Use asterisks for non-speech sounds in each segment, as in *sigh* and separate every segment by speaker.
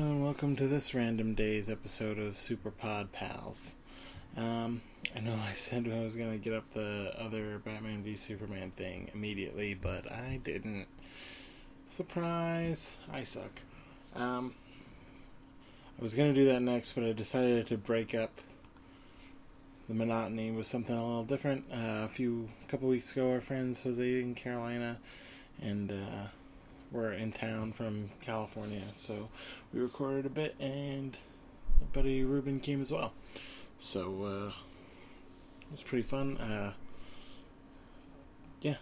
Speaker 1: welcome to this Random Days episode of Super Pod Pals. Um, I know I said I was going to get up the other Batman v Superman thing immediately, but I didn't. Surprise! I suck. Um, I was going to do that next, but I decided to break up the monotony with something a little different. Uh, a few couple weeks ago, our friends Jose and Carolina and uh, were in town from California, so we recorded a bit, and my buddy Ruben came as well. So uh, it was pretty fun. Uh, yeah,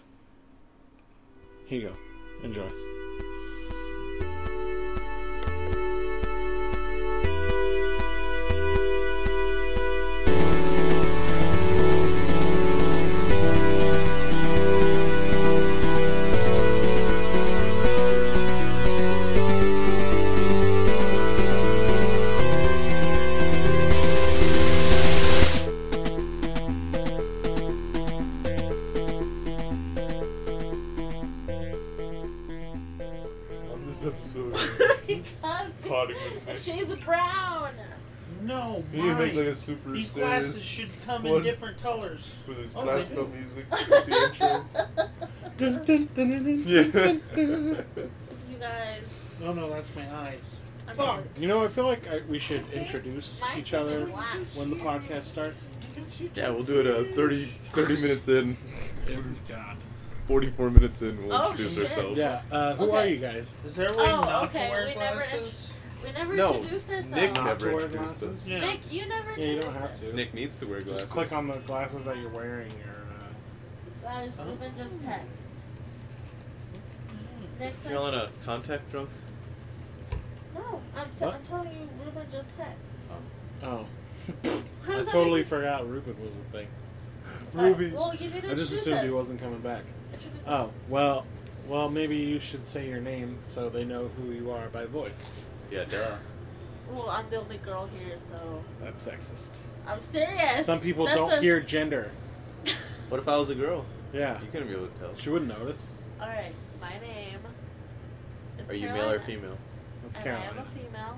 Speaker 1: here you go. Enjoy.
Speaker 2: On this episode, potting with me.
Speaker 3: *laughs* Because she's brown.
Speaker 4: No,
Speaker 2: You need to make like
Speaker 4: mine.
Speaker 2: a super
Speaker 4: These
Speaker 2: status
Speaker 4: glasses should come
Speaker 2: One.
Speaker 4: in different colors.
Speaker 2: with its
Speaker 4: Oh, they
Speaker 2: classical
Speaker 4: do.
Speaker 2: music with the intro.
Speaker 1: Dun, dun, dun, dun, dun.
Speaker 2: Yeah.
Speaker 3: You guys.
Speaker 4: No, no, that's my eyes.
Speaker 3: I'm
Speaker 4: Fuck.
Speaker 1: You know, I feel like I, we should introduce
Speaker 3: Mine's
Speaker 1: each other
Speaker 3: black.
Speaker 1: when the podcast starts.
Speaker 2: yeah, we'll do it uh, 30, 30 minutes in,
Speaker 1: God.
Speaker 2: 44 minutes in, we'll
Speaker 3: Oh,
Speaker 2: introduce
Speaker 3: shit.
Speaker 2: ourselves.
Speaker 1: Yeah. Uh, who
Speaker 3: Okay.
Speaker 1: are you guys?
Speaker 4: Is there a way
Speaker 3: Oh,
Speaker 4: not
Speaker 3: okay,
Speaker 4: to wear
Speaker 3: we never
Speaker 4: glasses?
Speaker 3: We never
Speaker 2: No,
Speaker 3: introduced ourselves.
Speaker 2: Nick
Speaker 1: Not
Speaker 2: never
Speaker 1: to wear
Speaker 2: introduced
Speaker 1: glasses?
Speaker 2: us.
Speaker 4: Yeah.
Speaker 3: Nick, you never
Speaker 1: Yeah, you
Speaker 3: introduced
Speaker 1: don't have to.
Speaker 2: Nick needs to wear glasses.
Speaker 1: Just click on the glasses that you're wearing. Or,
Speaker 3: us. Guys, Ruben
Speaker 1: Hmm.
Speaker 3: just text. Nick says-
Speaker 2: a contact drunk?
Speaker 3: No, I'm, t-
Speaker 1: What?
Speaker 3: I'm telling you, Ruben just text.
Speaker 1: uh, oh,
Speaker 3: How
Speaker 1: I
Speaker 3: does that
Speaker 1: totally
Speaker 3: make you-
Speaker 1: forgot Ruben was the thing.
Speaker 2: Ruby.
Speaker 3: Uh, well, you need to
Speaker 1: I just
Speaker 3: introduce
Speaker 1: assumed he
Speaker 3: us.
Speaker 1: wasn't coming back.
Speaker 3: Introduce
Speaker 1: Oh
Speaker 3: us.
Speaker 1: well, well maybe you should say your name so they know who you are by voice.
Speaker 2: Yeah, Dara.
Speaker 3: Well, I'm the only girl here, so
Speaker 1: That's sexist.
Speaker 3: I'm serious.
Speaker 1: Some people
Speaker 3: That's
Speaker 1: don't
Speaker 3: a-
Speaker 1: hear gender.
Speaker 5: What if I was a girl?
Speaker 1: Yeah,
Speaker 5: You couldn't be able to tell.
Speaker 1: she wouldn't notice.
Speaker 3: *laughs* All right, my name. Is
Speaker 5: Are you
Speaker 3: Carolina.
Speaker 5: male or female?
Speaker 1: That's
Speaker 3: And I am a
Speaker 1: Carolina.
Speaker 3: female,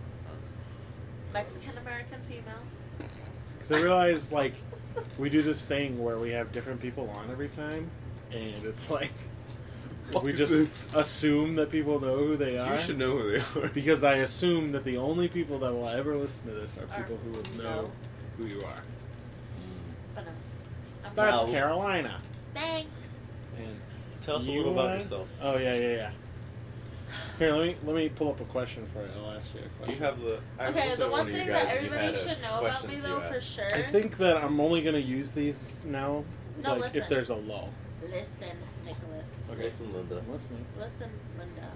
Speaker 3: Mexican American female.
Speaker 1: Because I realize like we do this thing where we have different people on every time, and it's like we
Speaker 2: is
Speaker 1: just
Speaker 2: this?
Speaker 1: assume that people know who they are.
Speaker 2: You should know who they are.
Speaker 1: Because I assume that the only people that will ever listen to this are
Speaker 3: Are-
Speaker 1: people who would know
Speaker 3: no.
Speaker 1: who you are.
Speaker 3: But no, I'm
Speaker 1: That's
Speaker 5: No.
Speaker 1: Carolina.
Speaker 3: Thanks.
Speaker 1: And
Speaker 5: Tell us
Speaker 1: you
Speaker 5: a little about
Speaker 1: are-
Speaker 5: yourself.
Speaker 1: Oh yeah, yeah, yeah. Here, let me let me pull up a question for you. I'll ask you a
Speaker 5: Do
Speaker 1: question.
Speaker 5: you have the? I
Speaker 3: Okay,
Speaker 5: listened
Speaker 3: the
Speaker 5: to
Speaker 3: one
Speaker 5: of
Speaker 3: thing
Speaker 5: you guys
Speaker 3: that
Speaker 5: and you
Speaker 3: everybody
Speaker 5: had a
Speaker 3: should know about
Speaker 5: questions
Speaker 3: me
Speaker 5: you
Speaker 3: though,
Speaker 5: had.
Speaker 3: for sure.
Speaker 1: I think that I'm only gonna use these now,
Speaker 3: No,
Speaker 1: like if
Speaker 3: listen.
Speaker 1: there's a lull.
Speaker 3: Listen, Nicholas.
Speaker 1: Okay.
Speaker 5: Listen, Linda.
Speaker 1: I'm listening.
Speaker 3: Listen, Linda.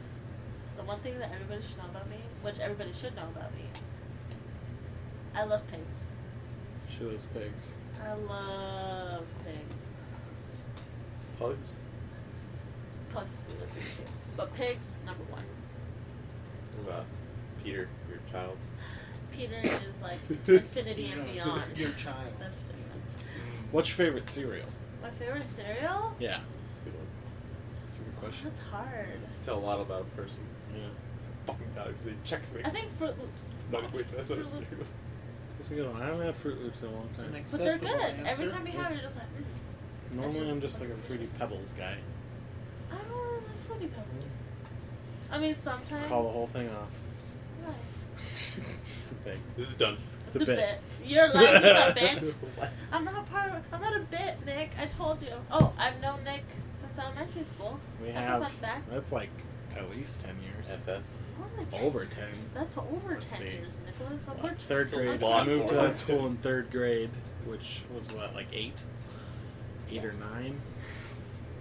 Speaker 3: The one thing that everybody should know about me, which everybody should know about me, I love pigs.
Speaker 1: Show those pigs.
Speaker 3: I love pigs.
Speaker 5: Pugs.
Speaker 3: Pugs too, they're pretty cute. but pigs number one.
Speaker 5: What about Peter, your child?
Speaker 3: Peter
Speaker 5: *laughs*
Speaker 3: is like infinity and beyond.
Speaker 4: Your child.
Speaker 3: That's different.
Speaker 1: What's your favorite cereal?
Speaker 3: My favorite cereal?
Speaker 1: Yeah,
Speaker 5: That's a good one.
Speaker 1: that's a good question.
Speaker 3: That's hard.
Speaker 5: Tell a lot about a person.
Speaker 1: Yeah,
Speaker 5: Fucking God, he checks me.
Speaker 3: I think Fruit Loops.
Speaker 5: Not a quick- that's not a
Speaker 3: Fruit Loops.
Speaker 5: single-
Speaker 1: that's a good one. I haven't had Fruit Loops in a long
Speaker 4: It's an
Speaker 1: time.
Speaker 3: But they're
Speaker 4: acceptable
Speaker 3: good. Every
Speaker 4: answer.
Speaker 3: time you have it, you're just like, mm,
Speaker 1: Normally, I'm just like a Fruity Pebbles guy.
Speaker 3: I don't really like Fruity Pebbles. I mean, sometimes.
Speaker 1: Let's call the whole thing off. *laughs*
Speaker 3: Right.
Speaker 1: it's a thing.
Speaker 5: This is done.
Speaker 3: It's,
Speaker 1: a
Speaker 3: a
Speaker 1: bit.
Speaker 3: bit. Your life is
Speaker 1: *laughs*
Speaker 3: a bit.
Speaker 5: What?
Speaker 3: I'm not part of. I'm not a bit, Nick. I told you. Oh, I've known Nick since elementary school.
Speaker 1: We
Speaker 3: That's a
Speaker 1: have
Speaker 3: fun fact.
Speaker 1: that's like at least ten years.
Speaker 5: FF.
Speaker 3: More than 10
Speaker 1: Over
Speaker 3: years.
Speaker 1: 10.
Speaker 3: That's over
Speaker 1: Let's
Speaker 3: ten
Speaker 1: see.
Speaker 3: years, Nicholas. I'm
Speaker 1: Well,
Speaker 3: part-
Speaker 1: Third
Speaker 5: It's a
Speaker 1: grade.
Speaker 5: lot
Speaker 1: I moved to
Speaker 5: more.
Speaker 1: that school in third grade, which was what, like eight, eight or nine.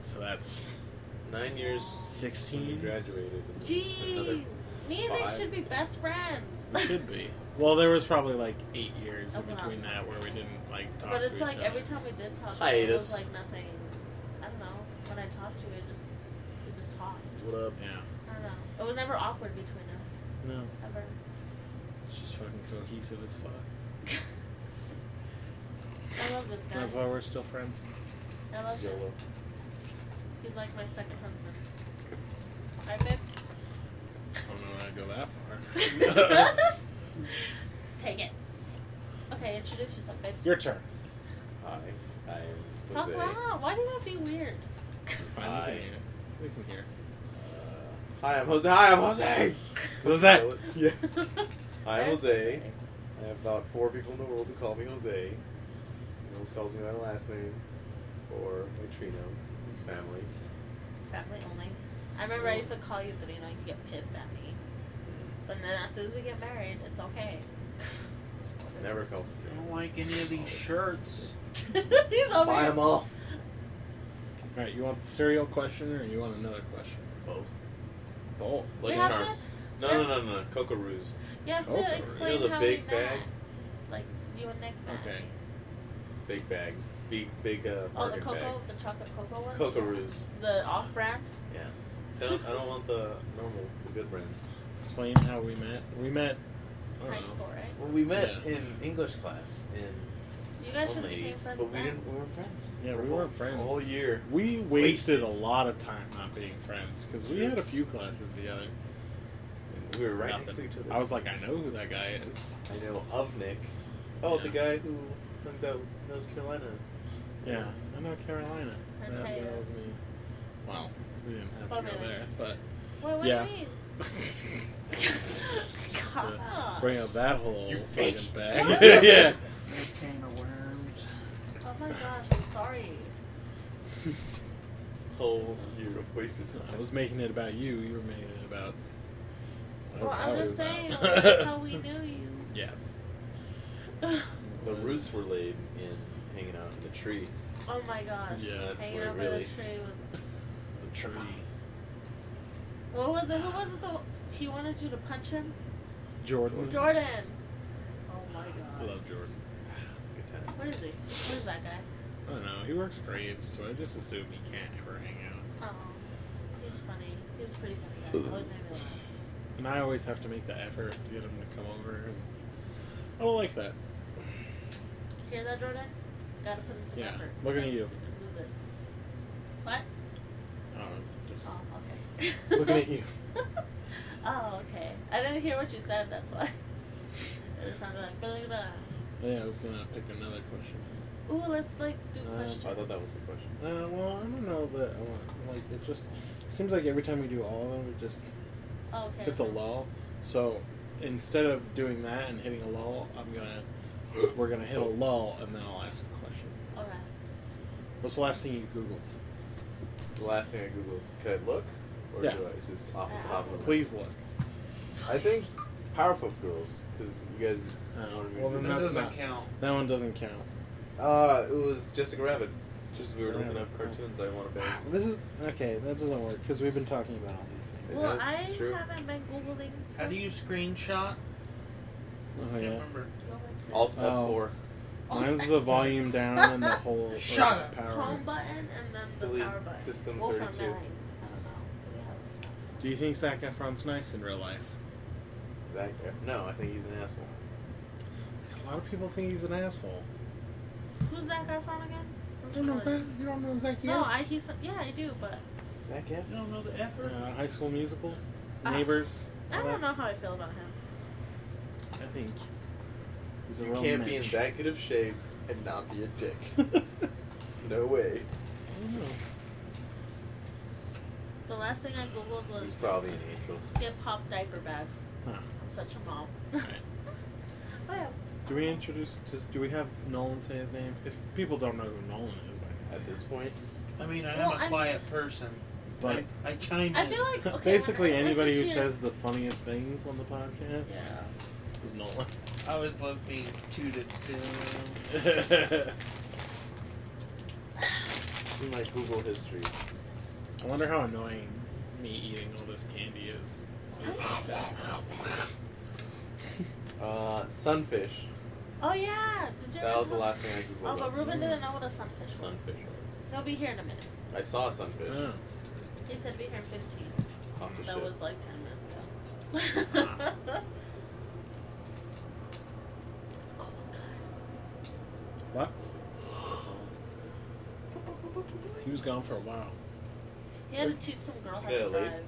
Speaker 1: So that's
Speaker 5: Nine years when we
Speaker 1: sixteen.
Speaker 5: graduated. and it's another-
Speaker 3: Gee, me and Nick
Speaker 5: five.
Speaker 3: should be best friends. *laughs*
Speaker 1: We should be. Well, there was probably like eight years in
Speaker 3: That's a long
Speaker 1: between
Speaker 3: time.
Speaker 1: that where we didn't like talk.
Speaker 3: But
Speaker 1: to
Speaker 3: it's
Speaker 1: each
Speaker 3: like
Speaker 1: other.
Speaker 3: every time we did talk, it was
Speaker 5: Hiatus.
Speaker 3: like nothing. I don't know. When I talked to you, it just it just talked.
Speaker 5: What up?
Speaker 1: Yeah.
Speaker 3: I don't know. It was never awkward between us
Speaker 1: No,
Speaker 3: ever. *laughs*
Speaker 1: it's just fucking cohesive as fuck.
Speaker 3: I love this guy.
Speaker 1: That's why we're still friends.
Speaker 3: I love him.
Speaker 5: Jolo.
Speaker 3: He's like my second husband. Alright, babe. *laughs*
Speaker 1: I don't know why I go that far.
Speaker 3: Take it. Okay, introduce yourself, babe.
Speaker 6: Your turn.
Speaker 5: Hi, I am
Speaker 3: Talk
Speaker 5: Jose.
Speaker 3: loud. Why do that be weird?
Speaker 1: Fine, we
Speaker 5: Hi.
Speaker 1: can hear. We can hear.
Speaker 5: Uh, hi, I'm Jose. Hi, I'm Jose.
Speaker 6: Jose.
Speaker 3: *laughs*
Speaker 5: Yeah. Hi, I'm Jose. I have about four people in the world who call me Jose. No one else calls me my last name or my Trino family.
Speaker 3: Family only. I remember I used to call you Trina. You get pissed at me. But then as soon as we get married, it's okay. *laughs*
Speaker 5: Never called
Speaker 4: I
Speaker 5: me.
Speaker 4: don't like any of these shirts.
Speaker 3: He's over
Speaker 5: Buy
Speaker 3: here.
Speaker 5: them all.
Speaker 1: All right, you want the cereal question or you want another question?
Speaker 5: Both.
Speaker 1: Both.
Speaker 3: We
Speaker 5: Lucky
Speaker 3: have
Speaker 5: Charms. No, no, no, no, no. Cocoa Roos.
Speaker 3: to. You have
Speaker 1: Oh,
Speaker 3: to
Speaker 1: you
Speaker 3: explain
Speaker 5: know the
Speaker 3: how
Speaker 5: big
Speaker 3: we
Speaker 5: bag?
Speaker 3: met. Like you and Nick met.
Speaker 1: Okay.
Speaker 5: Big bag. Big, big, uh,
Speaker 3: Oh, the
Speaker 5: bargain
Speaker 3: cocoa,
Speaker 5: bag.
Speaker 3: the chocolate cocoa ones.
Speaker 5: Cocoa Roos.
Speaker 3: The off-brand.
Speaker 5: Yeah. I don't, I don't want the normal, the good brand.
Speaker 1: Explain how we met. We met. I
Speaker 3: High
Speaker 1: don't know.
Speaker 3: school, right?
Speaker 5: Well, we
Speaker 1: met Yeah.
Speaker 5: in English class in
Speaker 3: You guys should have
Speaker 5: Only,
Speaker 3: became friends
Speaker 5: but we
Speaker 3: then.
Speaker 5: didn't. We weren't friends.
Speaker 1: Yeah,
Speaker 5: For
Speaker 1: we
Speaker 5: a whole-
Speaker 1: weren't friends.
Speaker 5: a whole year.
Speaker 1: We wasted a lot of time not being friends because we
Speaker 5: Sure.
Speaker 1: had a few classes together.
Speaker 5: And We were right next to
Speaker 1: Nothing.
Speaker 5: each other.
Speaker 1: I was like, I know who that guy is.
Speaker 5: I know of Nick. Oh, the
Speaker 1: Yeah.
Speaker 5: guy who hangs out with North Carolina.
Speaker 1: Yeah, I know Carolina.
Speaker 3: I
Speaker 1: That
Speaker 3: tell ya.
Speaker 1: girl's me. Well, we didn't have
Speaker 3: Probably
Speaker 1: to go
Speaker 3: not.
Speaker 1: there, but *laughs*
Speaker 3: Wait, what
Speaker 1: Yeah.
Speaker 3: do you mean? Gosh.
Speaker 1: bring up that whole
Speaker 5: You
Speaker 1: fucking *laughs*
Speaker 5: bitch.
Speaker 1: bag. yeah.
Speaker 4: Can of worms.
Speaker 3: Oh my gosh, I'm sorry.
Speaker 5: Whole year of wasted
Speaker 1: I
Speaker 5: time.
Speaker 1: was making it about you. You were making it about.
Speaker 3: Well, I'm
Speaker 1: whatever
Speaker 3: just
Speaker 1: it was
Speaker 3: saying, like,
Speaker 1: about. *laughs*
Speaker 3: that's how we knew you. *sighs*
Speaker 1: yes.
Speaker 5: the
Speaker 1: Was-
Speaker 5: roots were laid in hanging out in the tree.
Speaker 3: oh my gosh.
Speaker 1: Yeah,
Speaker 5: that's
Speaker 3: Hanging
Speaker 5: where it
Speaker 3: out
Speaker 5: really-
Speaker 3: by the tree was.
Speaker 5: The tree.
Speaker 3: What was it? Who was it? The he wanted you to punch him?
Speaker 1: Jordan.
Speaker 3: Jordan. Oh my god.
Speaker 1: Love Jordan.
Speaker 5: Good time.
Speaker 3: Where is he? Who is that guy?
Speaker 1: I don't know. He works graves, so I just assume he can't ever hang out.
Speaker 3: Oh, he's funny. He's a pretty funny guy. Always made me laugh.
Speaker 1: And I always have to make the effort to get him to come over. and I don't like that.
Speaker 3: Hear that, Jordan? Gotta put in some
Speaker 1: Yeah.
Speaker 3: effort.
Speaker 1: Looking at you.
Speaker 3: Lose it. What?
Speaker 1: I don't know. Just
Speaker 3: Oh, okay.
Speaker 5: Looking at you.
Speaker 3: *laughs* oh, okay. I didn't hear what you said, that's why. *laughs* It just sounded like blah, blah,
Speaker 1: yeah, I was gonna pick another question.
Speaker 3: blah. Ooh, let's like do
Speaker 1: Um,
Speaker 5: Uh, I
Speaker 3: questions.
Speaker 5: thought that was the question.
Speaker 1: Uh, well, I don't know that I want. Like, it just seems like every time we do all of them, it just
Speaker 3: Oh, okay.
Speaker 1: hits a lull. So instead of doing that and hitting a lull, I'm gonna we're gonna hit a lull and then I'll ask a question.
Speaker 3: Okay.
Speaker 1: What's the last thing you googled?
Speaker 5: The last thing I googled. Could I look? Or
Speaker 1: Yeah.
Speaker 5: do I? It's just off the top of my
Speaker 1: Please look.
Speaker 5: I think Powerpuff Girls, because you guys.
Speaker 1: Oh,
Speaker 5: wanted me
Speaker 1: well,
Speaker 5: to
Speaker 1: then
Speaker 5: do that.
Speaker 4: That
Speaker 1: that's
Speaker 4: doesn't
Speaker 1: not-
Speaker 4: count.
Speaker 1: That one doesn't count.
Speaker 5: Uh, it was Jessica Rabbit. Just we were looking
Speaker 1: Rabbit.
Speaker 5: up cartoons. I want to bang.
Speaker 1: This is okay. That doesn't work because we've been talking about all these
Speaker 5: Is
Speaker 1: things.
Speaker 3: well,
Speaker 5: that
Speaker 3: I
Speaker 5: true?
Speaker 3: haven't been Googling stuff.
Speaker 4: How do you screenshot?
Speaker 1: Oh
Speaker 4: Can't
Speaker 1: yeah.
Speaker 4: remember.
Speaker 3: Go like this.
Speaker 5: Alt F
Speaker 1: Oh.
Speaker 5: four. *laughs*
Speaker 1: Mine's the volume down and *laughs* the whole like,
Speaker 4: Shut up.
Speaker 1: power.
Speaker 3: Home button and then the
Speaker 5: Delete
Speaker 3: power button.
Speaker 5: system
Speaker 3: Wolf
Speaker 5: 32.
Speaker 3: Melon. I don't know. What else?
Speaker 1: Do you think Zac Efron's nice in real life?
Speaker 5: Zach. uh, No, I think he's an asshole.
Speaker 1: A lot of people think he's an asshole.
Speaker 3: Who's that guy from again? Some
Speaker 1: You don't know
Speaker 3: sort
Speaker 1: Zac.
Speaker 3: of-
Speaker 1: You don't know Zac
Speaker 3: No,
Speaker 1: Efron?
Speaker 3: I he's yeah I do, but
Speaker 5: Zach F.
Speaker 4: You don't know the effort.
Speaker 1: Uh, High School Musical,
Speaker 3: Uh,
Speaker 1: Neighbors.
Speaker 3: I
Speaker 1: all
Speaker 3: don't
Speaker 1: that.
Speaker 3: know how I feel about him.
Speaker 1: I think he's a
Speaker 5: You
Speaker 1: real
Speaker 5: can't be in
Speaker 1: mensch.
Speaker 5: that good of shape and not be a dick.
Speaker 1: *laughs* I don't
Speaker 5: There's no way.
Speaker 1: know.
Speaker 3: The last thing I googled was
Speaker 5: He's probably an angel.
Speaker 3: skip hop diaper bag.
Speaker 1: Huh.
Speaker 3: I'm such a mom. *laughs* Oh,
Speaker 1: Alright.
Speaker 3: Well,
Speaker 1: Do we introduce? Just, do we have Nolan say his name? If people don't know who Nolan is,
Speaker 5: At this point,
Speaker 4: I mean, I am
Speaker 3: Well,
Speaker 4: a
Speaker 3: I'm-
Speaker 4: quiet person.
Speaker 1: but
Speaker 4: I, I chime
Speaker 3: I
Speaker 4: in.
Speaker 3: feel like okay,
Speaker 1: basically
Speaker 3: when I listen
Speaker 1: anybody who
Speaker 3: to-
Speaker 1: says the funniest things on the podcast
Speaker 3: yeah.
Speaker 1: is Nolan.
Speaker 4: I always love being tooted to.
Speaker 1: *laughs* I
Speaker 5: it's in my Google history.
Speaker 1: wonder how annoying me eating all this candy is.
Speaker 5: Uh, sunfish.
Speaker 3: Oh yeah, did you?
Speaker 5: That
Speaker 3: ever
Speaker 5: was the
Speaker 3: tell-
Speaker 5: last thing I
Speaker 3: Oh,
Speaker 5: googled.
Speaker 3: but Ruben didn't know what a sunfish was.
Speaker 5: Sunfish was.
Speaker 3: He'll be here in a minute.
Speaker 5: I saw a sunfish.
Speaker 1: Oh.
Speaker 3: He said be here in 15.
Speaker 5: Off the
Speaker 3: That
Speaker 5: ship.
Speaker 3: was like 10 minutes ago. it's cold, guys.
Speaker 1: What? He was gone for a while.
Speaker 3: He had to teach some girl how
Speaker 5: Yeah,
Speaker 3: to
Speaker 5: late.
Speaker 3: drive.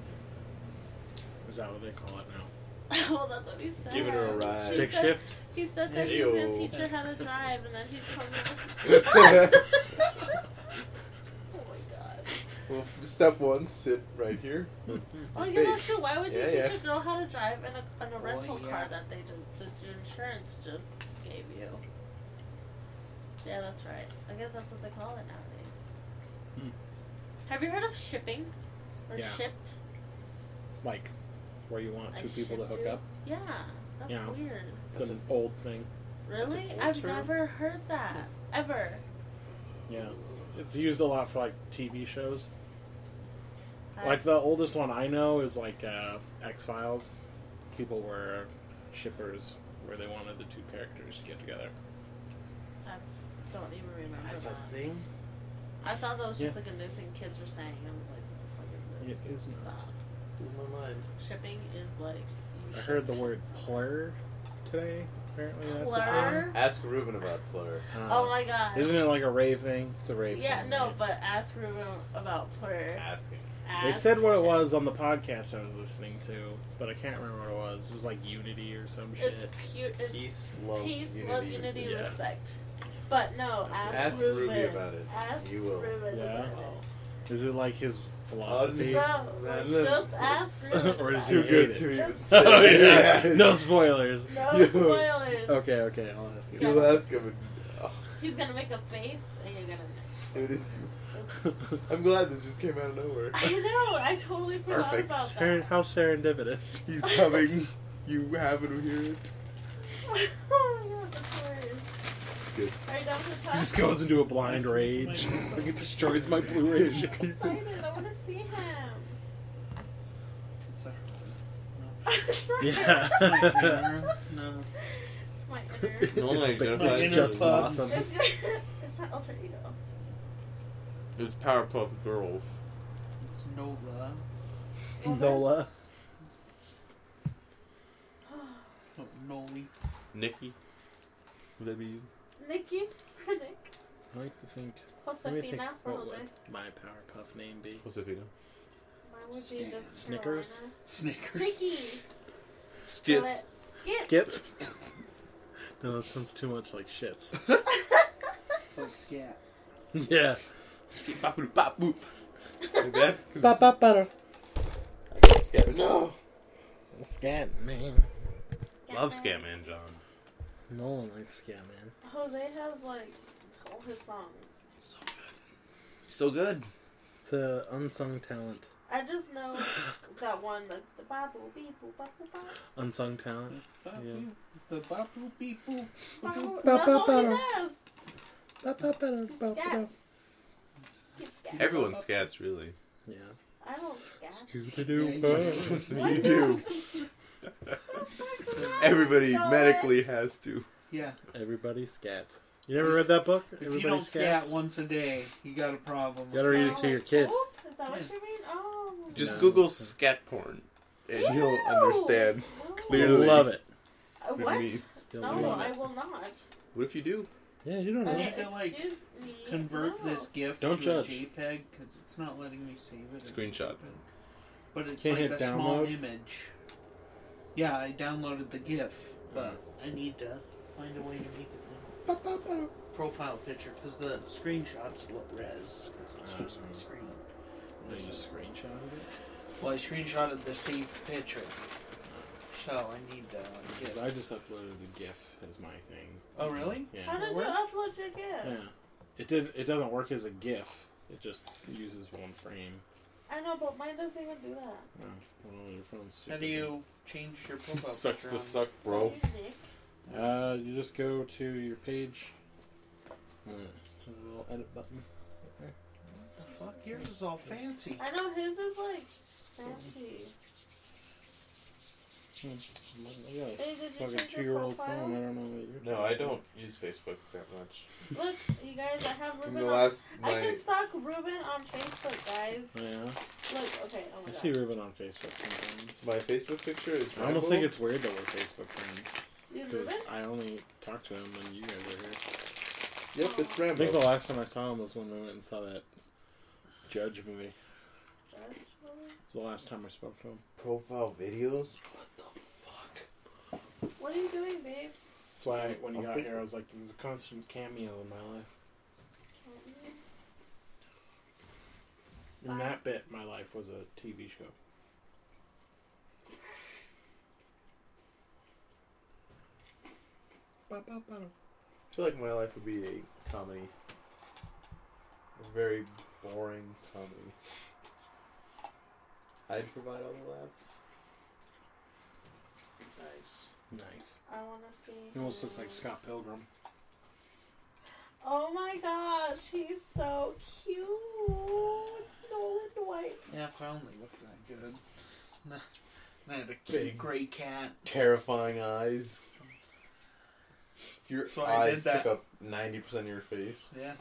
Speaker 3: *laughs*
Speaker 1: Is that what they call it now?
Speaker 3: well, that's what he said.
Speaker 5: Giving her a ride.
Speaker 3: He
Speaker 6: Stick
Speaker 3: said-
Speaker 6: shift.
Speaker 3: He said that he was gonna
Speaker 5: Ew.
Speaker 3: teach her how to drive, and then he'd come. *laughs*
Speaker 5: Well,
Speaker 3: in- oh my god.
Speaker 5: f- step one, sit right here.
Speaker 3: *laughs* Oh,
Speaker 5: Your
Speaker 3: yeah, that's
Speaker 5: face.
Speaker 3: true. Why would you
Speaker 5: Yeah,
Speaker 3: teach
Speaker 5: yeah.
Speaker 3: a girl how to drive in a, in a
Speaker 4: Well,
Speaker 3: rental
Speaker 4: yeah.
Speaker 3: car that they just that your insurance just gave you? Yeah, that's right. I guess that's what they call it nowadays.
Speaker 1: Hmm.
Speaker 3: Have you heard of shipping or
Speaker 1: Yeah.
Speaker 3: shipped?
Speaker 1: Like, where you want
Speaker 3: I
Speaker 1: two people to
Speaker 3: shipped
Speaker 1: hook
Speaker 3: you?
Speaker 1: up.
Speaker 3: Yeah, that's
Speaker 1: Yeah.
Speaker 3: weird.
Speaker 1: It's
Speaker 5: That's
Speaker 1: an old thing.
Speaker 3: Really?
Speaker 5: old
Speaker 3: I've
Speaker 5: term.
Speaker 3: never heard that ever.
Speaker 1: Yeah. It's used a lot for like TV shows.
Speaker 3: I-
Speaker 1: Like the oldest one I know is like uh, X Files. People were shippers where they wanted the two characters to get together.
Speaker 3: I don't even remember that.
Speaker 1: thing.
Speaker 3: I thought that was just
Speaker 1: Yeah.
Speaker 3: like a new thing kids were saying. I was like, what the fuck is
Speaker 1: It
Speaker 3: this?
Speaker 1: is
Speaker 3: Stop.
Speaker 1: not.
Speaker 5: Blew my mind.
Speaker 3: Shipping is like. You
Speaker 1: I
Speaker 3: ship
Speaker 1: heard the word
Speaker 3: something.
Speaker 1: plur today. Apparently, that's a
Speaker 3: Plur?
Speaker 1: thing.
Speaker 5: Um, ask Ruben about Blur.
Speaker 1: Um,
Speaker 3: Oh my god.
Speaker 1: Isn't it like a rave thing? It's a rave.
Speaker 3: Yeah,
Speaker 1: thing,
Speaker 3: no,
Speaker 1: right?
Speaker 3: but ask Ruben about Plur.
Speaker 5: Asking.
Speaker 1: They said what it was on the podcast I was listening to, but I can't remember what it was. It was like Unity or some shit.
Speaker 3: It's pure. It's peace,
Speaker 5: Peace, love, unity.
Speaker 3: love, unity,
Speaker 1: Yeah.
Speaker 3: respect. But no, ask,
Speaker 5: Ask
Speaker 3: Ruben.
Speaker 5: Ruby about it.
Speaker 3: Ask
Speaker 5: You will.
Speaker 3: Ruben
Speaker 1: Yeah.
Speaker 3: about
Speaker 5: Wow.
Speaker 1: Is it like his philosophy?
Speaker 3: No,
Speaker 5: That
Speaker 3: like,
Speaker 5: looks-
Speaker 1: *laughs*
Speaker 3: just ask Ruben.
Speaker 1: Or
Speaker 3: about
Speaker 1: is
Speaker 5: Too
Speaker 1: hate
Speaker 3: it.
Speaker 5: good
Speaker 1: it.
Speaker 5: to *laughs* even
Speaker 3: That's-
Speaker 5: say.
Speaker 1: *laughs* oh, yeah.
Speaker 5: Yeah.
Speaker 1: No spoilers. *laughs*
Speaker 3: No
Speaker 5: You-
Speaker 3: spoilers.
Speaker 1: Okay, okay, I'll ask you.
Speaker 5: You'll ask him. And, oh,
Speaker 3: He's gonna make a face, and you're gonna. *laughs*
Speaker 5: it is, I'm glad this just came out of nowhere.
Speaker 3: I know. I totally
Speaker 5: It's
Speaker 3: forgot
Speaker 5: perfect.
Speaker 3: about
Speaker 1: Seren- *laughs*
Speaker 3: that.
Speaker 1: how serendipitous.
Speaker 5: He's coming. You haven't heard it.
Speaker 3: *laughs* oh my god, that's hilarious.
Speaker 5: It's good.
Speaker 3: Are you done with the
Speaker 1: He
Speaker 3: talk?
Speaker 1: just goes into a blind rage. Like it destroys my Blu-ray.
Speaker 5: *laughs*
Speaker 3: I'm excited. I want to see him.
Speaker 4: It's a.
Speaker 3: It's not
Speaker 1: Yeah.
Speaker 3: her.
Speaker 4: No.
Speaker 3: *laughs* it's my
Speaker 1: *laughs*
Speaker 3: inner.
Speaker 5: No one
Speaker 1: It's been-
Speaker 5: identifies
Speaker 4: with
Speaker 1: it's just
Speaker 4: it.
Speaker 1: blossom.
Speaker 3: It's, it's my alter ego.
Speaker 5: It's Powerpuff Girls.
Speaker 4: It's Nola.
Speaker 1: Nola.
Speaker 4: No, Noli.
Speaker 5: Nikki. Would that be you?
Speaker 3: *gasps* Nikki for Nick.
Speaker 1: I like to think. Let me think.
Speaker 3: Josefina for
Speaker 1: What
Speaker 3: Jose.
Speaker 1: would my Powerpuff name be?
Speaker 5: Josefina.
Speaker 3: Mine would be
Speaker 4: Stan.
Speaker 3: just
Speaker 1: Snickers?
Speaker 3: Carolina.
Speaker 4: Snickers.
Speaker 3: Sticky.
Speaker 5: Skits.
Speaker 3: Skit.
Speaker 1: Skits. *laughs* No, that sounds too much like shits.
Speaker 5: *laughs*
Speaker 1: *laughs*
Speaker 4: It's like scat.
Speaker 1: yeah.
Speaker 5: Skip bop boop bop boop. Like that? 'Cause
Speaker 6: Bop bop butter.
Speaker 5: it's- Scat- No!
Speaker 6: Scat man.
Speaker 5: Love
Speaker 3: Scatman.
Speaker 5: Scatman John.
Speaker 6: No one likes scat man.
Speaker 3: Jose has like all his songs.
Speaker 4: So good.
Speaker 5: So good.
Speaker 6: It's a unsung talent.
Speaker 3: I
Speaker 1: *laughs*
Speaker 3: just know that one, the, the babu, beepu, babu, babu.
Speaker 1: Unsung talent.
Speaker 4: Bop
Speaker 1: Yeah.
Speaker 4: you. The bop boop beep boop.
Speaker 3: babu.
Speaker 4: Boop.
Speaker 3: That's all he
Speaker 6: Ba-ba-ba-da.
Speaker 3: does.
Speaker 6: Bop bop butter.
Speaker 3: He
Speaker 6: Bop
Speaker 3: scats. Skip, scat.
Speaker 5: Everyone scats, really.
Speaker 6: Yeah.
Speaker 3: I don't scat.
Speaker 6: *laughs*
Speaker 5: *laughs* What You
Speaker 3: Why
Speaker 5: do.
Speaker 3: not?
Speaker 5: Everybody
Speaker 3: No.
Speaker 5: medically has to.
Speaker 4: Yeah.
Speaker 6: Everybody scats. You never
Speaker 4: If-
Speaker 6: read that book?
Speaker 4: If
Speaker 6: Everybody
Speaker 4: you don't
Speaker 6: scats.
Speaker 4: scat once a day, you got a problem.
Speaker 6: You gotta read it to your kid.
Speaker 3: Oh, is that what
Speaker 4: Yeah.
Speaker 3: you mean? Oh.
Speaker 5: Just
Speaker 6: No.
Speaker 5: Google scat porn, and you'll
Speaker 3: Ew.
Speaker 5: understand.
Speaker 3: No.
Speaker 6: You'll
Speaker 5: Clearly.
Speaker 6: love it.
Speaker 3: Uh, What?
Speaker 5: Me.
Speaker 6: You'll
Speaker 3: No,
Speaker 6: love
Speaker 3: I
Speaker 6: it.
Speaker 3: will not.
Speaker 5: What if you do?
Speaker 6: Oh, Yeah, you don't know.
Speaker 4: I
Speaker 3: Okay,
Speaker 4: need to, like,
Speaker 3: excuse me.
Speaker 4: Convert
Speaker 3: No.
Speaker 4: this GIF
Speaker 1: Don't
Speaker 4: to
Speaker 1: judge.
Speaker 4: a JPEG because it's not letting me save it. as a
Speaker 5: Screenshot.
Speaker 4: JPEG. But it's
Speaker 1: Can't
Speaker 4: like a
Speaker 1: hit
Speaker 4: small
Speaker 1: download?
Speaker 4: image. Yeah, I downloaded the GIF, but
Speaker 1: Mm.
Speaker 4: I need to find a way to make it a profile picture because the screenshots look res. 'cause it's just my screen.
Speaker 1: There's a screenshot of it.
Speaker 4: Well, I screenshotted the saved picture, so I need uh, a GIF.
Speaker 1: I just uploaded the GIF as my thing.
Speaker 4: Oh, really?
Speaker 3: How
Speaker 1: Yeah.
Speaker 3: did you
Speaker 4: Where?
Speaker 3: upload your GIF?
Speaker 1: Yeah. It did. It doesn't work as a GIF. It just uses one frame.
Speaker 3: I know, but mine doesn't even do that.
Speaker 1: Oh, well, your phone's super
Speaker 4: How do you change your
Speaker 5: *laughs*
Speaker 4: profile
Speaker 5: Sucks
Speaker 4: picture?
Speaker 5: to
Speaker 4: on-
Speaker 5: suck, bro.
Speaker 3: Nick.
Speaker 1: good. Uh, you just go to your page. Uh, there's a little edit button.
Speaker 4: The fuck? Yours is all fancy.
Speaker 3: I know his is like fancy.
Speaker 1: Yeah, it's
Speaker 3: Hey, did you
Speaker 1: fucking
Speaker 3: change your
Speaker 1: two-year-old phone. I
Speaker 3: profile?
Speaker 1: don't know what you're.
Speaker 5: No, I don't use Facebook that much.
Speaker 3: Look, you guys, I have
Speaker 5: In
Speaker 3: Ruben
Speaker 5: the
Speaker 3: on.
Speaker 5: last
Speaker 3: I can
Speaker 5: night,
Speaker 3: stalk Ruben on Facebook, guys.
Speaker 1: Yeah.
Speaker 3: Look, okay, oh my
Speaker 1: I
Speaker 3: god.
Speaker 1: see Ruben on Facebook sometimes.
Speaker 5: my Facebook picture is.
Speaker 1: I almost
Speaker 5: Rambo.
Speaker 1: think it's weird that we're Facebook friends
Speaker 3: You
Speaker 1: because
Speaker 3: Ruben?
Speaker 1: I only talk to him when you guys are here.
Speaker 5: Yep, it's
Speaker 1: I think the
Speaker 5: Rambo.
Speaker 1: last time I saw him was when we went and saw that Judge movie. It
Speaker 3: Judge Ruben?
Speaker 1: was the last time I spoke to him.
Speaker 5: Profile videos. What the fuck?
Speaker 3: What are you doing, babe?
Speaker 1: That's why I, when you
Speaker 5: On
Speaker 1: got here,
Speaker 5: Facebook.
Speaker 1: I was like, there's a constant cameo in my life. In that bit, my life was a TV show.
Speaker 5: I feel like my life would be a comedy. A very boring comedy. I'd provide all the laughs.
Speaker 4: Nice.
Speaker 1: Nice.
Speaker 3: I want to see.
Speaker 1: He almost looks like Scott Pilgrim.
Speaker 3: Oh my gosh, he's so cute. Nolan Dwight.
Speaker 4: Yeah, if I only looked that good. *laughs* And I had a
Speaker 5: Big.
Speaker 4: big gray cat.
Speaker 5: Terrifying eyes. Your
Speaker 4: So I did
Speaker 5: eyes
Speaker 4: that.
Speaker 5: took up 90% of your face.
Speaker 4: Yeah.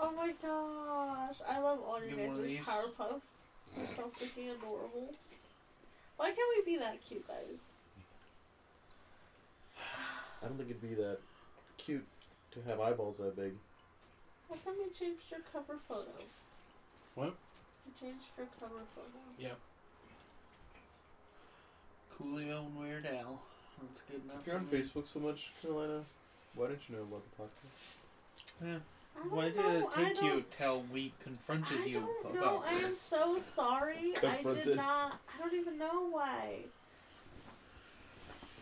Speaker 3: Oh my gosh. I love all your
Speaker 4: Give one of
Speaker 3: guys'
Speaker 4: these.
Speaker 3: power puffs. They're so freaking adorable. Why can't we be that cute, guys?
Speaker 5: I don't think it'd be that cute to have eyeballs that big.
Speaker 3: Why can't we change your cover photo?
Speaker 1: What?
Speaker 3: You changed your cover photo.
Speaker 4: Coolio and Weird Al. That's good enough.
Speaker 5: If you're on
Speaker 4: for me.
Speaker 5: Facebook so much, Carolina, why don't you know about the podcast?
Speaker 4: Yeah.
Speaker 3: I don't
Speaker 4: Why did
Speaker 3: know.
Speaker 4: it
Speaker 3: I
Speaker 4: take you
Speaker 3: don't-
Speaker 4: till we confronted
Speaker 3: I
Speaker 4: you
Speaker 3: don't know.
Speaker 4: about
Speaker 3: I am
Speaker 4: this?
Speaker 3: so sorry. I did
Speaker 5: Confronted.
Speaker 3: not. I don't even know why.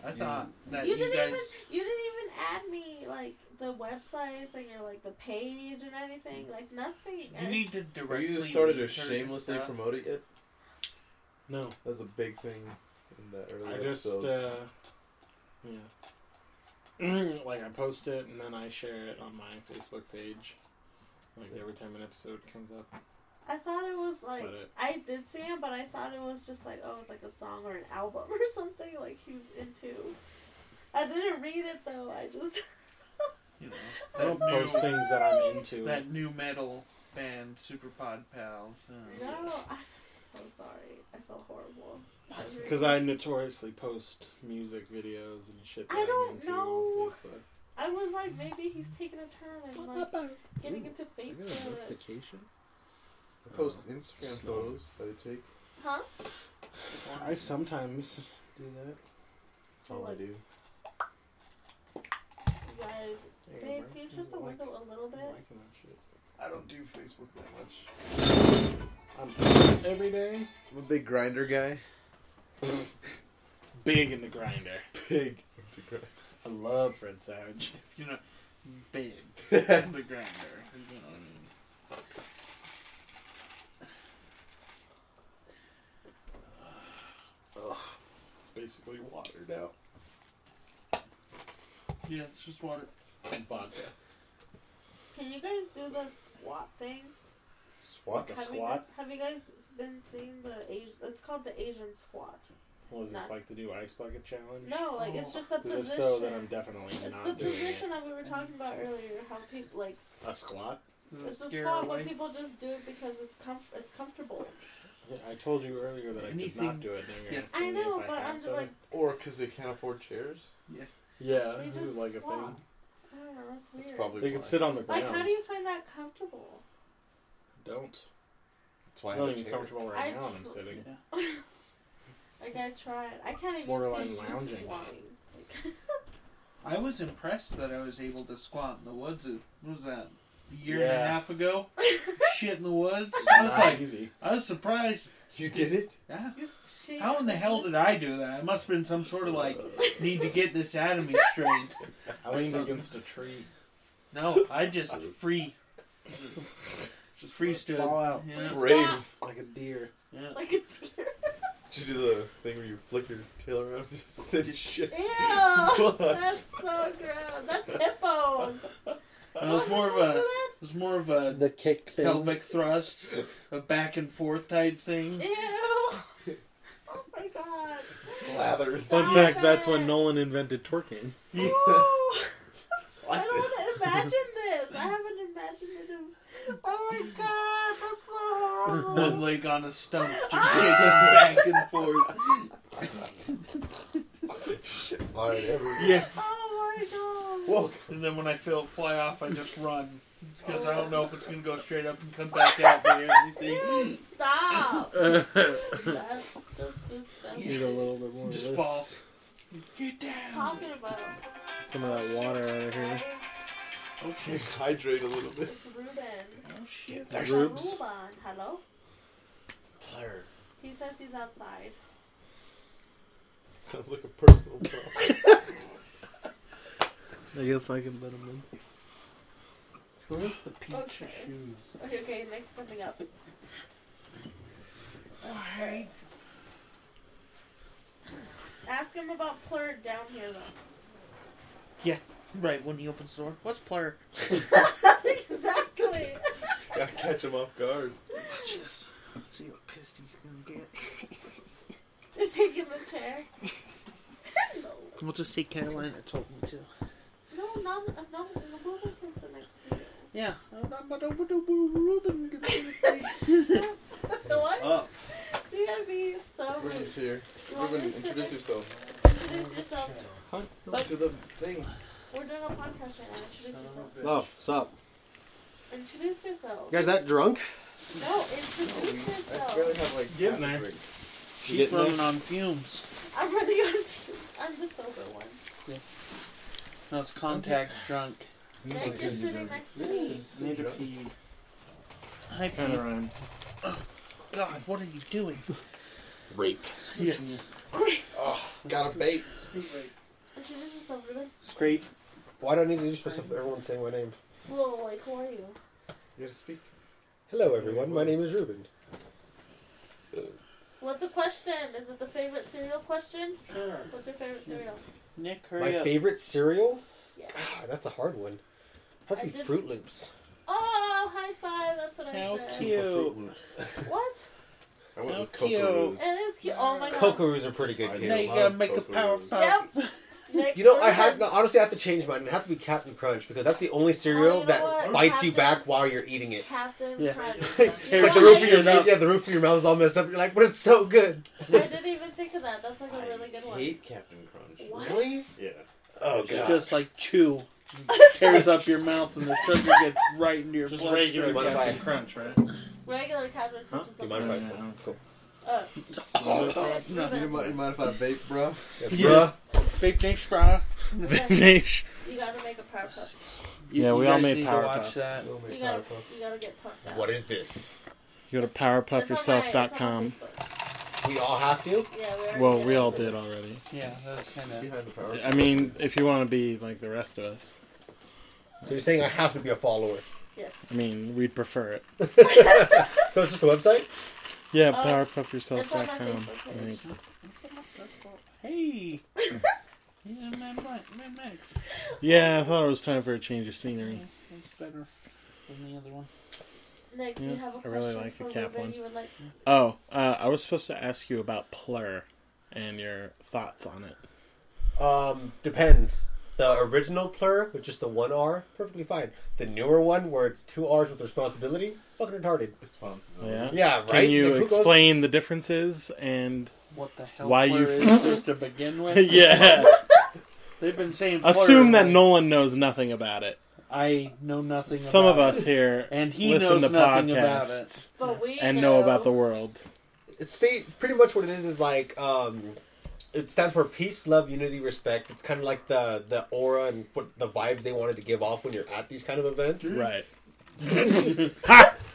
Speaker 4: I thought that
Speaker 3: you
Speaker 4: you,
Speaker 3: didn't
Speaker 4: guys.
Speaker 3: even you didn't even add me like the websites and your like the page and anything like nothing.
Speaker 4: You
Speaker 3: I-
Speaker 4: need to
Speaker 5: Have
Speaker 4: directly.
Speaker 5: you started to
Speaker 4: link her
Speaker 5: shamelessly
Speaker 4: stuff.
Speaker 5: promote it yet?
Speaker 1: No.
Speaker 5: That was a big thing in the early
Speaker 1: I just,
Speaker 5: episodes.
Speaker 1: uh, yeah. *clears throat* like, I post it and then I share it on my Facebook page. Like, every time an episode comes up.
Speaker 3: I thought it was like
Speaker 1: But it-
Speaker 3: I did see him, but I thought it was just like oh, it's like a song or an album *laughs* or something like he was into. I didn't read it though. I just *laughs*
Speaker 4: You know,
Speaker 1: I don't
Speaker 4: that new-
Speaker 1: post things that I'm into.
Speaker 4: that new metal band Super Pod Pals. um, you
Speaker 3: no.
Speaker 4: know.
Speaker 3: I'm so sorry. I felt horrible.
Speaker 1: Because I notoriously post music videos and shit. That
Speaker 3: I
Speaker 1: I'm
Speaker 3: don't
Speaker 1: into
Speaker 3: know.
Speaker 1: On
Speaker 3: I was like maybe he's taking a turn and like
Speaker 1: Facebook.
Speaker 3: getting into Facebook.
Speaker 1: notification?
Speaker 5: I post Instagram
Speaker 1: Snow.
Speaker 5: photos that I take.
Speaker 3: Huh?
Speaker 1: I sometimes do that.
Speaker 5: That's all I do.
Speaker 3: You guys,
Speaker 5: Hang on, bro.
Speaker 3: babe, can you
Speaker 5: There's
Speaker 3: shut
Speaker 5: a
Speaker 3: the
Speaker 5: like.
Speaker 3: window a little bit?
Speaker 5: I'm liking that shit. I don't do Facebook that much.
Speaker 1: I'm every day.
Speaker 5: I'm a big grinder guy. *laughs*
Speaker 1: Big in the grinder.
Speaker 5: Big. *laughs*
Speaker 1: I love Fred Savage.
Speaker 4: If you know, big
Speaker 1: *laughs*
Speaker 4: on the grinder. You know what I mean?
Speaker 1: It's basically water now.
Speaker 4: Yeah, it's just water.
Speaker 1: And vodka.
Speaker 3: Can you guys do the squat thing?
Speaker 5: Swat.
Speaker 1: The
Speaker 3: have
Speaker 1: squat?
Speaker 3: You, have you guys been seeing the Asian? It's called the Asian squat.
Speaker 1: What is this
Speaker 3: Not-
Speaker 1: like the new ice bucket challenge?
Speaker 3: No, like it's just a
Speaker 1: 'Cause
Speaker 3: position.
Speaker 1: if oh, so, then I'm definitely
Speaker 3: it's
Speaker 1: not
Speaker 3: the
Speaker 1: doing
Speaker 3: position
Speaker 1: it.
Speaker 3: that we were talking about earlier. How people like
Speaker 1: A squat?
Speaker 4: Does it
Speaker 3: it's a
Speaker 4: scare
Speaker 3: squat,
Speaker 4: away?
Speaker 3: but people just do it because it's comf- it's comfortable.
Speaker 1: Yeah, I told you earlier that I could
Speaker 4: Anything-
Speaker 1: not do it. and you're gonna
Speaker 4: Yeah.
Speaker 1: see
Speaker 3: I
Speaker 1: me if
Speaker 3: know, but
Speaker 1: have
Speaker 3: I'm just
Speaker 1: done it.
Speaker 3: like
Speaker 5: Or because they can't afford chairs.
Speaker 1: Yeah,
Speaker 3: they
Speaker 1: this
Speaker 3: just
Speaker 1: is like a
Speaker 3: squat.
Speaker 1: thing.
Speaker 3: I don't know. It's weird.
Speaker 5: It's probably
Speaker 1: They
Speaker 5: why.
Speaker 1: can sit on the ground.
Speaker 3: like, how do you find that comfortable?
Speaker 1: Don't.
Speaker 5: That's why I
Speaker 1: I'm not
Speaker 5: have a
Speaker 1: even
Speaker 5: chair.
Speaker 1: comfortable right
Speaker 3: I
Speaker 1: now. when I'm
Speaker 3: tr- *laughs*
Speaker 1: sitting.
Speaker 4: Yeah.
Speaker 3: Like I tried. I can't even
Speaker 1: Borderline
Speaker 3: see you
Speaker 1: lounging.
Speaker 3: squatting. *laughs* Like,
Speaker 4: I was impressed that I was able to squat in the woods. It- What was that? A year and
Speaker 1: Yeah.
Speaker 4: a half ago? Shit in
Speaker 3: *laughs*
Speaker 4: the woods?
Speaker 1: It's
Speaker 4: I was
Speaker 1: not
Speaker 4: like,
Speaker 1: easy.
Speaker 4: I was surprised.
Speaker 5: You did it?
Speaker 4: Yeah.
Speaker 3: you shake-
Speaker 4: How in the hell did I do that? I must have been some sort of like, need to get this out of me strength.
Speaker 1: I leaned against a tree.
Speaker 4: No, I just free,
Speaker 1: Just
Speaker 4: free
Speaker 1: let it
Speaker 4: stood.
Speaker 1: Fall out
Speaker 4: Yeah.
Speaker 5: Brave.
Speaker 1: like a deer.
Speaker 4: yeah.
Speaker 3: *laughs* Like a *laughs* deer.
Speaker 5: Did you do the thing where you flick your tail around *laughs* and just sit your shit? *laughs*
Speaker 3: Ew! That's so gross. That's hippos.
Speaker 4: And it was more of a, it was more of a
Speaker 6: The kick
Speaker 4: pelvic thrust, a back and forth type thing.
Speaker 3: Ew! Oh my
Speaker 5: *laughs*
Speaker 3: god.
Speaker 5: Slathers.
Speaker 3: Fun
Speaker 6: Fun
Speaker 3: Stop
Speaker 6: fact:
Speaker 3: fact, that's
Speaker 6: That's
Speaker 3: it. when
Speaker 6: when Nolan invented twerking.
Speaker 3: Ew. I
Speaker 5: Like
Speaker 3: don't
Speaker 5: this.
Speaker 3: want to imagine this. I have an imaginative. Oh my god, that's so horrible.
Speaker 4: One *laughs* leg on a stump, just shaking back and forth.
Speaker 5: Shit flying everywhere.
Speaker 4: Yeah.
Speaker 3: Oh my god.
Speaker 5: Whoa.
Speaker 4: And then when I feel it fly off, I just run because I don't know if it's gonna go straight up and come back out or anything.
Speaker 3: Ew, stop.
Speaker 6: Need
Speaker 3: That's just disgusting.
Speaker 6: a little bit more. of
Speaker 4: Just
Speaker 6: this.
Speaker 4: fall.
Speaker 6: Get down.
Speaker 3: Talking about it.
Speaker 6: Some of that water out of here.
Speaker 4: Oh
Speaker 5: *laughs*
Speaker 4: shit.
Speaker 5: Hydrate a little bit.
Speaker 3: It's Ruben.
Speaker 4: Oh shit.
Speaker 6: There's- Rubes.
Speaker 3: Ruben. Hello?
Speaker 5: Claire.
Speaker 3: He says he's outside.
Speaker 5: Sounds like a personal *laughs* problem.
Speaker 6: I guess I can let him in.
Speaker 4: Where's the peach
Speaker 3: Okay.
Speaker 4: shoes?
Speaker 3: Okay, okay, next coming up.
Speaker 4: Alright.
Speaker 3: Ask him about Plur down here though.
Speaker 4: Right when he opens the door. What's player?
Speaker 3: *laughs* exactly.
Speaker 5: Gotta catch him off guard.
Speaker 4: Watch this. Let's see what pissed he's gonna get.
Speaker 3: They're taking the chair. no.
Speaker 4: We'll just say Carolina told me to.
Speaker 3: No, no, no, no, Ruben can sit next to you.
Speaker 4: Yeah. Ruben.
Speaker 3: No, what?
Speaker 5: Up.
Speaker 3: You gotta be so rude.
Speaker 5: Ruben's here.
Speaker 3: You want me
Speaker 5: Ruben,
Speaker 3: to sit
Speaker 5: introduce
Speaker 3: next-
Speaker 5: yourself.
Speaker 3: Introduce yourself.
Speaker 5: Huh? To the thing.
Speaker 3: We're doing a podcast right now. Introduce yourself.
Speaker 7: Oh, sup?
Speaker 3: Introduce yourself.
Speaker 7: You guys that drunk?
Speaker 3: No, introduce
Speaker 5: Oh, I barely
Speaker 3: yourself.
Speaker 5: have like
Speaker 6: Getting
Speaker 5: half a
Speaker 6: there.
Speaker 5: drink.
Speaker 4: She's running on fumes.
Speaker 3: I'm running out of fumes. I'm the sober one.
Speaker 4: No, it's contact drunk.
Speaker 3: Nick, you're sitting next to me.
Speaker 6: Need to pee.
Speaker 4: Hi,
Speaker 6: Kind of
Speaker 4: Pete.
Speaker 6: rhymed.
Speaker 4: God, what are you doing?
Speaker 7: Rape.
Speaker 4: *laughs* Yeah.
Speaker 5: Oh, got a bait.
Speaker 3: Introduce yourself, Ruben.
Speaker 4: Scrape.
Speaker 7: Why do I need to introduce myself? Everyone's saying my name.
Speaker 3: Whoa, like, who are you?
Speaker 5: You gotta speak.
Speaker 7: Hello, everyone. My name is Ruben.
Speaker 3: What's a question? Is it the favorite cereal question? What's your favorite cereal?
Speaker 4: Nick, hurry
Speaker 7: My
Speaker 4: up.
Speaker 7: favorite cereal?
Speaker 3: Yeah.
Speaker 7: God, that's a hard one. How
Speaker 3: I
Speaker 7: to be
Speaker 3: did-
Speaker 7: Fruit Loops?
Speaker 3: Oh, high five. That's what I
Speaker 4: How
Speaker 3: said.
Speaker 4: cute. Ew.
Speaker 5: Loops.
Speaker 7: *laughs*
Speaker 3: What?
Speaker 5: I went
Speaker 4: How
Speaker 5: with
Speaker 4: cute.
Speaker 5: Cocoa
Speaker 3: It is cute. Oh my god.
Speaker 7: Kokaroos are pretty good,
Speaker 5: I
Speaker 4: now
Speaker 7: too.
Speaker 4: you
Speaker 5: love
Speaker 4: gotta make the
Speaker 5: Cocoa
Speaker 4: power
Speaker 5: Loops.
Speaker 4: stop.
Speaker 3: Nick,
Speaker 7: You know, I have
Speaker 3: Ruben.
Speaker 7: no, honestly I have to change mine. It have to be Captain Crunch because that's the only
Speaker 3: Oh, you
Speaker 7: cereal
Speaker 3: know
Speaker 7: that
Speaker 3: what?
Speaker 7: bites
Speaker 3: Captain-
Speaker 7: you back while you're
Speaker 3: *laughs*
Speaker 7: eating it.
Speaker 3: Captain
Speaker 4: Yeah.
Speaker 6: *laughs*
Speaker 3: Crunch.
Speaker 7: it's
Speaker 3: You know
Speaker 7: like the
Speaker 3: what?
Speaker 7: roof of your
Speaker 4: Shit
Speaker 7: mouth.
Speaker 4: up.
Speaker 7: Yeah, the roof of your mouth is all messed up. You're like, but it's so good.
Speaker 3: I didn't even think of that. That's like a really good
Speaker 5: I
Speaker 3: one.
Speaker 5: hate Captain Crunch.
Speaker 3: What?
Speaker 7: Really?
Speaker 5: Yeah.
Speaker 7: Oh
Speaker 4: It's
Speaker 7: god.
Speaker 4: just like
Speaker 6: *laughs*
Speaker 4: chew. Tears up your mouth and the sugar gets right into your
Speaker 6: Just
Speaker 4: bloodstream.
Speaker 6: regular
Speaker 7: Mind if I-
Speaker 6: Captain Crunch, right?
Speaker 3: Regular Captain Crunch is
Speaker 7: Do
Speaker 3: the
Speaker 7: you mind
Speaker 6: Yeah,
Speaker 7: if I?
Speaker 6: yeah, I'm
Speaker 7: Cool.
Speaker 6: *laughs*
Speaker 3: Uh,
Speaker 4: Oh,
Speaker 3: *laughs*
Speaker 4: no.
Speaker 5: You
Speaker 3: Ruben,
Speaker 5: mind, you mind if I vape, bruh?
Speaker 7: Yeah,
Speaker 4: Yeah.
Speaker 7: bruh.
Speaker 4: Big Jake Spry.
Speaker 3: *laughs* you gotta make a power puff.
Speaker 6: Yeah, we all
Speaker 4: guys
Speaker 6: made
Speaker 4: need to
Speaker 6: Power
Speaker 4: watch
Speaker 6: Puffs.
Speaker 4: that.
Speaker 7: Oh,
Speaker 3: You
Speaker 7: my
Speaker 3: gotta,
Speaker 7: God.
Speaker 3: you gotta get puffed out.
Speaker 7: What is this?
Speaker 6: You go to
Speaker 3: It's on my- it's on my
Speaker 6: powerpuffyourself.com.
Speaker 3: Facebook.
Speaker 7: We all have to?
Speaker 3: Yeah, we already
Speaker 6: Well,
Speaker 3: did
Speaker 6: we
Speaker 3: it.
Speaker 6: all did already.
Speaker 4: Yeah, that was kind of.
Speaker 5: Behind the power.
Speaker 6: I mean, if you want to be like the rest of us,
Speaker 7: So you're saying I have to be a follower?
Speaker 3: Yes.
Speaker 6: I mean, we'd prefer it.
Speaker 7: So it's just a website?
Speaker 6: Yeah,
Speaker 3: Oh, it's on my
Speaker 6: powerpuffyourself.com.
Speaker 3: Facebook
Speaker 6: I
Speaker 3: page.
Speaker 6: think.
Speaker 4: Hey! He's in Mad Mi- Mad Max.
Speaker 6: Yeah, I thought it was time for a change of scenery.
Speaker 4: Yeah, That's better than the other one.
Speaker 3: Nick, do you
Speaker 6: Yeah,
Speaker 3: have a
Speaker 6: I
Speaker 3: question
Speaker 6: really like the
Speaker 3: for
Speaker 6: cap
Speaker 3: Ruben
Speaker 6: one.
Speaker 3: You would like?
Speaker 6: Oh, uh, I was supposed to ask you about Plur and your thoughts on it.
Speaker 7: Um, depends. The original plur with just the one R, perfectly fine. The newer one where it's two R's with responsibility, fucking retarded.
Speaker 5: Responsibility.
Speaker 6: Yeah.
Speaker 7: Yeah, right.
Speaker 6: Can you
Speaker 7: It's like, who goes-
Speaker 6: explain the differences and
Speaker 4: What the hell
Speaker 6: Why
Speaker 4: Why
Speaker 6: you-
Speaker 4: you is this to begin with?
Speaker 6: yeah?
Speaker 4: They've been saying Blur,
Speaker 6: Assume that
Speaker 4: like,
Speaker 6: Nolan knows nothing about it.
Speaker 4: I know nothing
Speaker 6: Some of
Speaker 4: about
Speaker 6: us here
Speaker 4: And he
Speaker 6: listen
Speaker 4: knows
Speaker 6: to
Speaker 4: nothing about
Speaker 6: podcasts
Speaker 3: But we
Speaker 6: and know about the world.
Speaker 7: It's state pretty much what it is is like um, it stands for peace, love, unity, respect. It's kind of like the the aura and what the vibes they wanted to give off when you're at these kind of events.
Speaker 6: Right.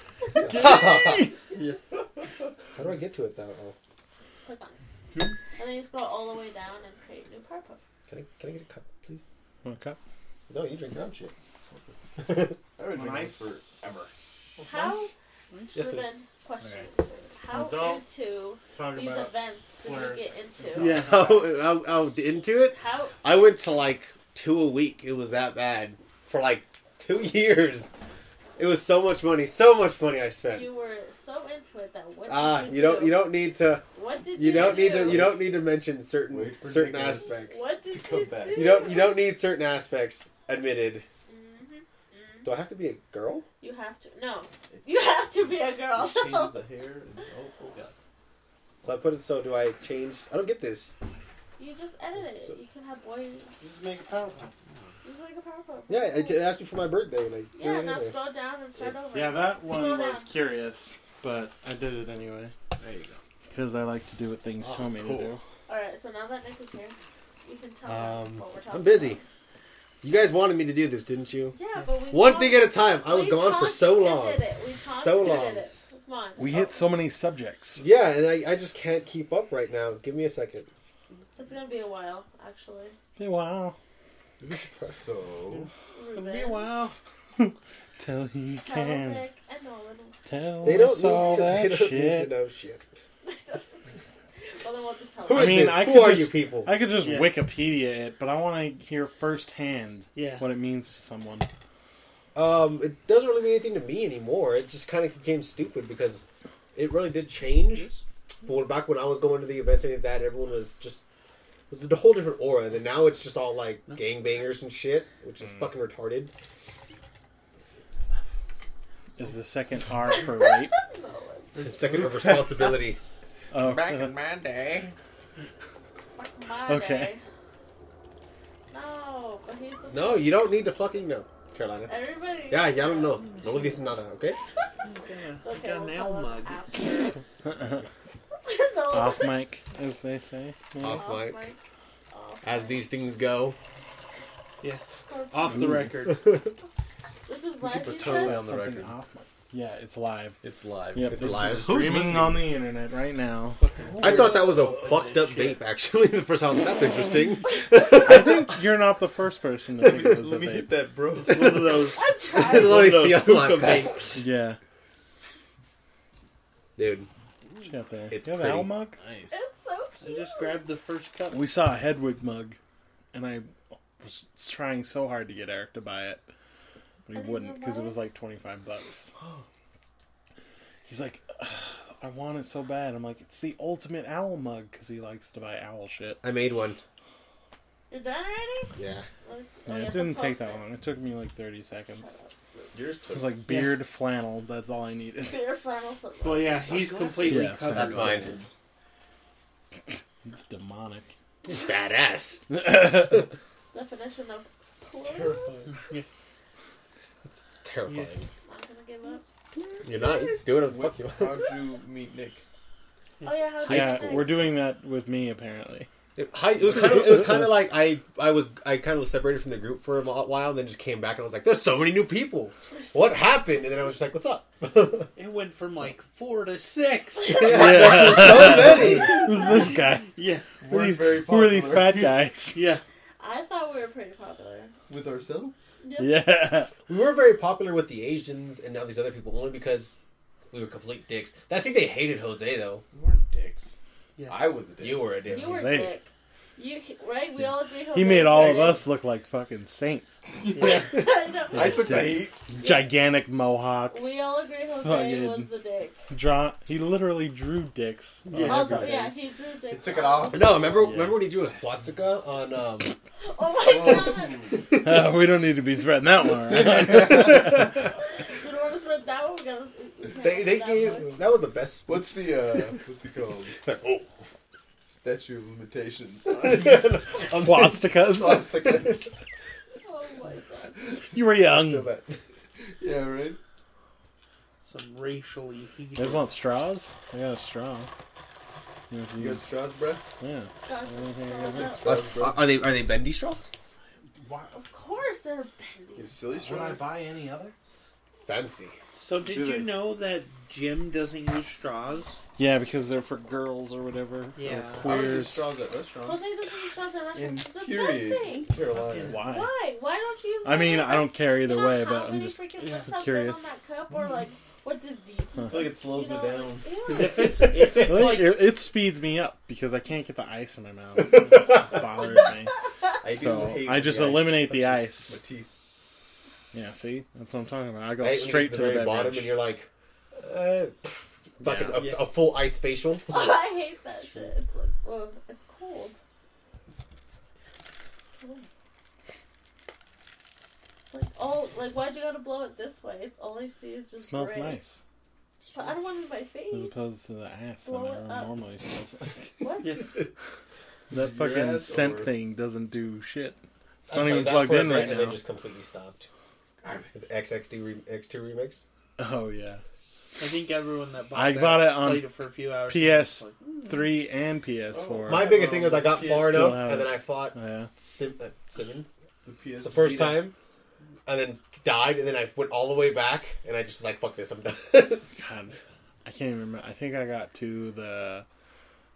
Speaker 7: How
Speaker 4: it. Yeah.
Speaker 7: do I get to it though? Oh,
Speaker 3: Click on. And then you scroll all the way down and create new power puff.
Speaker 7: can I can I get a cup, please?
Speaker 6: Okay.
Speaker 7: No, you drink your own shit.
Speaker 5: I've been
Speaker 7: *laughs*
Speaker 5: drinking
Speaker 6: Nice.
Speaker 5: this
Speaker 3: *laughs*
Speaker 5: forever.
Speaker 3: How,
Speaker 7: Yes,
Speaker 3: Ruben,
Speaker 7: please.
Speaker 3: question. How
Speaker 6: Well, don't
Speaker 3: into
Speaker 6: Talk
Speaker 3: these events did you
Speaker 6: Claire.
Speaker 3: get
Speaker 6: *laughs*
Speaker 3: into?
Speaker 4: yeah.
Speaker 7: Oh, oh, into it.
Speaker 3: How?
Speaker 7: I went to like two a week. It was that bad for like two *laughs* years. It was so much money, so much money I spent.
Speaker 3: You were so into it that what
Speaker 7: Ah,
Speaker 3: did
Speaker 7: you don't,
Speaker 3: do?
Speaker 7: you don't need to,
Speaker 3: What did you,
Speaker 7: you don't
Speaker 3: do?
Speaker 7: need to, you don't need to mention certain
Speaker 5: Wait for
Speaker 7: certain
Speaker 5: Nicholas.
Speaker 7: aspects.
Speaker 3: What did
Speaker 5: to come
Speaker 3: you
Speaker 5: back.
Speaker 3: do?
Speaker 7: You don't, you don't need certain aspects admitted.
Speaker 3: hmm
Speaker 7: Do I have to be a girl?
Speaker 3: You have to. No, you have to be a girl.
Speaker 5: It changes the hair and oh, oh god.
Speaker 7: So I put it. So do I change? I don't get this.
Speaker 3: you just edit it.
Speaker 7: So-
Speaker 3: you can have boys.
Speaker 6: Just make a power
Speaker 3: Just like a PowerPoint.
Speaker 7: Yeah, it it asked me for my birthday, and I threw
Speaker 3: yeah.
Speaker 7: it in
Speaker 3: Now
Speaker 7: there.
Speaker 3: scroll down and start over.
Speaker 6: Yeah, that
Speaker 3: Scroll
Speaker 6: one was
Speaker 3: down.
Speaker 6: curious, but I did it anyway
Speaker 5: There you go.
Speaker 6: because I like to do what things
Speaker 5: Oh,
Speaker 6: tell me
Speaker 5: cool.
Speaker 6: to do.
Speaker 3: All right. So now that Nick is here, You can tell them
Speaker 7: Um,
Speaker 3: what we're talking
Speaker 7: I'm busy.
Speaker 3: about.
Speaker 7: You guys wanted me to do this, didn't you?
Speaker 3: Yeah, but we
Speaker 7: One
Speaker 3: talked-
Speaker 7: thing at a time. I was
Speaker 3: we
Speaker 7: gone for
Speaker 3: talked
Speaker 7: so
Speaker 3: and
Speaker 7: long.
Speaker 3: Did it. We talked
Speaker 7: So
Speaker 3: and
Speaker 7: long.
Speaker 3: Did it. Come on.
Speaker 1: We
Speaker 3: Oh,
Speaker 1: hit so many subjects.
Speaker 7: Yeah, and I, I just can't keep up right now. Give me a second.
Speaker 3: It's gonna be a while, actually.
Speaker 1: Hey, wow.
Speaker 5: *laughs* So,
Speaker 3: Ruben,
Speaker 1: wow. Till he
Speaker 3: Kyle,
Speaker 1: can
Speaker 3: Nick, and Nolan. *laughs*
Speaker 1: tell
Speaker 7: They don't
Speaker 1: us all
Speaker 7: need to. *laughs* They
Speaker 1: Oh, that
Speaker 7: don't need to
Speaker 1: shit.
Speaker 7: know shit.
Speaker 3: Well, then we'll just tell
Speaker 7: Who
Speaker 1: I
Speaker 7: is
Speaker 3: them.
Speaker 1: mean,
Speaker 7: this?
Speaker 1: I
Speaker 7: Who
Speaker 1: could
Speaker 7: are
Speaker 1: just-
Speaker 7: you people?
Speaker 1: I could just
Speaker 8: Yeah.
Speaker 1: Wikipedia it, but I want to hear firsthand
Speaker 8: Yeah.
Speaker 1: what it means to someone.
Speaker 7: Um, it doesn't really mean anything to me anymore. It just kind of became stupid because it really did change. But when- back when I was going to the events and like that, everyone was just it was a whole different aura. And then now it's just all like gangbangers and shit, which
Speaker 1: Mm.
Speaker 7: is fucking retarded.
Speaker 1: Is the second R for rape?
Speaker 3: Nolan.
Speaker 7: It's second of responsibility.
Speaker 1: Oh,
Speaker 8: my day.
Speaker 3: Fuck my
Speaker 1: Okay.
Speaker 3: day. No, but he's the
Speaker 7: *laughs* no, you don't need to fucking know, Carolina.
Speaker 3: Everybody.
Speaker 7: Yeah, yeah, I don't know. Nobody needs to know that, okay?
Speaker 3: It's okay.
Speaker 4: Got an
Speaker 3: we'll
Speaker 4: ale
Speaker 3: tell them
Speaker 4: mug.
Speaker 3: after. *laughs*
Speaker 1: *laughs*
Speaker 3: Nolan.
Speaker 1: off mic, as they say. Yeah.
Speaker 7: Off mic.
Speaker 3: Off
Speaker 7: As
Speaker 3: mic.
Speaker 7: these things go.
Speaker 4: Off
Speaker 6: Mm. *laughs*
Speaker 4: the record.
Speaker 3: This is live.
Speaker 5: put
Speaker 3: you
Speaker 5: totally
Speaker 3: said?
Speaker 5: on the
Speaker 1: Something
Speaker 5: record.
Speaker 1: off mic. Yeah, it's live.
Speaker 5: it's live.
Speaker 1: Yep,
Speaker 7: It's
Speaker 1: this
Speaker 7: live.
Speaker 1: is
Speaker 5: Who's
Speaker 1: streaming
Speaker 5: listening?
Speaker 1: on the internet right now.
Speaker 7: I thought that was a fucked up vape, actually. *laughs* The first time I was like, that's *laughs* interesting.
Speaker 1: I think you're not the first person to think it
Speaker 7: *laughs*
Speaker 1: was a
Speaker 5: Let me hit
Speaker 1: vape.
Speaker 5: that, bro.
Speaker 8: One of those.
Speaker 3: I'm
Speaker 7: There's
Speaker 3: trying.
Speaker 7: only
Speaker 5: One of
Speaker 7: see
Speaker 5: those
Speaker 7: on my
Speaker 5: hookah
Speaker 7: face.
Speaker 1: Yeah,
Speaker 7: Dude,
Speaker 1: she got there.
Speaker 7: It's
Speaker 1: You have
Speaker 7: pretty.
Speaker 1: an owl mug?
Speaker 5: Nice.
Speaker 3: it's so
Speaker 4: I
Speaker 3: cute.
Speaker 4: just grabbed the first cup.
Speaker 1: We saw a Hedwig mug, and I was trying so hard to get Eric to buy it, but he
Speaker 3: And he
Speaker 1: wouldn't
Speaker 3: Oh, didn't
Speaker 1: because it
Speaker 3: buy
Speaker 1: was
Speaker 3: it?
Speaker 1: like twenty five
Speaker 3: *gasps*
Speaker 1: bucks. He's like, "Ugh, I want it so bad. I'm like, it's the ultimate owl mug because he likes to buy owl shit.
Speaker 7: I made one.
Speaker 3: You're done already?
Speaker 7: Yeah.
Speaker 3: Let me see. Oh,
Speaker 1: Yeah,
Speaker 3: you
Speaker 1: it
Speaker 3: have to
Speaker 1: didn't take
Speaker 3: post
Speaker 1: that
Speaker 3: it.
Speaker 1: long. It took me like thirty seconds.
Speaker 3: Shut
Speaker 5: Yours
Speaker 1: It
Speaker 5: took.
Speaker 1: was like beard flannel. That's all I needed. *laughs*
Speaker 3: up. Beer flannel sunglasses.
Speaker 4: Well, yeah, he's completely
Speaker 1: Yeah,
Speaker 4: covered.
Speaker 1: that's
Speaker 7: mine.
Speaker 1: It's demonic.
Speaker 7: Badass.
Speaker 3: Definition of plural.
Speaker 7: Terrifying.
Speaker 3: I'm gonna give up.
Speaker 7: You're not. You just do it. Fuck you.
Speaker 5: How'd you meet
Speaker 7: *laughs*
Speaker 5: Nick?
Speaker 3: Oh yeah, how
Speaker 1: yeah, we're doing that with me apparently. *laughs*
Speaker 7: It, hi- it was kind of. It was kind of like I. I was. I kind of separated from the group for a mo- while, and then just came back, and I was like, "There's so many new people. What happened?" And then I was just like, "What's up?" *laughs* so
Speaker 4: It went from like four
Speaker 6: *laughs*
Speaker 4: to six.
Speaker 1: Yeah,
Speaker 7: many.
Speaker 1: who's this
Speaker 3: *laughs*
Speaker 1: guy?
Speaker 4: yeah,
Speaker 1: Who are
Speaker 5: Weren't
Speaker 1: these-
Speaker 5: very
Speaker 1: who are these
Speaker 5: popular.
Speaker 1: fat guys? *laughs*
Speaker 4: yeah.
Speaker 3: I thought we were pretty popular.
Speaker 5: With ourselves?
Speaker 3: Yep.
Speaker 1: Yeah.
Speaker 7: We were very popular with the Asians, and now these other people only because we were complete dicks. I think they hated Jose though.
Speaker 5: We weren't dicks.
Speaker 4: Yeah.
Speaker 5: I was a dick.
Speaker 7: You were a dick.
Speaker 3: You were
Speaker 1: They-
Speaker 3: dick. You right? We all *laughs* agree.
Speaker 1: He made all of us look like fucking saints.
Speaker 3: I know.
Speaker 5: *laughs* I took the heat.
Speaker 1: Gigantic mohawk.
Speaker 3: We all agree Jose
Speaker 1: Fucking-
Speaker 3: was the dick.
Speaker 1: Draw. He literally drew dicks. on
Speaker 4: Yeah.
Speaker 3: Although,
Speaker 1: everything.
Speaker 3: yeah, he drew
Speaker 5: *laughs*
Speaker 3: dick.
Speaker 5: It took it off.
Speaker 7: No, remember remember when he drew a swastika on um
Speaker 3: *laughs* Oh my
Speaker 1: *laughs*
Speaker 3: god!
Speaker 1: Uh, we don't need to be spreading that one around.
Speaker 3: We don't want to spread that one. We gotta. we can't
Speaker 7: they they
Speaker 3: that one.
Speaker 7: gave that was the best
Speaker 5: What's the, uh, what's it *laughs* called?
Speaker 7: oh.
Speaker 5: Statue of Limitations.
Speaker 1: *laughs* Swastikas.
Speaker 5: Swastikas.
Speaker 3: Oh my god!
Speaker 1: You were
Speaker 7: Still
Speaker 1: young.
Speaker 7: that.
Speaker 5: yeah, right?
Speaker 4: Some racially
Speaker 1: You guys
Speaker 4: heated.
Speaker 1: want straws? I got a straw. You know, if
Speaker 5: You
Speaker 1: you-
Speaker 5: got straws, bruh?
Speaker 1: yeah.
Speaker 3: Gosh, it's
Speaker 1: Anything
Speaker 3: so
Speaker 1: I got?
Speaker 3: dumb.
Speaker 5: Straws, bruh.
Speaker 7: are they are they bendy straws?
Speaker 3: Of course, they're bendy.
Speaker 5: You silly straws.
Speaker 1: any other?
Speaker 7: Fancy.
Speaker 4: So did
Speaker 5: Do
Speaker 4: you
Speaker 5: they?
Speaker 4: know that Jim doesn't use straws?
Speaker 1: Yeah, because they're for girls or whatever.
Speaker 4: Yeah.
Speaker 1: Or
Speaker 5: I would use
Speaker 1: queers.
Speaker 5: straws at
Speaker 3: Jose
Speaker 5: restaurants.
Speaker 3: doesn't use straws and
Speaker 5: In
Speaker 3: Russians. It's disgusting.
Speaker 5: periods. Carolina.
Speaker 1: Why?
Speaker 3: Why? Why don't you? Use
Speaker 1: I mean,
Speaker 3: straws?
Speaker 1: I don't care either
Speaker 3: You know
Speaker 1: way,
Speaker 3: how
Speaker 1: but I'm
Speaker 3: many
Speaker 1: just.
Speaker 3: freaking
Speaker 4: yeah,
Speaker 3: lips I've been
Speaker 1: curious.
Speaker 3: On that cup, or like, what disease?
Speaker 1: Huh.
Speaker 5: I feel like it slows
Speaker 3: You know,
Speaker 5: me down.
Speaker 3: like, ew. *laughs*
Speaker 4: 'Cause if it's if it's
Speaker 1: Really?
Speaker 4: like
Speaker 1: it, it speeds me up because I can't get the ice in my mouth. It bothers me.
Speaker 7: I
Speaker 1: So,
Speaker 7: hate
Speaker 1: I
Speaker 7: when
Speaker 1: just
Speaker 7: the ice
Speaker 1: eliminate the
Speaker 7: touches
Speaker 1: ice.
Speaker 7: My teeth.
Speaker 1: Yeah, see, that's what I'm talking about. I go
Speaker 7: I hate when you get
Speaker 1: straight to the,
Speaker 7: very bottom, and
Speaker 1: beverage.
Speaker 7: you're like, uh, pff, fucking
Speaker 1: Yeah.
Speaker 7: a, a full
Speaker 1: *laughs*
Speaker 7: ice facial.
Speaker 3: Oh, I hate that shit. It's like, ugh, it's cold. Ugh. Like, oh, like, why'd you gotta blow it this way? It's all I see is
Speaker 1: It
Speaker 3: just
Speaker 1: smells
Speaker 3: gray.
Speaker 1: nice
Speaker 3: But I don't want it in my face.
Speaker 1: *laughs* as opposed to the ass that
Speaker 3: Blow it
Speaker 1: I
Speaker 3: up.
Speaker 1: normally smells *laughs* like.
Speaker 3: What?
Speaker 4: Yeah.
Speaker 1: That fucking
Speaker 5: Yes,
Speaker 1: scent
Speaker 5: or-
Speaker 1: thing doesn't do shit. It's
Speaker 7: I
Speaker 1: not
Speaker 7: played
Speaker 1: even
Speaker 7: that
Speaker 1: plugged
Speaker 7: for a
Speaker 1: in
Speaker 7: bit,
Speaker 1: right
Speaker 7: and
Speaker 1: now.
Speaker 7: then just completely stopped. The XXD re- X2 remix.
Speaker 1: *laughs* Oh yeah,
Speaker 4: I think everyone that bought
Speaker 1: I
Speaker 4: that
Speaker 1: bought it on
Speaker 4: played it for a few hours.
Speaker 1: PS.
Speaker 4: and was like,
Speaker 1: Three and PS4.
Speaker 7: Oh, My biggest thing was I got
Speaker 5: Kids
Speaker 7: far
Speaker 1: still
Speaker 7: enough,
Speaker 1: have
Speaker 7: and
Speaker 1: it.
Speaker 7: then I fought
Speaker 1: Oh, yeah.
Speaker 7: Sim, uh, Simon
Speaker 5: The PS
Speaker 7: the first
Speaker 5: Vita.
Speaker 7: time, and then died, and then I went all the way back, and I just was like, "Fuck this, I'm done."
Speaker 1: God, I can't even remember. I think I got to the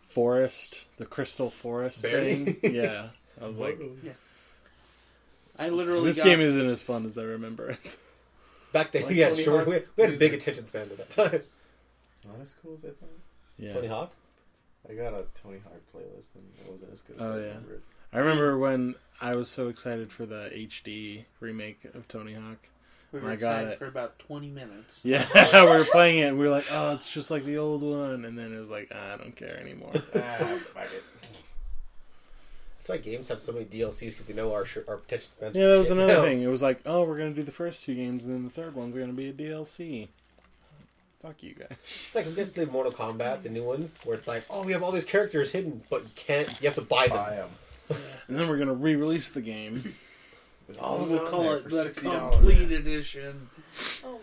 Speaker 1: forest, the crystal forest
Speaker 7: Barely. *laughs*
Speaker 1: thing. Yeah. I was like,
Speaker 4: I literally
Speaker 1: this
Speaker 4: got,
Speaker 1: game isn't as fun as I remember it. *laughs*
Speaker 7: back then,
Speaker 5: Like
Speaker 7: we had
Speaker 5: Tony
Speaker 7: short,
Speaker 5: Hawk
Speaker 7: we had, we had big
Speaker 5: music.
Speaker 7: attention spans at that time.
Speaker 5: Not as cool as I thought.
Speaker 7: Tony
Speaker 1: Yeah.
Speaker 7: Hawk,
Speaker 5: I got a Tony Hawk playlist and it wasn't as good. as
Speaker 1: Oh,
Speaker 5: I
Speaker 1: yeah.
Speaker 5: remembered.
Speaker 1: I remember when I was so excited for the HD remake of Tony Hawk.
Speaker 4: We were
Speaker 1: I got
Speaker 4: excited
Speaker 1: it.
Speaker 4: for about twenty minutes.
Speaker 1: Yeah, *laughs* we were playing it and we were like, oh, it's just like the old one. And then it was like, I don't care anymore.
Speaker 5: ah, fuck it.
Speaker 7: that's why games have so many DLCs because they know our short- our attention spans.
Speaker 1: Yeah, that was
Speaker 7: shit
Speaker 1: another
Speaker 7: now.
Speaker 1: thing. It was like, oh, we're gonna do the first two games, and then the third one's gonna be a DLC. Fuck you guys.
Speaker 7: It's like I'm guessing the Mortal Kombat, the new ones, where it's like, "Oh, we have all these characters hidden, but you can't. You have to buy them."
Speaker 5: I am.
Speaker 1: And then we're gonna re-release the game.
Speaker 5: All
Speaker 4: we'll call it the
Speaker 5: $60.
Speaker 4: complete edition.
Speaker 3: Oh,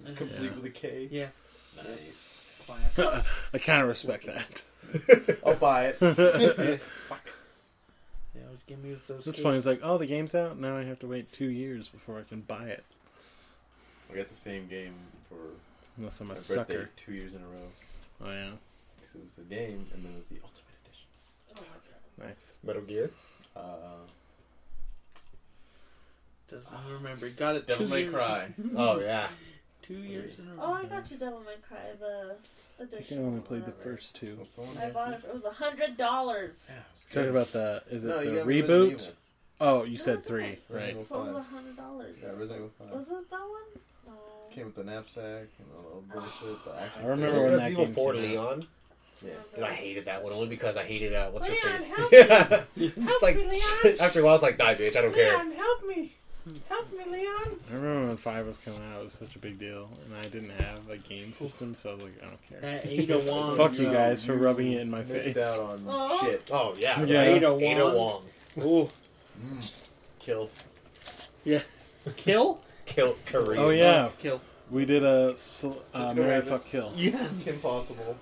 Speaker 5: It's complete with a K.
Speaker 4: Yeah,
Speaker 5: Nice.
Speaker 1: *laughs*
Speaker 4: class.
Speaker 1: *laughs* I kind of respect that.
Speaker 5: *laughs* I'll buy
Speaker 1: *laughs*
Speaker 5: it.
Speaker 4: yeah, always give me with those.
Speaker 1: At this
Speaker 4: kids.
Speaker 1: point, it's like, oh, the game's out. Now I have to wait two years before I can buy it,
Speaker 5: I got the same game for
Speaker 1: unless I'm a
Speaker 5: my birthday
Speaker 1: sucker.
Speaker 5: two years in a row.
Speaker 1: Oh yeah,
Speaker 5: 'Cause it was the game and then it was the Ultimate Edition.
Speaker 3: oh my
Speaker 1: nice.
Speaker 7: Metal Gear.
Speaker 5: Uh,
Speaker 4: doesn't remember. Got it.
Speaker 5: Devil
Speaker 4: two
Speaker 5: May
Speaker 4: years,
Speaker 5: Cry. *laughs*
Speaker 7: Oh yeah,
Speaker 4: Two years in a row.
Speaker 3: Oh, I got you Devil May Cry the
Speaker 1: I
Speaker 3: edition.
Speaker 1: think I only
Speaker 3: or
Speaker 1: played the
Speaker 3: whatever.
Speaker 1: first two.
Speaker 5: What's the one?
Speaker 3: I bought it. For, it was a hundred dollars.
Speaker 5: Yeah, it was
Speaker 1: Talk
Speaker 5: good.
Speaker 1: about the is it
Speaker 5: No, you
Speaker 1: the
Speaker 5: got Resident
Speaker 1: reboot?
Speaker 5: Evil.
Speaker 1: Oh, you
Speaker 3: No,
Speaker 1: said
Speaker 3: no.
Speaker 1: three, right?
Speaker 5: Resident
Speaker 3: What was
Speaker 5: Evil
Speaker 3: a
Speaker 5: 5.
Speaker 3: hundred dollars?
Speaker 5: Yeah, Resident Evil 5.
Speaker 3: Was it that one? No.
Speaker 5: Came with the knapsack and all the bullshit. The action
Speaker 1: I remember
Speaker 7: Was it
Speaker 5: stuff.
Speaker 1: when
Speaker 7: Resident
Speaker 1: that
Speaker 7: Evil
Speaker 1: game
Speaker 7: Four
Speaker 1: came out.
Speaker 7: Leon.
Speaker 5: Yeah.
Speaker 7: And I hated that one only because I hated uh, what's her
Speaker 3: Leon,
Speaker 7: face. *laughs*
Speaker 3: help
Speaker 7: Yeah.
Speaker 3: Help
Speaker 7: It's like
Speaker 3: me, Leon.
Speaker 7: *laughs* after a while, it's like die, bitch. I don't care.
Speaker 3: Leon, help me. Help me, Leon.
Speaker 1: I remember when five was coming out. It was such a big deal, and I didn't have a game system, so I was like, I don't care.
Speaker 4: That eight of one.
Speaker 1: Fuck you guys for rubbing it in my
Speaker 5: Missed
Speaker 1: face.
Speaker 5: out
Speaker 3: *laughs*
Speaker 5: on
Speaker 3: Oh.
Speaker 5: shit.
Speaker 7: Oh yeah,
Speaker 1: Yeah.
Speaker 7: right?
Speaker 4: Ada Wong.
Speaker 7: Ada Wong.
Speaker 4: Ooh,
Speaker 7: Kill,
Speaker 4: kill,
Speaker 7: kill Korean.
Speaker 1: Oh yeah,
Speaker 4: kill.
Speaker 1: we did a sl- uh,
Speaker 5: Just go
Speaker 1: Mary
Speaker 5: have it.
Speaker 1: Fuck Kill.
Speaker 4: Yeah.
Speaker 5: Kim Possible,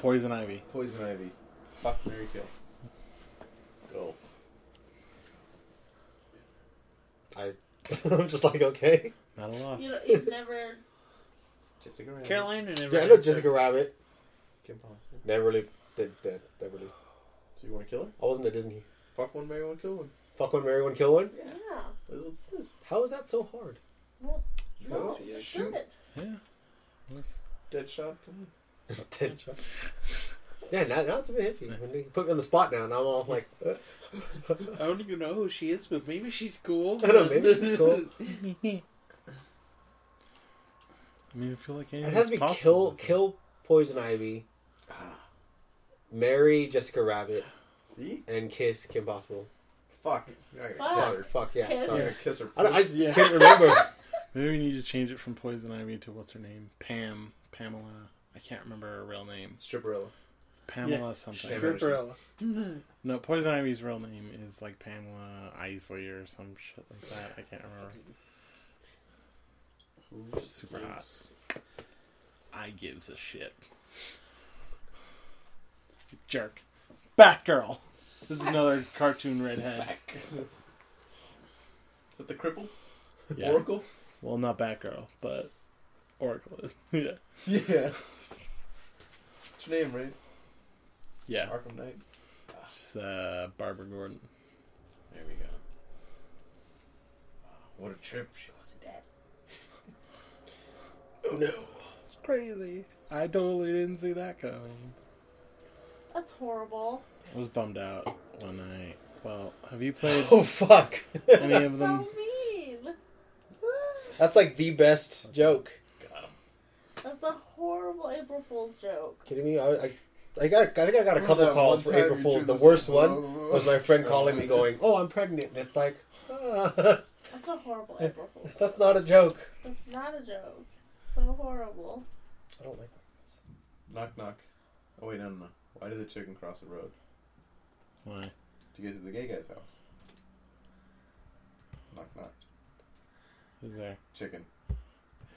Speaker 1: Poison Ivy.
Speaker 5: Poison Ivy, Fuck Mary Kill.
Speaker 7: Go. I, *laughs* I'm just like okay.
Speaker 1: Not a
Speaker 3: You
Speaker 1: loss.
Speaker 3: know, you've never.
Speaker 5: Jessica Rabbit.
Speaker 4: Carolina never.
Speaker 7: Yeah, I know
Speaker 4: answered.
Speaker 7: Jessica Rabbit.
Speaker 5: Kim Possible.
Speaker 7: Never really, did that. Never really.
Speaker 5: So you want to kill her?
Speaker 7: I wasn't a Disney.
Speaker 5: Fuck one, marry one, kill one.
Speaker 7: Fuck one, marry one, kill one.
Speaker 3: *laughs* Yeah.
Speaker 5: That's what this is.
Speaker 7: How is that so hard?
Speaker 3: Well,
Speaker 5: Go,
Speaker 3: no, just
Speaker 5: shoot.
Speaker 3: do it.
Speaker 5: Dead shot. Come
Speaker 7: yeah, now, now it's a bit iffy. When they Put me on the spot now, and I'm all like, uh,
Speaker 4: I don't even know who she is, but maybe she's cool.
Speaker 7: I don't know, maybe she's cool.
Speaker 1: I mean, I feel like
Speaker 7: It
Speaker 1: anything's
Speaker 7: has to be
Speaker 1: possible.
Speaker 7: kill, kill Poison Ivy, marry Jessica Rabbit,
Speaker 5: on. See?
Speaker 7: and kiss Kim Possible.
Speaker 5: Fuck. Yeah, I gotta
Speaker 3: Fuck.
Speaker 5: kiss her.
Speaker 7: Fuck, fuck yeah.
Speaker 3: Kiss.
Speaker 5: I'm
Speaker 7: Sorry.
Speaker 5: gonna kiss her.
Speaker 7: I, don't- I
Speaker 5: puss.
Speaker 4: *laughs*
Speaker 7: just
Speaker 4: Yeah.
Speaker 7: can't remember.
Speaker 1: Maybe we need to change it from Poison Ivy to what's her name? Pam. Pamela. I can't remember her real name.
Speaker 5: Stripperella.
Speaker 1: It's Pamela
Speaker 4: Yeah.
Speaker 1: something.
Speaker 4: Stripperella.
Speaker 1: No, Poison Ivy's real name is like Pamela Isley or some shit like that. I can't remember. Super hot. I gives a shit. You jerk. Batgirl. This is another cartoon redhead.
Speaker 5: Is that the cripple?
Speaker 1: Yeah.
Speaker 5: Oracle?
Speaker 1: Well, not Batgirl, but Oracle is. *laughs* yeah.
Speaker 5: *laughs* Yeah. What's your name, right?
Speaker 1: Yeah.
Speaker 5: Arkham Knight.
Speaker 1: She's uh, Barbara Gordon.
Speaker 5: There we go. What a trip. She wasn't dead.
Speaker 7: Oh no.
Speaker 1: It's crazy. I totally didn't see that coming.
Speaker 3: That's horrible.
Speaker 1: I was bummed out when I. Well, have you *gasps* played
Speaker 7: Oh fuck.
Speaker 1: any of them?
Speaker 3: So mean.
Speaker 7: *laughs* That's like the best joke.
Speaker 5: Got him.
Speaker 3: That's a horrible April Fool's joke.
Speaker 7: Kidding me? I, I, I got, I think I got a couple calls for April Fools. The worst one was my friend calling me going, "Oh, I'm pregnant." And it's like, *laughs* ah,
Speaker 3: That's a horrible April Fool's.
Speaker 7: that's not a joke.
Speaker 3: That's not a joke. So horrible.
Speaker 7: I don't like. That.
Speaker 5: Knock, knock. Oh, wait, no, no, no. Why did the chicken cross the road?
Speaker 1: Why?
Speaker 5: To get to the gay guy's house. Knock, knock.
Speaker 1: Who's there?
Speaker 5: Chicken.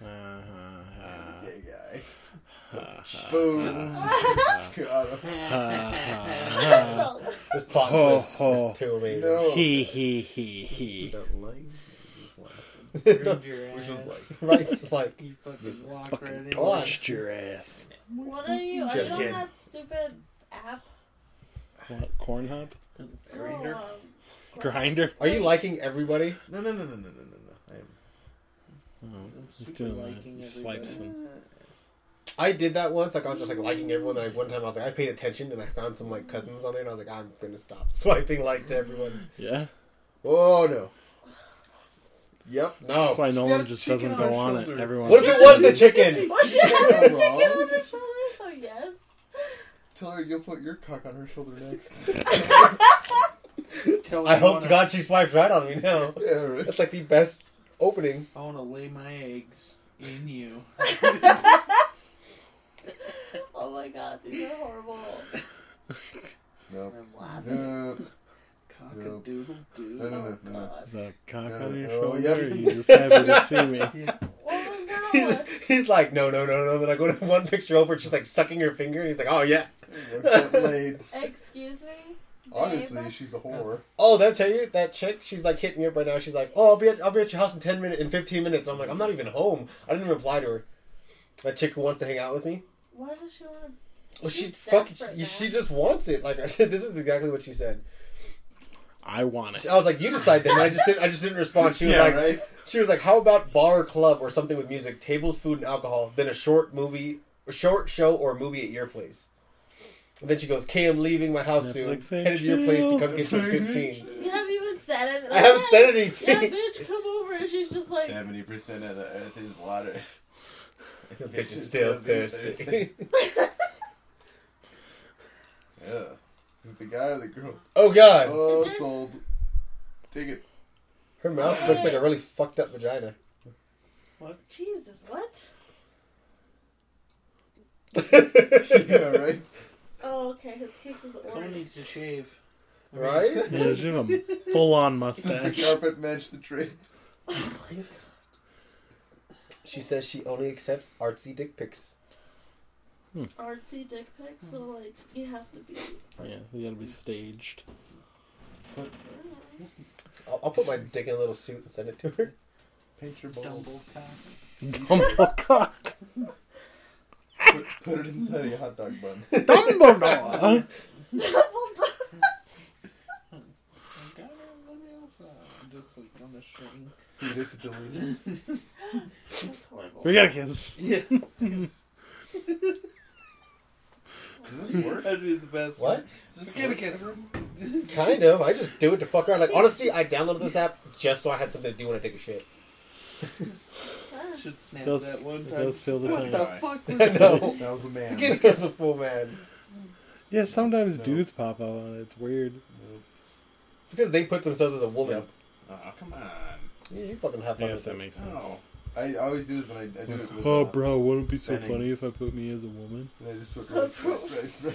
Speaker 1: Uh-huh.
Speaker 5: Gay guy. uh,
Speaker 1: Uh-huh. *laughs*
Speaker 5: Boom. *laughs* Got him.
Speaker 1: Uh-huh.
Speaker 7: This plot
Speaker 1: Ho,
Speaker 7: twist
Speaker 1: ho.
Speaker 7: is too amazing.
Speaker 5: No.
Speaker 1: He he he he.
Speaker 7: Don't like. *laughs*
Speaker 4: Ruined your
Speaker 5: Which one's
Speaker 4: ass.
Speaker 5: like,
Speaker 7: right, it's like
Speaker 4: You fucking walk right
Speaker 1: Fucking
Speaker 4: in.
Speaker 1: torched your ass.
Speaker 3: *laughs* What are you? Are you on
Speaker 5: Kid.
Speaker 3: that stupid app?
Speaker 1: What? Corn hub?
Speaker 4: Grinder.
Speaker 3: No, um,
Speaker 1: Grinder?
Speaker 7: Are you liking everybody?
Speaker 5: no, no, no, no, no, no, no, no. I am.
Speaker 1: Oh,
Speaker 4: I'm
Speaker 1: just
Speaker 4: super
Speaker 1: doing that.
Speaker 4: liking
Speaker 1: Just swipes
Speaker 4: everybody.
Speaker 1: them.
Speaker 7: I did that once. Like I was just like liking everyone. And I, one time I was like I paid attention and I found some like cousins on there and I was like I'm gonna stop *laughs* swiping like to everyone.
Speaker 1: Yeah?
Speaker 5: Oh no. Yep.
Speaker 7: No.
Speaker 1: That's why
Speaker 5: Oh, She
Speaker 1: Nolan
Speaker 5: had a
Speaker 1: just
Speaker 5: chicken
Speaker 1: doesn't
Speaker 5: on
Speaker 1: go
Speaker 5: her
Speaker 1: on it.
Speaker 5: shoulder.
Speaker 1: Everyone.
Speaker 7: What if it was the chicken?
Speaker 3: Well, *laughs* she had a chicken
Speaker 5: Wrong.
Speaker 3: on her shoulder, so yes.
Speaker 5: Tell her you'll put your cock on her shoulder next.
Speaker 4: Tell
Speaker 7: I
Speaker 4: her
Speaker 7: hope *laughs*
Speaker 4: wanna-
Speaker 7: to God she swipes right on me now.
Speaker 5: *laughs* yeah, right.
Speaker 7: That's like the best opening. *laughs*
Speaker 4: I want to lay my eggs in you.
Speaker 3: Oh my god, these are horrible.
Speaker 5: No.
Speaker 3: I'm laughing.
Speaker 5: No.
Speaker 4: Cock a doodle
Speaker 5: No,
Speaker 4: doo.
Speaker 5: no,
Speaker 3: Oh
Speaker 5: no, no.
Speaker 3: god.
Speaker 7: *laughs*
Speaker 1: Is that a cock
Speaker 5: Yeah.
Speaker 1: on your
Speaker 5: Oh,
Speaker 1: shoulder?
Speaker 5: yeah.
Speaker 1: You just happened
Speaker 5: *laughs*
Speaker 1: to see me.
Speaker 3: Oh my
Speaker 7: *laughs* He's,
Speaker 3: god.
Speaker 7: he's like, no, no, no, no. Then I go to *laughs* one picture over, she's like sucking her finger, and he's like, oh yeah.
Speaker 5: Get *laughs* laid.
Speaker 3: Excuse me? babe?
Speaker 5: Obviously, she's a whore.
Speaker 7: Oh, did I tell you that chick? She's like hitting me up right now. She's like, oh, I'll be at, I'll be at your house in ten minutes, in fifteen minutes. I'm like, I'm not even home. I didn't even reply to her. That chick who wants to hang out with me.
Speaker 3: Why does she want
Speaker 7: Well, she
Speaker 3: She's
Speaker 7: fucking,
Speaker 3: desperate,
Speaker 7: she,
Speaker 3: man.
Speaker 7: she just wants it. Like *laughs* I said, this is exactly what she said.
Speaker 1: I want it.
Speaker 7: I was like, you decide then. And I just didn't, I just didn't respond. She was
Speaker 5: yeah,
Speaker 7: like,
Speaker 5: right.
Speaker 7: she was like, how about bar or club or something with music, tables, food, and alcohol, then a short movie, a short show or movie at your place. And then she goes, "Okay, I'm leaving my house
Speaker 1: Netflix
Speaker 7: soon.
Speaker 1: and
Speaker 7: Headed to your place to
Speaker 1: chill."
Speaker 7: come get your
Speaker 5: Netflix and
Speaker 7: 15."
Speaker 3: to? You haven't even said anything.
Speaker 7: I haven't said
Speaker 3: Yeah,
Speaker 7: *laughs* anything.
Speaker 3: bitch, come over. And she's just like,
Speaker 5: Seventy percent of the earth is water.
Speaker 7: the bitch is still thirsty.
Speaker 5: Yeah. Is it the guy or the girl?
Speaker 7: *laughs* oh god,
Speaker 5: Oh,
Speaker 3: Is there-
Speaker 5: sold. Take *laughs* it.
Speaker 7: her mouth looks like a really fucked up *laughs* vagina.
Speaker 3: Jesus, what?
Speaker 5: Yeah, right.
Speaker 3: Oh, okay, his case is
Speaker 4: Someone
Speaker 3: orange.
Speaker 4: needs to shave. I mean,
Speaker 7: right?
Speaker 1: Yeah, she have
Speaker 5: *laughs*
Speaker 1: a full on
Speaker 5: Does the
Speaker 1: mustache.
Speaker 5: carpet match the drapes?
Speaker 7: *laughs* She says she only accepts artsy dick pics.
Speaker 3: Artsy dick pics, so
Speaker 7: Hmm.
Speaker 3: like, you have to
Speaker 7: *laughs*
Speaker 3: be.
Speaker 1: Yeah, you gotta be
Speaker 5: *laughs*
Speaker 1: staged.
Speaker 7: I'll, I'll put my dick in a little suit and send it to her.
Speaker 5: Paint your balls.
Speaker 4: Dumble cock.
Speaker 1: Dumble cock.
Speaker 5: Put, put it inside a hot dog *laughs* bun.
Speaker 1: Dumbledore.
Speaker 4: Like, I don't know what else. uh, Just like on the string.
Speaker 5: Fetus deletus. *laughs*
Speaker 3: That's horrible.
Speaker 1: *laughs* We gotta kiss.
Speaker 4: Yeah.
Speaker 5: Does this work?
Speaker 4: That'd be the best.
Speaker 7: What?
Speaker 5: Does this
Speaker 4: Give a
Speaker 5: work?
Speaker 4: kiss.
Speaker 7: Kind of. I just do it to fuck around. Like honestly, I downloaded this app just so I had something to do when I take a shit.
Speaker 3: Ah.
Speaker 4: Should snap
Speaker 1: Does-
Speaker 4: that one
Speaker 1: It
Speaker 4: time.
Speaker 1: does feel the
Speaker 4: what the
Speaker 1: pain.
Speaker 5: time.
Speaker 4: fuck?
Speaker 7: I know.
Speaker 5: That was a
Speaker 7: *laughs*
Speaker 5: man.
Speaker 4: Forget it.
Speaker 7: That's a full man.
Speaker 1: Yeah, sometimes
Speaker 5: No.
Speaker 1: dudes pop out on it. It's weird.
Speaker 7: Because they put themselves as a woman.
Speaker 5: Yep. Aw, come on.
Speaker 7: Yeah, you fucking have
Speaker 1: I
Speaker 7: fun.
Speaker 1: guess that
Speaker 7: with it.
Speaker 1: makes sense.
Speaker 5: No. I always do this and I, Oh, I do it with,
Speaker 1: oh,
Speaker 5: uh,
Speaker 1: bro, wouldn't it be so
Speaker 5: Benning.
Speaker 1: funny if I put me as a woman?
Speaker 5: And I just put right, right, right, right, *laughs* right.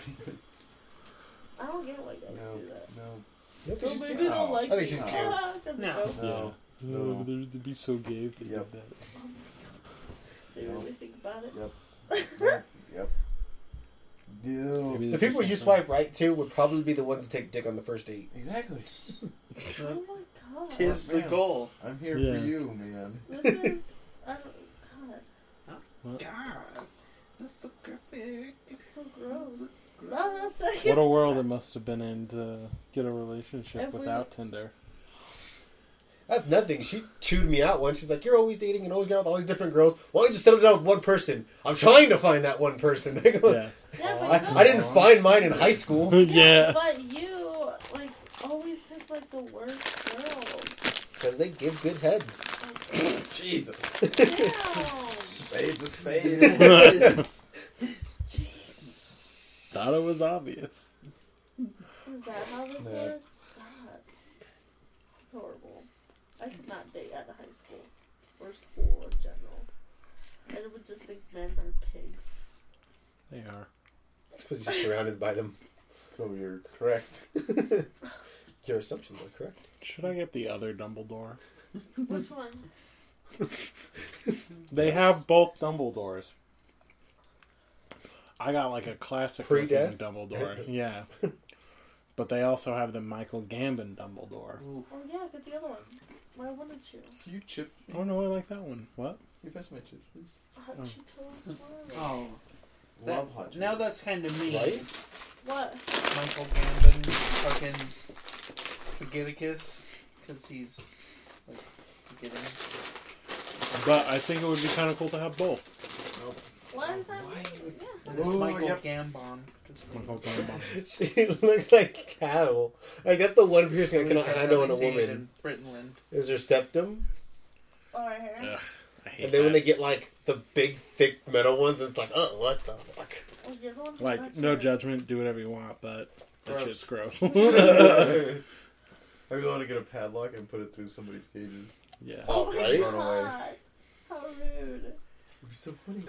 Speaker 3: I don't get why guys
Speaker 5: No,
Speaker 3: do that.
Speaker 5: no,
Speaker 7: You
Speaker 5: Don't
Speaker 7: just
Speaker 5: make-
Speaker 3: Maybe they don't
Speaker 5: No.
Speaker 3: like
Speaker 7: I think
Speaker 3: me.
Speaker 7: she's cute.
Speaker 3: Ah, 'cause it's
Speaker 4: No.
Speaker 3: open.
Speaker 5: no.
Speaker 1: Oh,
Speaker 5: No.
Speaker 1: They'd be so gay if they
Speaker 5: Yep.
Speaker 1: did that.
Speaker 3: They really think about it.
Speaker 5: Yep. Yep. No.
Speaker 1: Maybe
Speaker 7: The
Speaker 1: they
Speaker 7: people
Speaker 1: just
Speaker 7: you
Speaker 1: want
Speaker 7: swipe right to would probably be the ones to take dick on the first date.
Speaker 5: *laughs* Exactly.
Speaker 3: Oh my god.
Speaker 4: Tis the
Speaker 5: Man.
Speaker 4: goal.
Speaker 5: I'm here
Speaker 1: Yeah.
Speaker 5: for you, man.
Speaker 3: This is. I don't. God.
Speaker 4: God, that's so graphic.
Speaker 3: It's so gross. No, no, it's
Speaker 1: *laughs* What
Speaker 3: like.
Speaker 1: a world it must have been in to get a relationship
Speaker 3: If we-
Speaker 1: without Tinder.
Speaker 7: That's nothing. She chewed me out once. She's like, "You're always dating and always going out with all these different girls. Why don't you just settle down with one person? I'm trying to find that one person." *laughs* I go,
Speaker 1: *laughs* Yeah.
Speaker 3: Yeah, but
Speaker 7: I,
Speaker 3: no,
Speaker 7: I didn't find mine in high
Speaker 1: *laughs*
Speaker 7: school.
Speaker 1: yeah.
Speaker 3: But you, like, always pick, like, the worst girls.
Speaker 7: Because they give good head.
Speaker 3: Like,
Speaker 5: Jesus.
Speaker 3: damn.
Speaker 5: Spade's a
Speaker 1: *laughs*
Speaker 5: spade. yes.
Speaker 1: Thought it was obvious.
Speaker 3: Is that how this
Speaker 5: Snap.
Speaker 3: works? God. It's horrible. I could not date out of high school. Or school in general. I would just think men are pigs.
Speaker 1: They are.
Speaker 7: It's because you're surrounded by them.
Speaker 5: So you're correct.
Speaker 7: Your assumptions are correct.
Speaker 1: Should I get the other Dumbledore?
Speaker 3: Which one?
Speaker 1: They have both Dumbledores. I got like a classic
Speaker 7: Pre-death?
Speaker 1: looking Dumbledore. *laughs* yeah. But they also have the Michael Gambon Dumbledore.
Speaker 3: Oh yeah, get the other one. Why wouldn't you?
Speaker 5: You chip.
Speaker 1: Oh no, I like that one. What?
Speaker 5: You pass my chip, please.
Speaker 3: Hot
Speaker 1: Oh.
Speaker 3: Cheetos. Why?
Speaker 4: Oh,
Speaker 5: Love
Speaker 4: that-
Speaker 5: hot
Speaker 4: now
Speaker 5: Cheetos.
Speaker 4: that's kind of me.
Speaker 7: Right? *laughs*
Speaker 3: What?
Speaker 4: Michael Gambon, fucking Forgeticus, because he's like forgetting.
Speaker 1: But I think it would be kind of cool to have both.
Speaker 3: Why is that?
Speaker 5: Why
Speaker 3: weird?
Speaker 5: would-
Speaker 3: Yeah.
Speaker 4: And it's
Speaker 5: Ooh,
Speaker 4: Michael
Speaker 5: yep.
Speaker 4: Gambon. Just
Speaker 1: Michael Gambon.
Speaker 7: she looks like cattle. Like that's the one piercing I
Speaker 4: At least
Speaker 7: cannot
Speaker 4: that's
Speaker 7: handle
Speaker 4: how
Speaker 7: in a
Speaker 4: they say it
Speaker 7: woman.
Speaker 4: in Britland.
Speaker 7: Is her septum,
Speaker 3: All right, here.
Speaker 1: Ugh, I hate
Speaker 7: and then when
Speaker 1: that.
Speaker 7: they get like the big, thick metal ones, it's like, oh, what the fuck?
Speaker 3: Oh, you're the one who's
Speaker 1: Like,
Speaker 3: not
Speaker 1: no
Speaker 3: sure.
Speaker 1: judgment, do whatever you want, but that
Speaker 5: Gross.
Speaker 1: shit's gross. *laughs*
Speaker 5: *laughs* I really want to get a padlock and put it through somebody's cages.
Speaker 1: yeah.
Speaker 7: Oh,
Speaker 3: my
Speaker 7: right?
Speaker 5: Run
Speaker 3: God.
Speaker 5: away.
Speaker 3: How rude.
Speaker 5: It'd be so funny.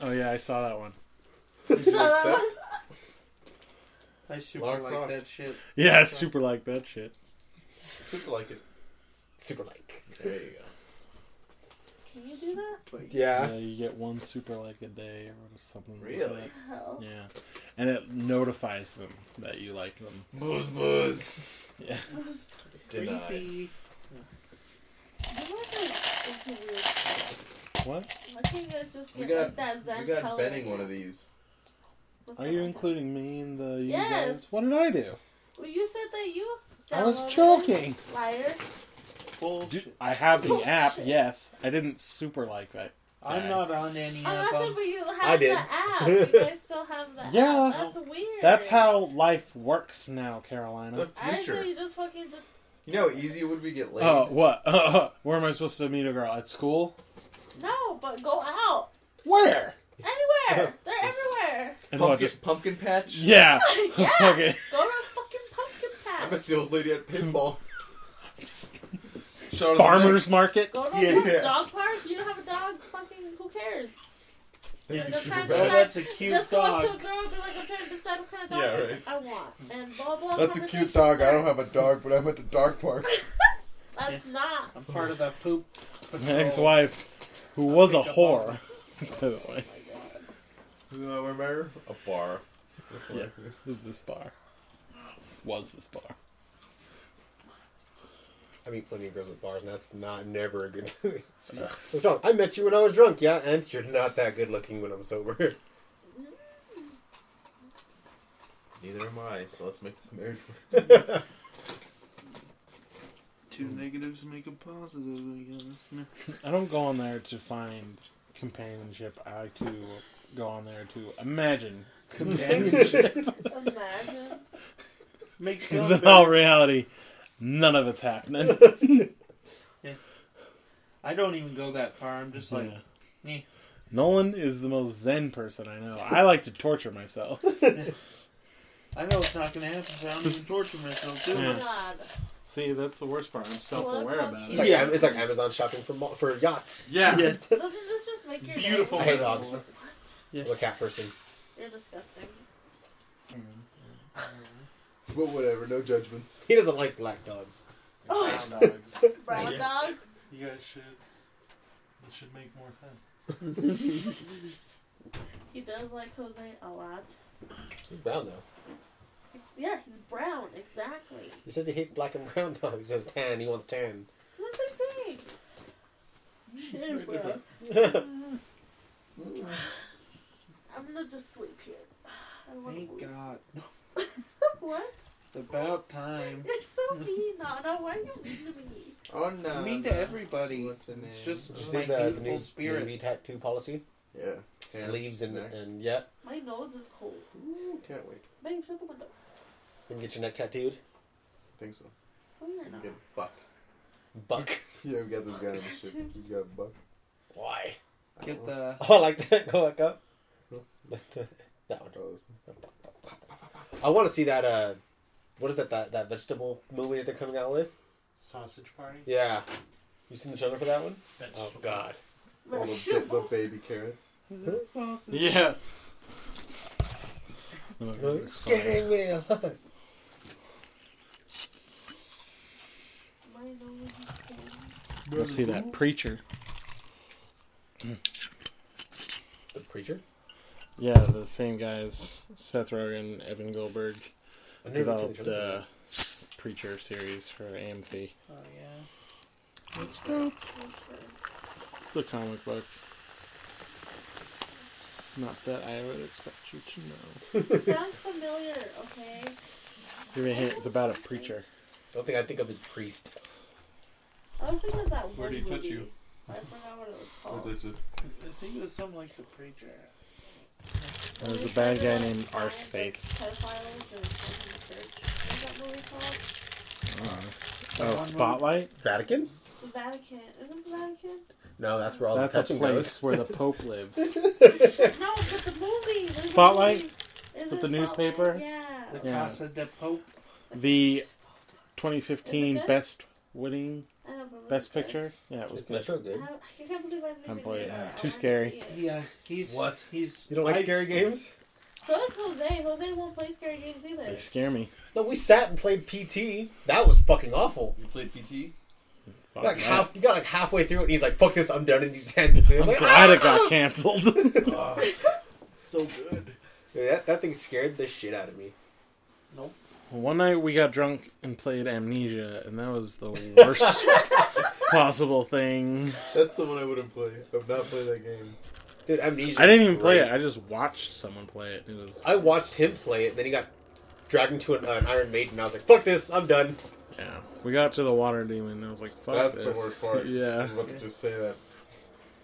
Speaker 1: Oh, yeah, I saw that one.
Speaker 5: Would you accept?
Speaker 4: I super
Speaker 5: Lara
Speaker 4: like
Speaker 5: Croft.
Speaker 4: that shit.
Speaker 1: Yeah, I super like that shit.
Speaker 5: Super like it.
Speaker 7: Super like.
Speaker 5: There you go.
Speaker 3: Can you do that?
Speaker 7: Yeah.
Speaker 1: Yeah, you get one super like a day or something. like
Speaker 5: Really?
Speaker 1: that.
Speaker 3: Hell.
Speaker 1: Yeah. And it notifies them that you like them.
Speaker 5: Buzz buzz.
Speaker 1: Yeah.
Speaker 3: That was-
Speaker 5: Denied.
Speaker 4: Creepy.
Speaker 3: I wonder if it's a weird-
Speaker 1: What?
Speaker 3: Why can't you guys just
Speaker 5: We
Speaker 3: get
Speaker 5: got-
Speaker 3: like that Zen
Speaker 5: We got
Speaker 3: color?
Speaker 5: Benning one of these.
Speaker 3: What's
Speaker 1: Are
Speaker 3: that
Speaker 1: you
Speaker 3: like?
Speaker 1: including me in the you
Speaker 3: Yes.
Speaker 1: guys? What did I do?
Speaker 3: Well, you said that you.
Speaker 1: I was
Speaker 3: downloaded it.
Speaker 1: joking.
Speaker 3: Liar.
Speaker 4: Bullshit.
Speaker 1: Dude, I have the
Speaker 3: Bullshit.
Speaker 1: app, yes. I didn't super like that.
Speaker 4: I'm not on any
Speaker 3: I'm not
Speaker 4: of them.
Speaker 3: saying, Oh, but you have
Speaker 7: I did.
Speaker 3: the app.
Speaker 5: *laughs*
Speaker 3: You guys still have the
Speaker 1: Yeah.
Speaker 3: app. That's weird.
Speaker 1: That's how life works now,
Speaker 5: The
Speaker 1: Carolina.
Speaker 3: I
Speaker 5: future.
Speaker 3: thought you just fucking just.
Speaker 5: You know how easy it would be to get laid?
Speaker 1: Oh, what? *laughs* where am I supposed to meet a girl? At school?
Speaker 3: No, but go out.
Speaker 1: *laughs* Where?
Speaker 3: Anywhere. They're
Speaker 1: *laughs*
Speaker 3: everywhere. *laughs*
Speaker 1: And
Speaker 5: pumpkin,
Speaker 1: what, just-
Speaker 5: pumpkin patch?
Speaker 1: yeah.
Speaker 3: Yeah.
Speaker 1: Fuck it.
Speaker 3: Go to a fucking pumpkin
Speaker 5: I
Speaker 3: patch.
Speaker 5: met the old lady at *laughs* pinball. Shot her in the
Speaker 1: Farmers market?
Speaker 3: Go to a
Speaker 1: Yeah.
Speaker 3: fucking
Speaker 5: Yeah.
Speaker 3: dog park. You don't have a dog. Fucking who cares?
Speaker 5: neck.
Speaker 3: They're
Speaker 5: Thank you,
Speaker 3: trying
Speaker 5: super
Speaker 3: to
Speaker 4: Oh,
Speaker 5: bad.
Speaker 3: decide-
Speaker 4: that's a cute
Speaker 3: Just go up
Speaker 4: dog.
Speaker 3: to a girl and be like, I'm trying to decide what kind of dog
Speaker 5: Yeah, right.
Speaker 3: I want. And blah blah.
Speaker 5: That's a
Speaker 3: conversation
Speaker 5: cute dog. I
Speaker 3: starts.
Speaker 5: don't have a dog, but I'm at the dog *laughs* park.
Speaker 3: That's not.
Speaker 4: I'm part of the poop.
Speaker 1: My
Speaker 4: patrol.
Speaker 1: ex-wife, who was a
Speaker 4: picked up on
Speaker 1: whore, *laughs* by the way,
Speaker 5: you know where Mayor? A bar.
Speaker 1: Yeah. is this bar. Was this bar.
Speaker 7: I meet plenty of girls at bars, and that's not never a good *laughs* thing.
Speaker 1: Ugh.
Speaker 7: What's wrong? I met you when I was drunk, yeah, and you're not that good looking when I'm sober. *laughs*
Speaker 5: Neither am I, so let's make this marriage work.
Speaker 4: Two negatives make a positive, I guess. No.
Speaker 1: I don't go on there to find companionship. I too go on there to imagine.
Speaker 7: *laughs*
Speaker 1: *laughs*
Speaker 4: Companionship.
Speaker 3: Imagine.
Speaker 4: *laughs* Makes you
Speaker 1: Because
Speaker 4: feel
Speaker 1: in all
Speaker 4: better.
Speaker 1: reality, none of it's happening.
Speaker 4: I don't even go that far. I'm just like,
Speaker 1: Yeah.
Speaker 4: eh.
Speaker 1: Nolan is the most zen person I know. I like to torture myself.
Speaker 4: I know it's not going to happen, so I'm going to torture myself, too.
Speaker 1: Yeah.
Speaker 3: Oh God.
Speaker 1: See, that's the worst part. I'm
Speaker 3: self-aware about
Speaker 7: It's
Speaker 3: it.
Speaker 7: like,
Speaker 4: Yeah.
Speaker 7: it's like Amazon shopping for mo- for yachts.
Speaker 1: Yeah.
Speaker 4: Yes.
Speaker 3: Doesn't this just make your day?
Speaker 1: Beautiful.
Speaker 7: I hate dogs.
Speaker 3: What?
Speaker 7: I'm a cat person.
Speaker 3: You're disgusting.
Speaker 5: But whatever, no judgments.
Speaker 7: He doesn't like black dogs.
Speaker 3: Oh,
Speaker 1: dogs.
Speaker 3: brown
Speaker 4: Yes.
Speaker 3: dogs.
Speaker 1: You guys should. It should make more sense.
Speaker 3: He does like Jose a lot.
Speaker 7: He's brown though.
Speaker 3: Yeah, he's brown. Exactly.
Speaker 7: He says he hates black and brown dogs. He says tan. He wants *laughs* tan.
Speaker 3: What's the thing? Shit, bro. I'm gonna just sleep here. *sighs* I don't wanna
Speaker 4: Thank
Speaker 3: leave.
Speaker 4: God.
Speaker 3: *laughs* What?
Speaker 4: It's about time.
Speaker 3: You're so mean, Nana. Why are you mean to me?
Speaker 5: Oh no.
Speaker 4: mean to everybody.
Speaker 5: What's her
Speaker 4: It's
Speaker 5: name?
Speaker 4: just
Speaker 7: Did you
Speaker 4: my
Speaker 7: see the
Speaker 4: hateful
Speaker 7: new
Speaker 4: spirit.
Speaker 7: Navy tattoo policy?
Speaker 5: Yeah.
Speaker 7: Sleeves and,
Speaker 5: necks.
Speaker 7: and yeah.
Speaker 3: My nose is cold.
Speaker 5: Ooh, can't wait.
Speaker 3: Babe, shut the window.
Speaker 7: You can get your neck tattooed.
Speaker 5: think so.
Speaker 3: Oh, you're
Speaker 5: We
Speaker 3: not.
Speaker 5: get buck.
Speaker 7: Buck.
Speaker 5: Yeah, we got this guy on the ship. He's got a buck.
Speaker 7: *laughs* Why?
Speaker 4: Get the
Speaker 7: *laughs* Oh, I like that. Go back up. that one.
Speaker 4: *laughs*
Speaker 5: Oh, listen.
Speaker 7: I want to see that. Uh, what is that? That that vegetable movie that they're coming out with?
Speaker 1: Sausage party?
Speaker 7: Yeah. You seen the trailer for that one? Oh God.
Speaker 3: *laughs*
Speaker 5: All the, ba- the baby carrots.
Speaker 1: Yeah.
Speaker 7: me alive.
Speaker 3: My nose is cold.
Speaker 1: We'll see that preacher.
Speaker 7: The preacher.
Speaker 1: Yeah, the same guys, Seth Rogen, Evan Goldberg,
Speaker 7: I've never seen
Speaker 1: developed
Speaker 7: the show.
Speaker 1: uh, preacher series for AMC.
Speaker 4: Oh yeah.
Speaker 1: It's dope.
Speaker 3: Okay.
Speaker 1: It's a comic book. Not that I would expect you to know.
Speaker 3: Sounds familiar, okay?
Speaker 1: Give me a hint. It's about a preacher.
Speaker 7: The only thing I think of is priest.
Speaker 3: I was thinking of that one
Speaker 5: Where did he touch
Speaker 3: movie.
Speaker 5: you?
Speaker 3: I forgot what it was
Speaker 5: Or is
Speaker 3: called.
Speaker 5: it just
Speaker 4: I think it was something like the preacher.
Speaker 1: There was
Speaker 3: Where
Speaker 1: a
Speaker 3: they
Speaker 1: bad
Speaker 3: try
Speaker 1: guy
Speaker 3: to, like,
Speaker 1: named
Speaker 3: find, like,
Speaker 1: Arseface.
Speaker 3: pedophiles and fucking church. What is that movie called?
Speaker 1: Oh, Spotlight?
Speaker 7: Vatican?
Speaker 3: The Vatican. Isn't
Speaker 1: *laughs*
Speaker 3: the Vatican?
Speaker 7: No, that's where all
Speaker 1: That's
Speaker 7: the
Speaker 1: a
Speaker 7: touching
Speaker 1: place where the Pope lives.
Speaker 3: No, but the movie. there's a
Speaker 1: Spotlight?
Speaker 3: movie. Is
Speaker 1: With
Speaker 3: it
Speaker 1: the
Speaker 3: Spotlight?
Speaker 1: newspaper?
Speaker 3: Yeah.
Speaker 4: The
Speaker 1: Yeah.
Speaker 4: Casa de Pope.
Speaker 1: The 2015
Speaker 3: good?
Speaker 1: Best Winning,
Speaker 3: I don't remember
Speaker 1: Best
Speaker 3: the name.
Speaker 1: Picture? Yeah, it
Speaker 7: goes.
Speaker 1: was
Speaker 7: Is
Speaker 1: good.
Speaker 7: Metro
Speaker 3: I,
Speaker 7: good?
Speaker 3: haven't- I can't believe I didn't
Speaker 1: I'm
Speaker 3: even
Speaker 1: boy-
Speaker 3: get
Speaker 1: yeah,
Speaker 3: that. I
Speaker 1: too
Speaker 3: wanted to
Speaker 1: scary.
Speaker 3: see it.
Speaker 4: Yeah, uh, he's
Speaker 7: What?
Speaker 4: He's
Speaker 7: You don't like
Speaker 4: I-
Speaker 7: scary games?
Speaker 3: So it's Jose. Jose won't play scary games either.
Speaker 1: They scare me.
Speaker 7: No, we sat and played PT. That was fucking awful.
Speaker 5: you played PT?
Speaker 1: Fuck
Speaker 7: like
Speaker 1: that.
Speaker 7: half, you got like halfway through it, and he's like, "Fuck this, I'm done," and he just hands it to him.
Speaker 1: I'm
Speaker 7: like,
Speaker 1: glad it
Speaker 7: "Ah!"
Speaker 1: got canceled.
Speaker 5: Ah, it's so good.
Speaker 7: Dude, that, "Ah." that thing scared the shit out of me.
Speaker 4: Nope.
Speaker 1: One night we got drunk and played Amnesia, and that was the worst possible thing.
Speaker 5: That's the one I wouldn't play. I've not played that game.
Speaker 7: Dude, amnesia.
Speaker 1: I didn't even play
Speaker 7: great.
Speaker 1: it. I just watched someone play it. It was
Speaker 7: I watched him play it, and then he got dragged into an, uh, an Iron Maiden. and I was like, "Fuck this, I'm done."
Speaker 1: yeah. We got to the water demon. and I was like, fuck
Speaker 5: That's
Speaker 1: this.
Speaker 5: the worst part. I
Speaker 1: *laughs* Yeah.
Speaker 5: was about to just say that.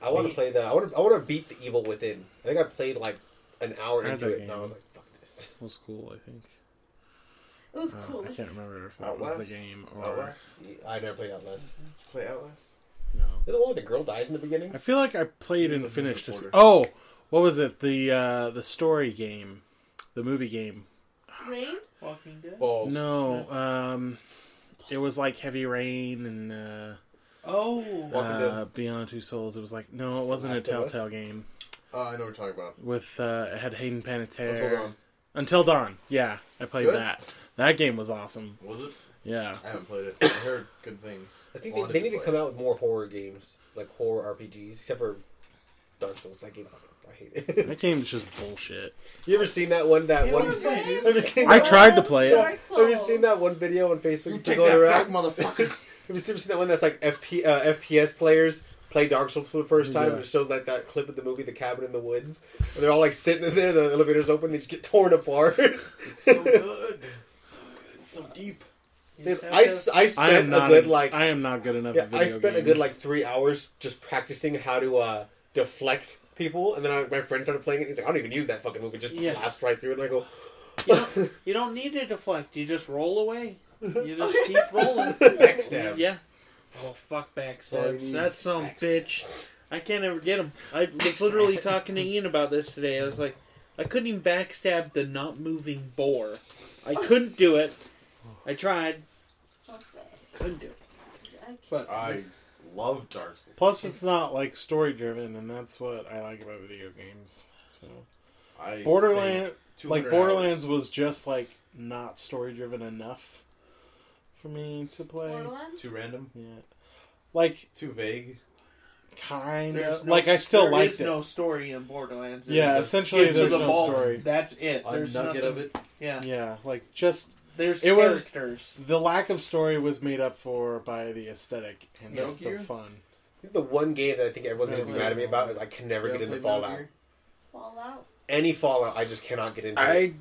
Speaker 7: I want to play the. I want to. I want to beat the Evil Within. I think I played like an hour
Speaker 1: I had
Speaker 7: into
Speaker 1: that
Speaker 7: it, and I
Speaker 1: game.
Speaker 7: was like, "Fuck this."
Speaker 1: It was cool, I think.
Speaker 3: It was
Speaker 1: Uh,
Speaker 3: cool.
Speaker 1: I can't remember if that was
Speaker 5: Outlast?
Speaker 1: the game or
Speaker 5: Outlast?
Speaker 7: I never played Outlast. Is
Speaker 5: Play Outlast?
Speaker 1: no.
Speaker 7: it the one where the girl dies in the beginning?
Speaker 1: I feel like I played
Speaker 5: You
Speaker 1: and
Speaker 5: live in the
Speaker 1: finished this.
Speaker 5: border.
Speaker 1: Oh, what was it? The uh, the story game, the movie game.
Speaker 3: Rain?
Speaker 4: Walking Dead.
Speaker 7: Balls.
Speaker 1: No, um, it was like Heavy Rain and uh,
Speaker 4: Oh.
Speaker 5: Walking
Speaker 1: uh, Beyond Two Souls. It was like no, it wasn't a
Speaker 7: Last of Us?
Speaker 1: Telltale game.
Speaker 5: Uh, I know what you're talking about.
Speaker 1: With uh, it had Hayden Panettiere.
Speaker 5: Until Dawn.
Speaker 1: Until Dawn. Yeah, I played
Speaker 5: Good?
Speaker 1: that. That game was awesome.
Speaker 5: Was it?
Speaker 1: Yeah,
Speaker 5: I haven't played it. I heard good things.
Speaker 7: I think they, they need to come out with more horror games, like horror RPGs, except for Dark Souls. That game, I hate it. *laughs*
Speaker 1: that game's just bullshit.
Speaker 7: you ever seen that one? That
Speaker 4: Yeah,
Speaker 7: one.
Speaker 4: what
Speaker 3: Rain?
Speaker 7: Have you seen
Speaker 1: I
Speaker 7: that?
Speaker 1: tried to play it.
Speaker 7: Have you seen that one video on Facebook?
Speaker 5: You
Speaker 7: that's
Speaker 5: take
Speaker 7: going
Speaker 5: that
Speaker 7: around?
Speaker 5: back, motherfucker.
Speaker 7: Have you ever seen that one that's like FP, uh, FPS players play Dark Souls for the first time?
Speaker 1: Yeah.
Speaker 7: And it shows like that clip of the movie The Cabin in the Woods. And they're all like sitting in there, the elevator's open, they just get torn apart. *laughs*
Speaker 5: it's so good. So good. So deep.
Speaker 7: Dude,
Speaker 4: Yes,
Speaker 7: I, s- I
Speaker 1: I am
Speaker 7: spent a
Speaker 1: not
Speaker 7: good like
Speaker 1: I am not good enough.
Speaker 7: yeah,
Speaker 1: at
Speaker 7: I
Speaker 1: video
Speaker 7: spent a
Speaker 1: games.
Speaker 7: good like three hours just practicing how to uh, deflect people, and then I, my friend started playing it. He's like, I don't even use that fucking movie, just
Speaker 4: Yeah.
Speaker 7: blast right through it. And I go,
Speaker 1: *laughs*
Speaker 4: You don't, you don't need to deflect. You just roll away. You just keep rolling.
Speaker 7: backstabs.
Speaker 4: Yeah. Oh fuck
Speaker 7: All you
Speaker 4: backstabs.
Speaker 7: need
Speaker 4: That's
Speaker 7: is
Speaker 4: some bitch. I can't ever get him. I was literally talking to Ian about this today. I was like, I couldn't even backstab the not moving boar. I couldn't do it. I tried. Couldn't do it. But
Speaker 1: Uh,
Speaker 5: I love Dark Souls.
Speaker 1: Plus, it's not like story driven, and that's what I like about video games. So
Speaker 5: I
Speaker 1: Borderlands,
Speaker 5: saved
Speaker 1: like
Speaker 5: 200
Speaker 1: Borderlands,
Speaker 5: hours.
Speaker 1: was just like not story driven enough for me to play.
Speaker 3: Borderlands?
Speaker 5: Too random.
Speaker 1: Yeah, like
Speaker 5: Too vague.
Speaker 1: kind
Speaker 4: there's
Speaker 1: of
Speaker 4: no-
Speaker 1: like I still
Speaker 4: there
Speaker 1: liked
Speaker 4: is
Speaker 1: it.
Speaker 4: no story in Borderlands. It's
Speaker 1: yeah,
Speaker 5: just
Speaker 1: essentially
Speaker 5: get
Speaker 4: into
Speaker 1: there's
Speaker 4: the
Speaker 1: no
Speaker 4: vault.
Speaker 1: story.
Speaker 4: That's it.
Speaker 5: A
Speaker 4: There's
Speaker 5: nugget
Speaker 4: nothing.
Speaker 5: of it.
Speaker 4: Yeah.
Speaker 1: Yeah, like just
Speaker 4: There's
Speaker 1: It was-
Speaker 4: characters.
Speaker 1: the lack of story was made up for by the aesthetic and
Speaker 5: Metal
Speaker 1: just
Speaker 5: Gear?
Speaker 1: the fun.
Speaker 7: I think The one game that I think everyone's gonna be
Speaker 1: Yeah.
Speaker 7: mad at me about is I can never
Speaker 5: You
Speaker 7: get
Speaker 5: ever played
Speaker 7: into
Speaker 5: Metal
Speaker 7: Fallout.
Speaker 5: Gear?
Speaker 7: *laughs*
Speaker 3: Fallout?
Speaker 7: Any Fallout, I just cannot get into. it.
Speaker 1: I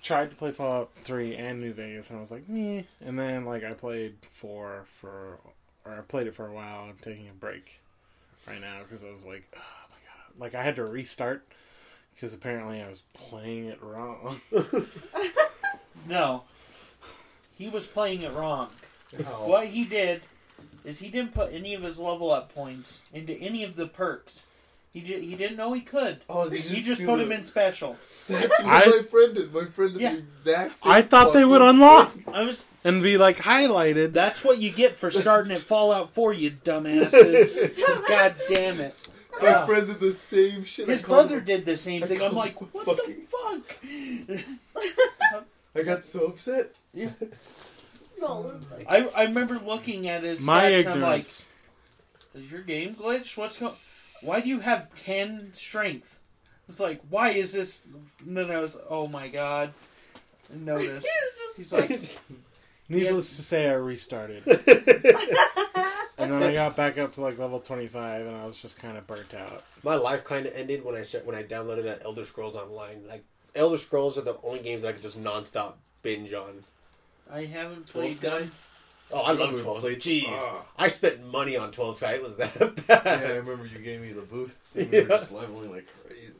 Speaker 1: tried to play Fallout Three and New Vegas, and I was like, meh. And then like I played four for, or I played it for a while. I'm taking a break right now because I was like, oh my god, like I had to restart because apparently I was playing it wrong.
Speaker 4: No. He was playing it wrong.
Speaker 5: Oh.
Speaker 7: No. *laughs*
Speaker 4: What he did is he didn't put any of his level up points into any of the perks. He di- he didn't know he could.
Speaker 5: Oh, they
Speaker 4: He
Speaker 5: just
Speaker 4: just
Speaker 5: do
Speaker 4: put
Speaker 5: the-
Speaker 4: him in special.
Speaker 5: *laughs* That's what
Speaker 1: I-
Speaker 5: my friend did. My friend did
Speaker 4: Yeah.
Speaker 5: the exact same
Speaker 1: *laughs* I thought they would
Speaker 5: fucking
Speaker 1: unlock
Speaker 4: I was.
Speaker 1: and be like highlighted.
Speaker 4: That's what you get
Speaker 5: *laughs*
Speaker 4: for starting at Fallout 4, you dumbasses. God
Speaker 3: *laughs*
Speaker 4: damn it!
Speaker 5: thing. *laughs* My
Speaker 4: Yeah.
Speaker 5: friend did the same shit. I
Speaker 4: His
Speaker 5: called
Speaker 4: brother
Speaker 5: him-
Speaker 4: did the same
Speaker 5: I
Speaker 4: thing. I'm
Speaker 5: called
Speaker 4: like,
Speaker 5: him
Speaker 4: what
Speaker 5: fucking-
Speaker 4: the fuck?
Speaker 5: I got so upset.
Speaker 3: No, it's like,
Speaker 4: I I remember looking at his
Speaker 1: My
Speaker 4: stats and I'm like,
Speaker 1: ignorance.
Speaker 4: Is your game glitch? What's going? Why do you have ten strength? It's like, why is this? And then I was, oh my god,
Speaker 5: *laughs*
Speaker 4: I noticed. He's like,
Speaker 1: Needless to say, I *laughs* restarted, and then I got back up to like level twenty five, and I was just kind of burnt out.
Speaker 7: My life kind of ended when I start, when I downloaded that Elder Scrolls Online. Like Elder Scrolls are the only games that I could just nonstop binge on.
Speaker 4: I haven't
Speaker 5: Twelve
Speaker 4: played.
Speaker 7: *laughs*
Speaker 5: Sky?
Speaker 4: one.
Speaker 7: Oh, I love
Speaker 5: Dude,
Speaker 7: Twelve.
Speaker 5: play-
Speaker 7: Jeez,
Speaker 5: Ah.
Speaker 7: I spent money on Twelve Sky. It was *laughs* that bad.
Speaker 5: Yeah, I remember you gave me the boosts and we were
Speaker 7: Yeah.
Speaker 5: just leveling like crazy.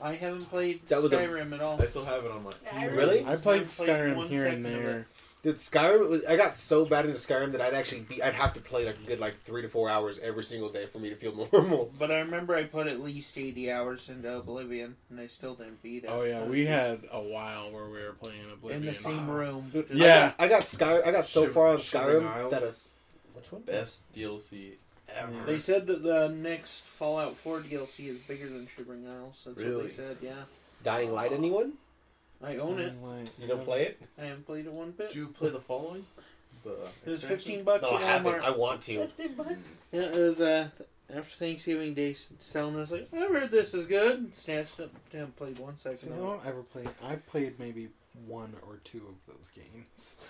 Speaker 4: I haven't played
Speaker 7: That was a-
Speaker 4: Skyrim at all.
Speaker 5: I still have it on my.
Speaker 3: Skyrim.
Speaker 7: Really?
Speaker 1: I played
Speaker 4: I've played
Speaker 1: Skyrim
Speaker 4: one
Speaker 1: here and
Speaker 4: second of
Speaker 1: there.
Speaker 7: Dude, Skyrim. Was, I got so bad into Skyrim that I'd actually be. I'd have to play like a good like three to four hours every single day for me to feel *laughs* normal.
Speaker 4: But I remember I put at least eighty hours into Oblivion, and I still didn't beat it.
Speaker 1: Oh yeah, we had a while where we were playing Oblivion.
Speaker 4: in the same
Speaker 5: *laughs*
Speaker 4: room.
Speaker 7: Dude,
Speaker 4: Just-
Speaker 1: Yeah.
Speaker 7: I got Sky. I got so
Speaker 5: Shiv-
Speaker 7: far on
Speaker 5: Shivering
Speaker 7: Skyrim
Speaker 5: Isles.
Speaker 7: that is. Which one?
Speaker 5: Best DLC ever.
Speaker 4: They said that the next Fallout 4 DLC is bigger than Shivering Isles. That's what
Speaker 5: Really?
Speaker 4: they said. Yeah,
Speaker 7: Dying Light. Anyone?
Speaker 4: I own it.
Speaker 7: You don't play it?
Speaker 4: I haven't played it one bit.
Speaker 5: Did you play the following? The
Speaker 4: It was
Speaker 5: expansion?
Speaker 4: fifteen bucks
Speaker 7: No, I
Speaker 4: at
Speaker 7: haven't.
Speaker 4: Walmart.
Speaker 7: I want *laughs* to.
Speaker 3: Fifty bucks.
Speaker 4: Yeah, it was uh, after Thanksgiving Day. Selling was like, I heard this is good. Snatched up. Damn, played one
Speaker 1: See,
Speaker 4: second.
Speaker 1: I
Speaker 4: of it.
Speaker 1: don't ever play. I played maybe one or two of those games. *laughs*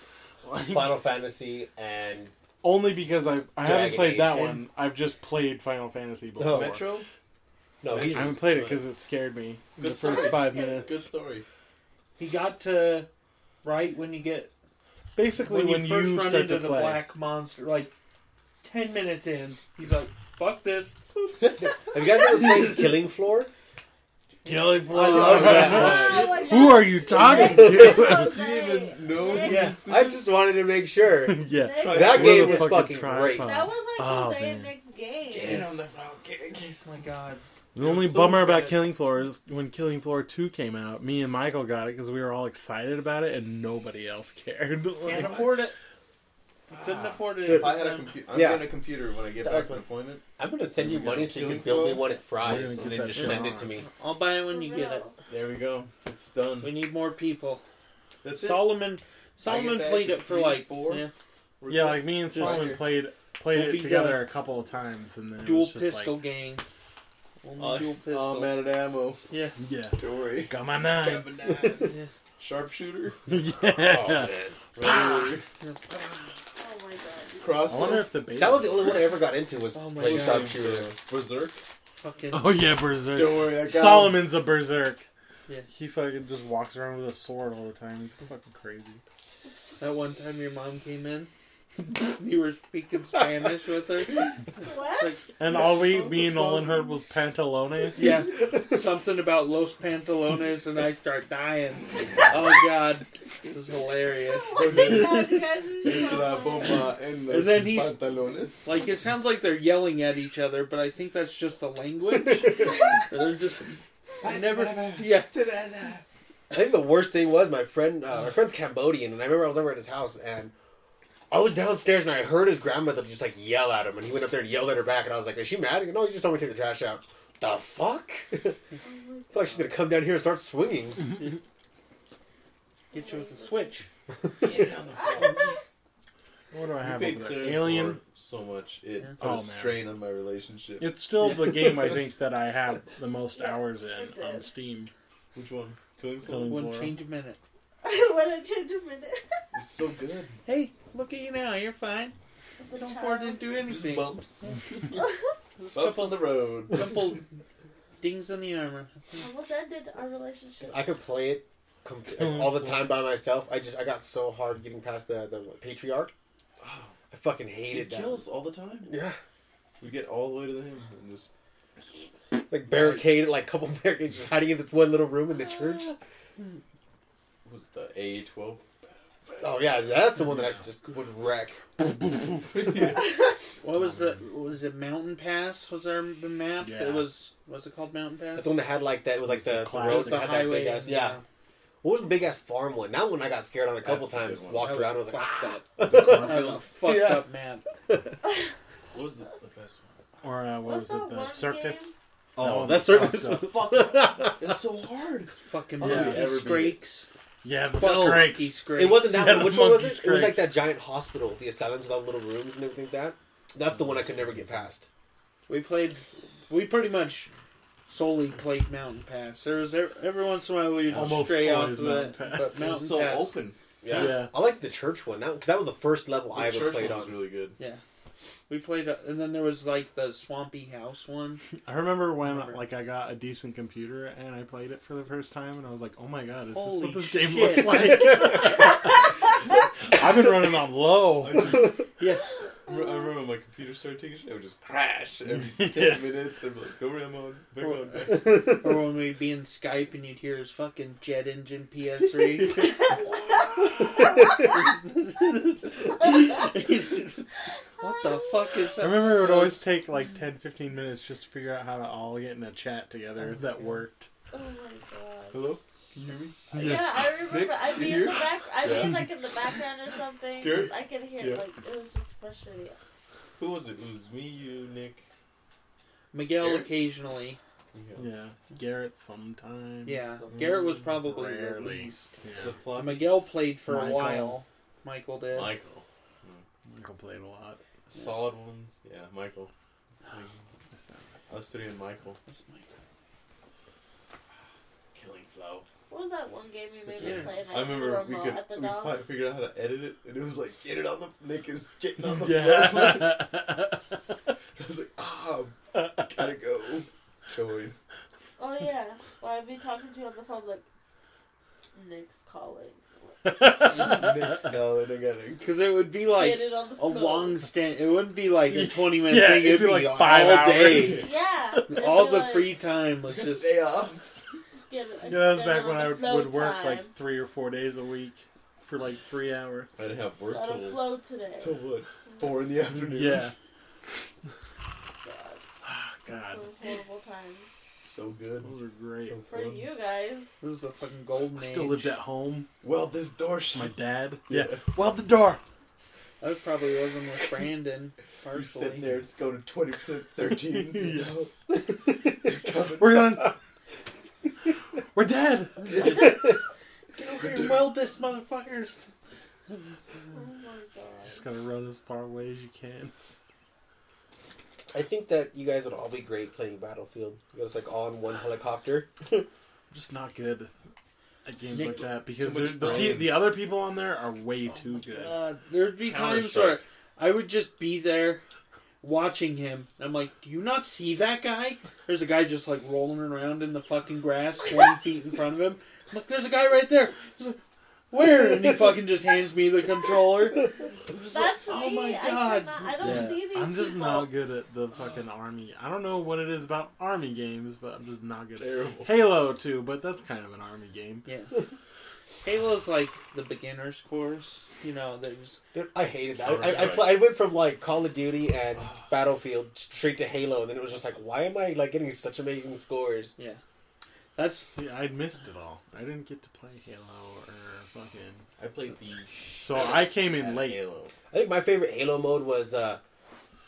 Speaker 1: Like,
Speaker 7: Final Fantasy and
Speaker 1: Only because I I haven't
Speaker 7: Dragon
Speaker 1: played
Speaker 7: Age
Speaker 1: that
Speaker 7: and-
Speaker 1: one. I've just played Final Fantasy before.
Speaker 7: Oh.
Speaker 5: Metro.
Speaker 7: no, he's
Speaker 1: I haven't played it because it scared me. in
Speaker 5: Good
Speaker 1: the first
Speaker 5: story.
Speaker 1: five
Speaker 5: Good
Speaker 1: minutes.
Speaker 5: story.
Speaker 4: He got to right when you get
Speaker 1: Basically,
Speaker 4: when,
Speaker 1: when,
Speaker 4: you first run
Speaker 1: start
Speaker 4: into
Speaker 1: to
Speaker 4: the
Speaker 1: play,
Speaker 4: black monster. Like ten minutes in, he's like, "Fuck this."
Speaker 7: Have you guys ever played Killing Floor?
Speaker 1: Killing
Speaker 7: I love that
Speaker 3: Oh, I
Speaker 1: Who
Speaker 3: love
Speaker 1: are you talking *laughs*
Speaker 3: it.
Speaker 1: to?
Speaker 3: Oh,
Speaker 5: Do you even know? who
Speaker 4: Yeah.
Speaker 5: this
Speaker 7: one. I
Speaker 5: is?
Speaker 7: just wanted to make sure.
Speaker 1: yeah.
Speaker 5: Try
Speaker 7: That
Speaker 5: it.
Speaker 7: game was
Speaker 1: Motherfucking
Speaker 7: fucking
Speaker 1: tripod.
Speaker 7: great.
Speaker 3: That was like
Speaker 1: Oh,
Speaker 3: Hosea's
Speaker 1: man.
Speaker 3: next
Speaker 5: Get
Speaker 3: game.
Speaker 5: it on the floor. Get it. Get it.
Speaker 4: Oh my god.
Speaker 1: The only
Speaker 5: so
Speaker 1: bummer about
Speaker 5: good.
Speaker 1: Killing Floor is when Killing Floor 2 came out, me and Michael got it because we were all excited about it and nobody else *laughs* cared.
Speaker 4: Can't
Speaker 1: Like,
Speaker 4: afford it. I couldn't
Speaker 5: Ah.
Speaker 4: afford it.
Speaker 7: Dude,
Speaker 4: at
Speaker 5: If I
Speaker 4: the
Speaker 5: had a
Speaker 4: time.
Speaker 5: computer, I'm
Speaker 7: Yeah.
Speaker 5: getting a computer when I get
Speaker 7: That
Speaker 5: back
Speaker 7: was
Speaker 5: from
Speaker 7: my-
Speaker 5: employment.
Speaker 7: *laughs* I'm gonna send you
Speaker 5: Here we go.
Speaker 7: money so you
Speaker 5: Killing
Speaker 7: can build me
Speaker 5: Floor.
Speaker 7: one at
Speaker 1: We're
Speaker 7: Fry's
Speaker 1: gonna
Speaker 7: and
Speaker 1: get
Speaker 7: then
Speaker 1: that
Speaker 7: just
Speaker 1: shit
Speaker 7: send
Speaker 1: on.
Speaker 7: it to
Speaker 4: *laughs*
Speaker 7: me.
Speaker 4: I'll buy it
Speaker 3: For
Speaker 4: when you get it.
Speaker 3: real.
Speaker 5: There we go. It's done.
Speaker 4: We need more people.
Speaker 5: That's it.
Speaker 4: Solomon Solomon
Speaker 5: back
Speaker 4: played
Speaker 5: at
Speaker 4: it for
Speaker 5: three,
Speaker 4: like
Speaker 5: four?
Speaker 4: yeah,
Speaker 5: We're
Speaker 1: yeah,
Speaker 5: good.
Speaker 1: like me and
Speaker 5: Just-
Speaker 1: Solomon played played
Speaker 4: We'll
Speaker 1: it
Speaker 4: be
Speaker 1: together a couple of times and then it
Speaker 4: dual
Speaker 1: was just
Speaker 4: pistol
Speaker 1: like, "Oh,
Speaker 4: gang. Only
Speaker 5: Uh,
Speaker 4: dual pistols.
Speaker 5: I'm out of ammo.
Speaker 4: yeah.
Speaker 1: Yeah.
Speaker 5: Don't worry.
Speaker 1: Got my
Speaker 5: Got
Speaker 1: nine.
Speaker 5: a banana.
Speaker 4: Yeah.
Speaker 5: Sharpshooter.
Speaker 1: *laughs*
Speaker 7: Oh,
Speaker 1: yeah.
Speaker 7: man.
Speaker 5: Ready?
Speaker 3: Oh my god.
Speaker 1: I
Speaker 5: Crossbow.
Speaker 1: wonder if the base.
Speaker 7: That was the only one I ever got into was
Speaker 4: Oh my
Speaker 7: playing
Speaker 4: God.
Speaker 7: Star Shooter.
Speaker 4: *laughs*
Speaker 5: Berserk.
Speaker 4: *laughs* Fucking
Speaker 1: *laughs* Oh, yeah, Berserk.
Speaker 5: Don't worry, I got him.
Speaker 1: Solomon's a berserk.
Speaker 4: Yeah.
Speaker 1: He fucking just walks around with a sword all the time. He's fucking crazy.
Speaker 4: that one time your mom came in. *laughs* you were speaking Spanish with her.
Speaker 3: What?
Speaker 4: *laughs* Like
Speaker 1: And all we, me and Nolan heard was pantalones.
Speaker 4: yeah. Something about Los Pantalones and I start dying.
Speaker 3: *laughs*
Speaker 4: Oh god. This is hilarious.
Speaker 3: Oh my god, you guys are
Speaker 5: It's
Speaker 3: so
Speaker 4: uh,
Speaker 5: la
Speaker 3: funny.
Speaker 5: bomba en los
Speaker 4: And then he's-
Speaker 5: pantalones.
Speaker 4: Like it sounds like they're yelling at each other, but I think that's just the language. *laughs* they're just I never yeah.
Speaker 7: I think the worst thing was my friend. Uh, my friend's Cambodian, and I remember I was over at his house, and I was downstairs, and I heard his grandmother just like yell at him, and he went up there and yelled at her back, and I was like, "Is she mad?" He goes, no, you just told me to take the trash out. The fuck! *laughs* I feel like she's gonna come down here and start swinging. *laughs*
Speaker 4: Get you with a switch.
Speaker 1: What do I
Speaker 5: You've
Speaker 1: have
Speaker 5: been
Speaker 1: over there?
Speaker 5: cleared
Speaker 1: Alien.
Speaker 5: for so much. It
Speaker 4: Yeah.
Speaker 5: put
Speaker 1: Oh,
Speaker 5: a
Speaker 1: man.
Speaker 5: strain on my relationship.
Speaker 1: It's still the game *laughs* I think that I have the most hours
Speaker 3: It
Speaker 1: in on
Speaker 3: is.
Speaker 1: Steam.
Speaker 5: Which one? Killing Floor?
Speaker 1: Killing
Speaker 4: One
Speaker 1: Floor.
Speaker 4: change a minute.
Speaker 3: *laughs* What a change a minute.
Speaker 5: It's so good.
Speaker 4: Hey, look at you now. You're fine.
Speaker 3: The
Speaker 4: Don't
Speaker 3: child.
Speaker 4: afford to do
Speaker 5: Just
Speaker 4: anything. *laughs*
Speaker 5: bumps.
Speaker 3: *laughs*
Speaker 4: Just a
Speaker 5: Bumps
Speaker 4: couple,
Speaker 5: on the road.
Speaker 4: *laughs* couple dings on the armor.
Speaker 3: Almost ended our relationship.
Speaker 7: I could play it com- like, all the time by myself. I just I got so hard getting past the the patriarch.
Speaker 5: Wow.
Speaker 7: I fucking hated
Speaker 5: It
Speaker 7: that.
Speaker 5: kills all the time.
Speaker 7: Yeah,
Speaker 5: We get all the way to the him and just
Speaker 7: like barricaded, like couple barricades, just hiding in this one little room in the church.
Speaker 5: was the A twelve.
Speaker 7: Oh yeah, that's the one that I just would wreck.
Speaker 4: What was the? Was it Mountain Pass? Was our the map?
Speaker 1: Yeah.
Speaker 4: It was. Was it called Mountain Pass?
Speaker 7: That's the one that had like that. It was like the, the
Speaker 1: Cloud.
Speaker 4: It
Speaker 7: road
Speaker 4: was
Speaker 7: that
Speaker 4: the
Speaker 7: had that
Speaker 4: highway. uh,
Speaker 7: big ass. Yeah. What was the big ass farm one? That one I got scared on a couple
Speaker 5: That's the
Speaker 7: times.
Speaker 5: good one.
Speaker 7: Walked
Speaker 4: That
Speaker 7: around, I
Speaker 4: was
Speaker 7: was like,
Speaker 4: fucked
Speaker 7: ah.
Speaker 4: up. That
Speaker 7: *laughs*
Speaker 4: was a
Speaker 5: Garfield.
Speaker 4: fucked
Speaker 7: Yeah.
Speaker 4: up map.
Speaker 5: What was the, the best
Speaker 1: Or uh, what
Speaker 3: What's
Speaker 1: was it?
Speaker 3: that
Speaker 1: The
Speaker 3: one
Speaker 1: circus.
Speaker 3: game?
Speaker 7: Oh,
Speaker 1: one
Speaker 7: that
Speaker 1: was
Speaker 7: circus
Speaker 1: fucked
Speaker 7: was
Speaker 1: up.
Speaker 7: *laughs* fucked
Speaker 5: one? It's so hard.
Speaker 4: Fucking
Speaker 5: How
Speaker 1: did we
Speaker 4: monkey
Speaker 5: ever beat it?
Speaker 4: scrakes.
Speaker 1: Yeah, the
Speaker 7: Well,
Speaker 1: Skrakes.
Speaker 4: Monkey scrakes.
Speaker 7: It wasn't that
Speaker 1: Yeah,
Speaker 7: one.
Speaker 1: the
Speaker 7: Which one was
Speaker 1: monkey
Speaker 7: it? It was like
Speaker 1: scrapes.
Speaker 7: that giant hospital, the asylums, with all the little rooms and everything like that. That's the one I could never get past.
Speaker 4: We played. We pretty much solely played Mountain Pass. There was ev- every once in a while we would
Speaker 1: Almost
Speaker 4: stray off
Speaker 1: always
Speaker 4: of it,
Speaker 1: Mountain Pass.
Speaker 4: but
Speaker 1: It
Speaker 4: Mountain
Speaker 5: so
Speaker 4: Pass.
Speaker 5: open.
Speaker 1: Yeah. Yeah.
Speaker 7: I like the church one because that was the first level I
Speaker 5: The
Speaker 7: ever
Speaker 5: church
Speaker 7: played
Speaker 5: one was
Speaker 7: on.
Speaker 5: really good.
Speaker 4: We played, uh, and then there was like the Swampy House one. *laughs*
Speaker 1: I remember when
Speaker 4: Remember.
Speaker 1: like I got a decent computer and I played it for the first time and I was like, "Oh my god, is
Speaker 4: Holy
Speaker 1: this what this game
Speaker 4: *laughs* shit.
Speaker 1: looks like?" I've been running on low. *laughs*
Speaker 5: I, just,
Speaker 4: Yeah,
Speaker 5: I remember when my computer started taking shit, it would just crash every 10
Speaker 1: Yeah.
Speaker 5: minutes. They'd be like, go Ramon, back
Speaker 4: Well,
Speaker 5: on, back.
Speaker 4: *laughs* or when we'd be in Skype and you'd hear his fucking jet engine
Speaker 1: *laughs*
Speaker 4: PS3. what the fuck is
Speaker 1: I
Speaker 4: that?
Speaker 1: remember it would always take like 10, 15 minutes just to figure out how to all get in a chat together that worked.
Speaker 3: Oh my god.
Speaker 5: Hello? Can you hear me?
Speaker 3: Yeah, I remember.
Speaker 5: Nick,
Speaker 3: I'd be
Speaker 5: you
Speaker 3: in the
Speaker 5: here?
Speaker 3: back. I'd
Speaker 5: Yeah.
Speaker 3: be like in the background or something. 'cause
Speaker 5: Here?
Speaker 3: I could hear
Speaker 5: Yeah.
Speaker 3: like it was just frustrating.
Speaker 5: Who was it? It was me, you, Nick.
Speaker 4: Miguel
Speaker 5: Garrett?
Speaker 4: occasionally.
Speaker 5: Yeah.
Speaker 1: Yeah. Garrett sometimes.
Speaker 4: Yeah, Garrett was probably the
Speaker 1: Rarely.
Speaker 4: least. Uh,
Speaker 1: Yeah.
Speaker 5: The plot.
Speaker 4: Miguel played for a
Speaker 1: Michael.
Speaker 4: while. Michael did.
Speaker 5: Michael.
Speaker 1: Michael played a lot.
Speaker 5: Solid ones. Yeah, Michael. Us three and Michael.
Speaker 4: That's Michael.
Speaker 5: Killing Flow.
Speaker 3: What was that one game you made me
Speaker 4: Yeah.
Speaker 3: play? And I,
Speaker 5: I remember we
Speaker 3: remote
Speaker 5: could
Speaker 3: at the
Speaker 5: we
Speaker 3: dog.
Speaker 5: fi- figured out how to edit it, and it was like get it on the Nick is getting on the floor. *laughs*
Speaker 1: *laughs* Yeah.
Speaker 5: I was like, ah, gotta go. Join.
Speaker 3: Oh yeah. Well, I'd be talking to you on the phone like, Nick's calling.
Speaker 5: Nick's calling. I gotta.
Speaker 4: Because it would be like
Speaker 3: Get it on the
Speaker 4: a
Speaker 3: phone.
Speaker 4: long stand. It wouldn't be like a
Speaker 1: Yeah,
Speaker 4: twenty minute
Speaker 1: it'd
Speaker 4: thing. It'd,
Speaker 1: be
Speaker 4: be,
Speaker 1: like
Speaker 4: all
Speaker 1: five
Speaker 4: day.
Speaker 1: hours.
Speaker 4: *laughs*
Speaker 3: Yeah. It'd
Speaker 4: All
Speaker 3: be
Speaker 4: the
Speaker 3: like,
Speaker 4: free time was just
Speaker 5: Day off.
Speaker 3: Get it,
Speaker 1: Yeah, that was
Speaker 3: get it
Speaker 1: back
Speaker 3: on
Speaker 1: when
Speaker 3: the
Speaker 1: I would,
Speaker 3: flow
Speaker 1: would work
Speaker 3: time.
Speaker 1: like three or four days a week for like three hours.
Speaker 5: I didn't have work
Speaker 3: Let it
Speaker 5: till
Speaker 3: flow today.
Speaker 5: till what four in the afternoon.
Speaker 1: Yeah.
Speaker 3: God,
Speaker 5: Oh,
Speaker 1: God,
Speaker 3: Some horrible times.
Speaker 5: so good.
Speaker 1: those are great.
Speaker 5: So
Speaker 3: For
Speaker 5: fun.
Speaker 3: you guys.
Speaker 4: this is the fucking golden
Speaker 1: I
Speaker 4: age.
Speaker 1: still lived at home.
Speaker 5: Well, this door
Speaker 1: with
Speaker 5: shut.
Speaker 1: My dad.
Speaker 5: Yeah.
Speaker 1: Weld the door.
Speaker 4: I was probably living with Brandon
Speaker 5: You're
Speaker 4: partially.
Speaker 5: sitting there, just going to twenty percent,
Speaker 1: *laughs*
Speaker 5: thirteen. You know, they're coming.
Speaker 1: We're
Speaker 5: *laughs*
Speaker 1: gonna. We're dead.
Speaker 4: Get over here and weld this, motherfuckers.
Speaker 3: Oh my god.
Speaker 1: Just gotta run as far away as you can.
Speaker 7: I think that you guys would all be great playing Battlefield. It was like all in one helicopter.
Speaker 1: just not good at games
Speaker 4: Nick,
Speaker 1: like that because
Speaker 5: too
Speaker 1: there-
Speaker 5: much
Speaker 1: the, pe-
Speaker 5: brains.
Speaker 1: the other people on there are way
Speaker 3: Oh
Speaker 1: too good.
Speaker 4: God, there'd be times where
Speaker 5: Counter-Strike.
Speaker 4: I would just be there watching him. I'm like, do you not see that guy? There's a guy just like rolling around in the fucking grass 20 feet in front of him. I'm like, there's a guy right there. He's like, where? And he fucking just hands me the controller. I'm just like,
Speaker 3: That's
Speaker 4: oh
Speaker 3: me.
Speaker 4: my
Speaker 3: I,
Speaker 4: god.
Speaker 3: cannot, I don't
Speaker 1: Yeah.
Speaker 3: see these
Speaker 1: I'm just
Speaker 3: people.
Speaker 1: not good at the fucking army. I don't know what it is about army games, but I'm just not good at
Speaker 5: Terrible.
Speaker 1: Halo too. But that's kind of an army game.
Speaker 4: Yeah. Halo's like the beginner's course. You know, there's
Speaker 7: Dude, I hated that. I, I, I, play, I went from like Call of Duty and Battlefield straight to Halo, and then it was just like, why am I like getting such amazing scores?
Speaker 4: that's
Speaker 1: See, I missed it all. I didn't get to play Halo or fucking.
Speaker 5: I played the
Speaker 1: So I came in late.
Speaker 5: Halo.
Speaker 7: I think my favorite Halo mode was uh,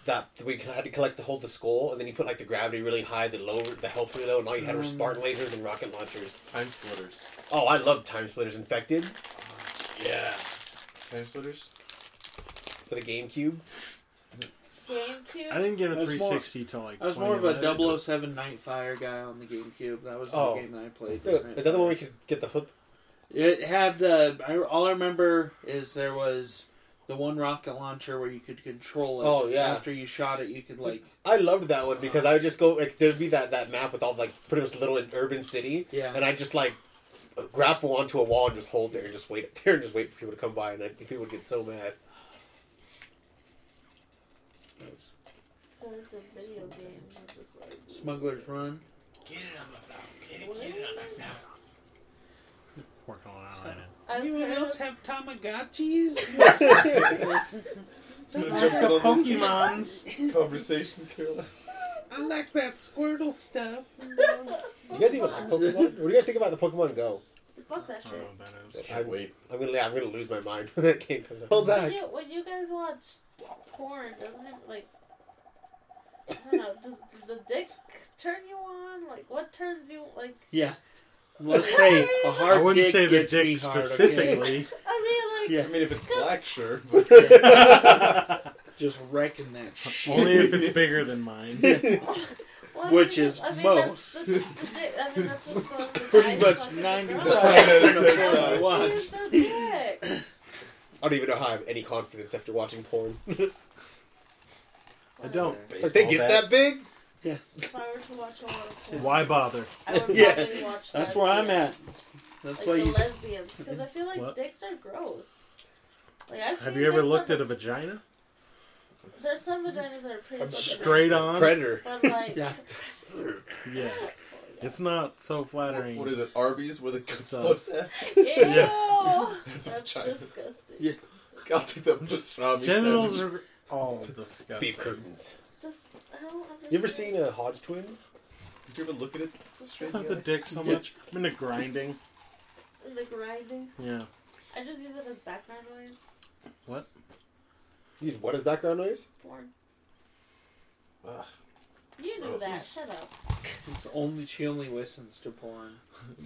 Speaker 7: that we had to collect to hold the skull, and then you put like the gravity really high, the lower the health really low, and all you had were
Speaker 4: Um.
Speaker 7: Spartan lasers and rocket launchers.
Speaker 5: Time splitters.
Speaker 7: Oh, I love Time Splitters Infected
Speaker 5: Yeah. Time splitters.
Speaker 7: for the GameCube.
Speaker 3: GameCube.
Speaker 1: I didn't get a
Speaker 4: I was more-
Speaker 1: 360 till like.
Speaker 4: I was more of a
Speaker 1: 2011.
Speaker 4: 007 Nightfire guy on the GameCube. That was the
Speaker 7: Oh.
Speaker 4: game that I played. was
Speaker 7: Is that the one we could get the hook?
Speaker 4: It had the. I, all I remember is there was the one rocket launcher where you could control it.
Speaker 7: Oh, yeah.
Speaker 4: After you shot it, you could like.
Speaker 7: I loved that one because I would just go like there'd be that that map with all like pretty much little in urban city,
Speaker 4: Yeah.
Speaker 7: and I just like grapple onto a wall and just hold there and just wait *laughs* there and just wait for people to come by, and I think people would get so mad.
Speaker 3: Those are video games. I'm just like.
Speaker 4: Smuggler's Run.
Speaker 5: Get it on the floor. Get
Speaker 3: What?
Speaker 1: Working on
Speaker 4: So-
Speaker 1: it.
Speaker 3: I've
Speaker 4: Anyone
Speaker 3: heard
Speaker 4: else
Speaker 3: of,
Speaker 4: have Tamagotchis? *laughs*
Speaker 5: Should
Speaker 1: I
Speaker 5: have jumped
Speaker 1: got
Speaker 5: in on this
Speaker 1: Pokemons.
Speaker 5: *laughs* conversation,
Speaker 1: *laughs*
Speaker 5: Carol.
Speaker 4: I like that Squirtle stuff.
Speaker 7: You guys even like *laughs* Pokemon? what do you guys think about the Pokemon Go?
Speaker 3: fuck that
Speaker 1: I don't know
Speaker 3: shit.
Speaker 1: what Oh, that is.
Speaker 7: I-
Speaker 5: wait.
Speaker 7: I'm gonna I'm gonna lose my mind *laughs* when that game comes out. Hold
Speaker 3: When you, when you guys watch porn, doesn't it like? I don't know. Does the dick turn you on? Like, what turns you like?
Speaker 4: *laughs* yeah. Let's say a hard
Speaker 1: I wouldn't
Speaker 4: dick
Speaker 1: say the
Speaker 4: gets me
Speaker 1: dick
Speaker 4: hard, okay? *laughs*
Speaker 1: specifically.
Speaker 3: *laughs* I mean, like,
Speaker 5: *laughs*
Speaker 4: Yeah.
Speaker 5: I mean, if it's black, sure. But
Speaker 1: I
Speaker 4: just wrecking that shit.
Speaker 1: Only if it's bigger than mine.
Speaker 3: Well,
Speaker 4: Which
Speaker 3: that's-
Speaker 4: is
Speaker 3: I mean,
Speaker 4: most.
Speaker 3: That's, that's the dick. I mean, that's what's going on.
Speaker 4: Pretty much
Speaker 5: 95% of what I
Speaker 3: Here's the dick.
Speaker 7: I don't even know how I have any confidence after watching porn.
Speaker 1: I don't.
Speaker 7: It's like they get that big.
Speaker 3: If I were to watch a lot of porn,
Speaker 1: Why bother?
Speaker 3: I would probably
Speaker 4: Yeah,
Speaker 3: watch
Speaker 4: That's where I'm at.
Speaker 3: lesbians.
Speaker 4: That's
Speaker 3: Like
Speaker 4: why
Speaker 3: the
Speaker 4: you. s-
Speaker 3: lesbians, because I feel like
Speaker 1: What?
Speaker 3: dicks are gross. Like I've
Speaker 1: Have
Speaker 3: seen
Speaker 1: you ever
Speaker 3: dicks
Speaker 1: looked
Speaker 3: on
Speaker 1: at a vagina?
Speaker 3: There's some vaginas that are pretty
Speaker 7: I'm
Speaker 3: fucking
Speaker 1: Straight
Speaker 3: nice,
Speaker 1: on?
Speaker 7: Predator.
Speaker 3: But like,
Speaker 4: Yeah.
Speaker 1: Yeah.
Speaker 3: Oh,
Speaker 1: *laughs*
Speaker 3: yeah.
Speaker 1: It's not so flattering.
Speaker 5: What is it? Arby's where the good
Speaker 1: So-
Speaker 5: stuff's at? *laughs*
Speaker 3: Ew.
Speaker 5: That's a
Speaker 3: That's
Speaker 5: vagina.
Speaker 3: disgusting.
Speaker 4: Yeah.
Speaker 5: *laughs* I'll take that pastrami
Speaker 1: Genitals
Speaker 5: sandwich.
Speaker 1: are all disgusting.
Speaker 7: Beef curtains.
Speaker 3: Just, I don't understand.
Speaker 7: You ever seen uh, Hodge twins?
Speaker 5: Did you ever look at it? straight
Speaker 1: It's
Speaker 5: in
Speaker 1: not the
Speaker 5: eyes?
Speaker 1: dick so much. I'm into grinding.
Speaker 3: the grinding?
Speaker 1: Yeah.
Speaker 3: I just use it as background noise.
Speaker 7: Use what as background noise?
Speaker 3: Porn.
Speaker 5: Ugh.
Speaker 3: You knew
Speaker 5: Gross.
Speaker 3: that. Shut up.
Speaker 4: It's only she only listens to porn.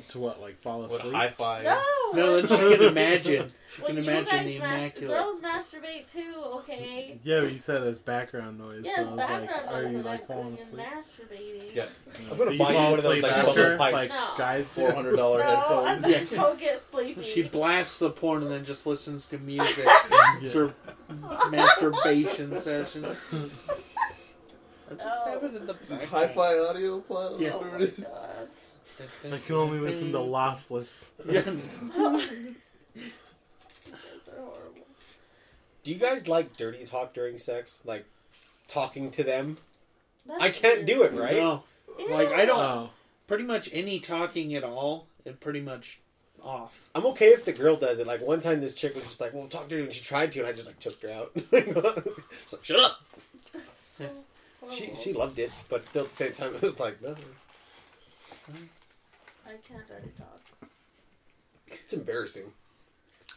Speaker 1: To what? Like fall
Speaker 5: What
Speaker 1: asleep?
Speaker 5: high five.
Speaker 3: No.
Speaker 4: *laughs* No, and she can imagine. She
Speaker 3: Well,
Speaker 4: can
Speaker 3: you
Speaker 4: imagine
Speaker 3: guys
Speaker 4: the
Speaker 3: mas-
Speaker 4: immaculate.
Speaker 3: girls masturbate too. Okay.
Speaker 1: Yeah, but you said as background noise.
Speaker 3: Yeah,
Speaker 1: so I
Speaker 3: it's
Speaker 1: was
Speaker 3: background
Speaker 1: like, are
Speaker 3: noise.
Speaker 1: you
Speaker 3: but
Speaker 1: like
Speaker 3: I'm
Speaker 1: falling
Speaker 3: fucking
Speaker 1: asleep?
Speaker 3: Masturbating.
Speaker 5: Yeah.
Speaker 7: I'm gonna
Speaker 1: Do
Speaker 7: buy you
Speaker 1: fall
Speaker 7: one of those
Speaker 1: asleep
Speaker 7: like
Speaker 1: after,
Speaker 7: bubble
Speaker 1: like
Speaker 7: pipes.
Speaker 3: No.
Speaker 1: guys do?
Speaker 5: Four hundred dollar
Speaker 3: Bro,
Speaker 5: headphones.
Speaker 3: I just *laughs* go get sleepy.
Speaker 4: She blasts the porn and then just listens
Speaker 1: *laughs*
Speaker 4: to music. It's
Speaker 1: Yeah.
Speaker 4: her masturbation session. I just have it in the
Speaker 5: Is this
Speaker 4: back.
Speaker 5: high fi audio file?
Speaker 4: Yeah.
Speaker 5: Whatever
Speaker 3: *laughs* Oh
Speaker 5: it
Speaker 3: my
Speaker 5: is.
Speaker 3: *laughs* God.
Speaker 1: I can only listen to Lossless.
Speaker 4: Yeah. *laughs*
Speaker 3: You guys are horrible.
Speaker 7: Do you guys like dirty talk during sex? Like talking to them?
Speaker 3: That's
Speaker 7: I can't do it, right?
Speaker 4: No. Like, I don't-
Speaker 1: Oh.
Speaker 4: Pretty much any talking at all, it pretty much off.
Speaker 7: I'm okay if the girl does it. Like one time, this chick was just like, "Well, talk dirty," and she tried to, and I just like choked her out. *laughs* She's like, "Shut up." She she loved it, but still at the same time, *laughs* it was like, "No,
Speaker 3: I can't already talk. *laughs*
Speaker 7: it's embarrassing."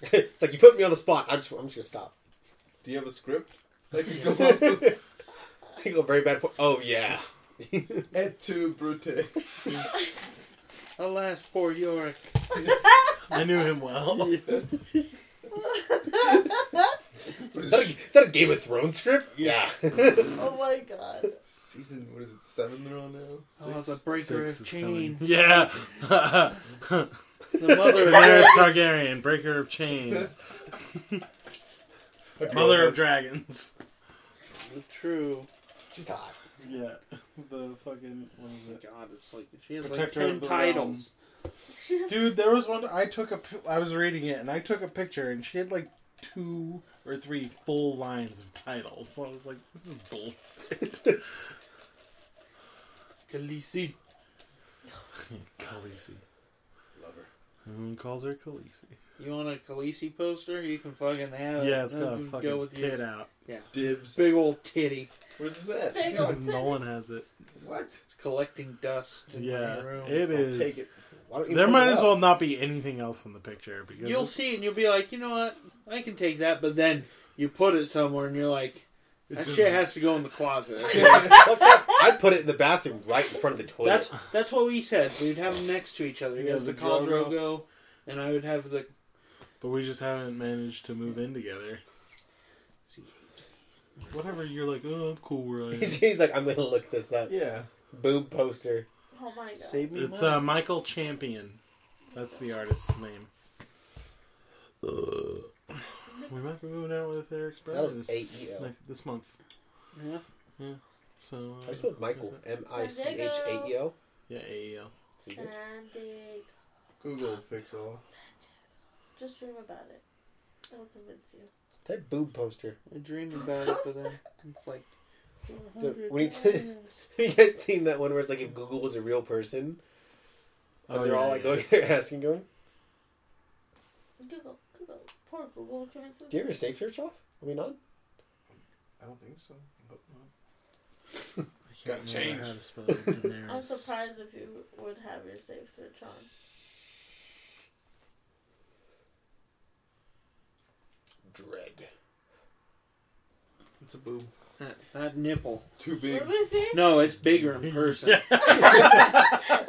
Speaker 7: *laughs* it's like you put me on the spot. I just I'm just gonna stop. *laughs*
Speaker 5: Do you have a script? Like you go off of?
Speaker 7: I go very bad. Po- oh yeah. *laughs*
Speaker 5: Et tu,
Speaker 3: *laughs*
Speaker 5: Brute?
Speaker 4: Alas, poor Yorick.
Speaker 1: I knew him well.
Speaker 7: Is that, a, is that a Game of Thrones script? Yeah. *laughs*
Speaker 3: oh my god.
Speaker 5: Season, what is it, seven they're on now?
Speaker 4: Oh, the
Speaker 5: Six?
Speaker 4: breaker
Speaker 1: Six
Speaker 4: of
Speaker 1: is coming. *laughs*
Speaker 4: chains.
Speaker 1: Yeah.
Speaker 4: The mother of
Speaker 1: *laughs* Daenerys Targaryen, breaker of chains, *laughs*
Speaker 5: My girl
Speaker 1: mother of
Speaker 5: has-
Speaker 1: dragons.
Speaker 4: True.
Speaker 7: She's hot.
Speaker 1: Yeah. The fucking what is it?
Speaker 4: Oh, God, it's like she has
Speaker 1: Protector
Speaker 4: like
Speaker 1: of
Speaker 4: ten
Speaker 1: the
Speaker 4: titles.
Speaker 3: She has
Speaker 1: Dude, there was one I took a pi- I was reading it and I took a picture and she had like two or three full lines of titles. So I was like, this is bull.
Speaker 4: Khaleesi.
Speaker 1: Khaleesi.
Speaker 5: Love her.
Speaker 1: Who calls her Khaleesi?
Speaker 4: You want a Khaleesi poster? You can fucking have it.
Speaker 1: yeah, it's got a
Speaker 4: You can
Speaker 1: fucking tit
Speaker 4: yours.
Speaker 1: out.
Speaker 5: Dibs.
Speaker 4: Big old titty.
Speaker 5: Where's this at?
Speaker 3: big old titty.
Speaker 1: Nolan has it.
Speaker 5: What?
Speaker 4: collecting dust in
Speaker 1: Yeah,
Speaker 4: my room.
Speaker 1: it
Speaker 5: I'll
Speaker 1: is.
Speaker 5: take it.
Speaker 7: Why don't you
Speaker 1: There
Speaker 7: put
Speaker 1: might
Speaker 7: it
Speaker 1: as
Speaker 7: up? *laughs*
Speaker 1: well not be anything else in the picture because
Speaker 4: You'll
Speaker 1: it's-
Speaker 4: see it and you'll be like, you know what? I can take that, but then you put it somewhere and you're like,
Speaker 1: it
Speaker 4: that
Speaker 1: just-
Speaker 4: shit has to go in the
Speaker 1: *laughs*
Speaker 4: closet.
Speaker 7: Fuck that. I'd put it in the bathroom right in front of the toilet.
Speaker 4: that's that's what we said. We'd have them next to each other. He
Speaker 1: Yeah,
Speaker 4: has the
Speaker 1: the
Speaker 4: Caldro
Speaker 1: Drogo.
Speaker 4: go, and I would have the.
Speaker 1: But we just haven't managed to move in together. Whatever, you're like, oh, I'm cool where
Speaker 7: *laughs*
Speaker 1: I am.
Speaker 7: He's like, I'm gonna look this up.
Speaker 5: Yeah.
Speaker 7: Boob poster.
Speaker 3: Oh my god.
Speaker 4: Save me
Speaker 1: It's
Speaker 4: money.
Speaker 1: uh, Michael Champion. That's the artist's name. Uh, We might be moving out with Eric's
Speaker 7: That
Speaker 1: brother
Speaker 7: was E
Speaker 1: this,
Speaker 7: AEL.
Speaker 1: like, this month.
Speaker 4: Yeah.
Speaker 1: So
Speaker 7: I
Speaker 1: uh,
Speaker 7: spelled Michael. M I C H A E L.
Speaker 1: yeah, AEL.
Speaker 3: San Diego.
Speaker 5: Google will fix all.
Speaker 3: Just dream about it. It'll convince you.
Speaker 7: That boob poster.
Speaker 4: I dream about it, but then it's like.
Speaker 7: Dude, *laughs* when
Speaker 3: Oh
Speaker 7: he-
Speaker 4: $400.
Speaker 7: Have you guys seen that one where it's like if Google was a real person? And they're
Speaker 1: Oh, yeah,
Speaker 7: all like
Speaker 1: yeah.
Speaker 7: going there asking him,
Speaker 3: Google, Google. Poor Google will convince you.
Speaker 7: Do you ever safe search off? I mean on?
Speaker 5: I don't think so. But, uh,
Speaker 1: I can't
Speaker 5: Gotta
Speaker 1: remember
Speaker 5: change.
Speaker 1: how to spell
Speaker 7: *laughs*
Speaker 1: it.
Speaker 3: I'm
Speaker 1: Daenerys.
Speaker 3: surprised if you would have your safe search on.
Speaker 7: Dread.
Speaker 4: It's a boob. That, that nipple.
Speaker 5: too big.
Speaker 3: Let me see.
Speaker 4: No, it's bigger in person.
Speaker 3: Let me see. Let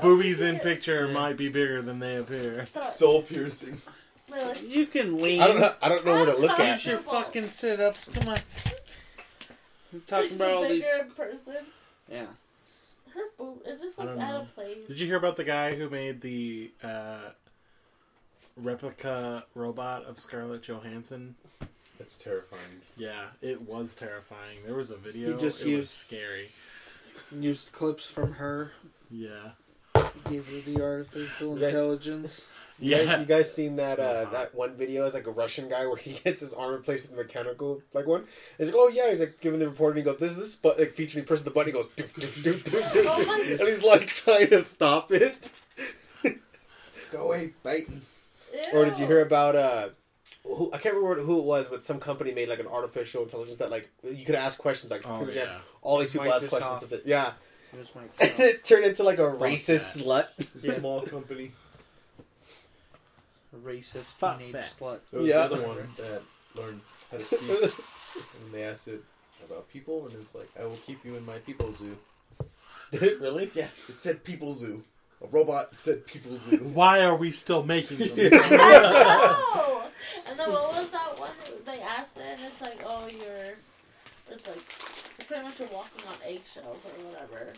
Speaker 5: *laughs*
Speaker 1: Boobies
Speaker 3: see
Speaker 1: in
Speaker 3: it.
Speaker 1: picture
Speaker 4: Yeah.
Speaker 1: might be bigger than they appear.
Speaker 3: Thought-
Speaker 5: Soul piercing.
Speaker 3: Wait,
Speaker 4: You can lean.
Speaker 5: I don't know. I don't know what to look
Speaker 4: Use
Speaker 5: at.
Speaker 4: your fucking sit ups. Come on. I'm
Speaker 3: She's
Speaker 4: talking about all
Speaker 3: bigger
Speaker 4: these.
Speaker 3: in person.
Speaker 4: Yeah.
Speaker 3: Her boob, it just
Speaker 1: I
Speaker 3: looks
Speaker 1: don't
Speaker 3: out
Speaker 1: know.
Speaker 3: of place.
Speaker 1: Did you hear about the guy who made the uh, replica robot of Scarlett Johansson?
Speaker 5: That's terrifying.
Speaker 1: Yeah, it was terrifying. There was a video.
Speaker 4: He just
Speaker 1: it
Speaker 4: used-
Speaker 1: was scary.
Speaker 4: Used clips from her.
Speaker 1: Yeah.
Speaker 4: Gave her the artificial
Speaker 7: You guys-
Speaker 4: intelligence.
Speaker 7: You guys-
Speaker 1: *laughs* Yeah.
Speaker 7: You guys seen that
Speaker 1: That's
Speaker 7: uh,
Speaker 1: hot.
Speaker 7: that one video? It's like a Russian guy where he *laughs* gets his arm replaced with a mechanical like one. He's like, oh yeah, he's like giving the report and he goes, this is this button, like featuring he presses the button, he goes, doop, doop, doop, doop, doop,
Speaker 3: Oh
Speaker 7: doop.
Speaker 3: my-
Speaker 7: and he's like trying to stop it. Go away, biting. Or did you hear about uh, who I can't remember who it was, but some company made like an artificial intelligence that like you could ask questions like
Speaker 1: Oh,
Speaker 7: pretty much
Speaker 1: yeah. Oh.
Speaker 7: all these people ask
Speaker 4: Microsoft.
Speaker 7: questions. Of it. Yeah,
Speaker 4: Here's my
Speaker 7: *laughs* and
Speaker 4: phone.
Speaker 7: it turned into like a racist slut.
Speaker 1: *laughs*
Speaker 5: Small
Speaker 7: *laughs*
Speaker 5: company.
Speaker 4: A racist
Speaker 1: Fuck
Speaker 4: teenage
Speaker 1: that.
Speaker 4: slut.
Speaker 5: There was
Speaker 7: Yeah.
Speaker 5: the other one that learned how to speak, and they asked it about people, and it was like, "I will keep you in my people zoo."
Speaker 7: Did it really?
Speaker 5: Yeah, it said people zoo. A robot said people zoo.
Speaker 1: Why are we still making them? *laughs*
Speaker 3: no! And then what was that one? that They asked it, and it's like, oh, you're. It's like, it's pretty much you're walking on eggshells or whatever.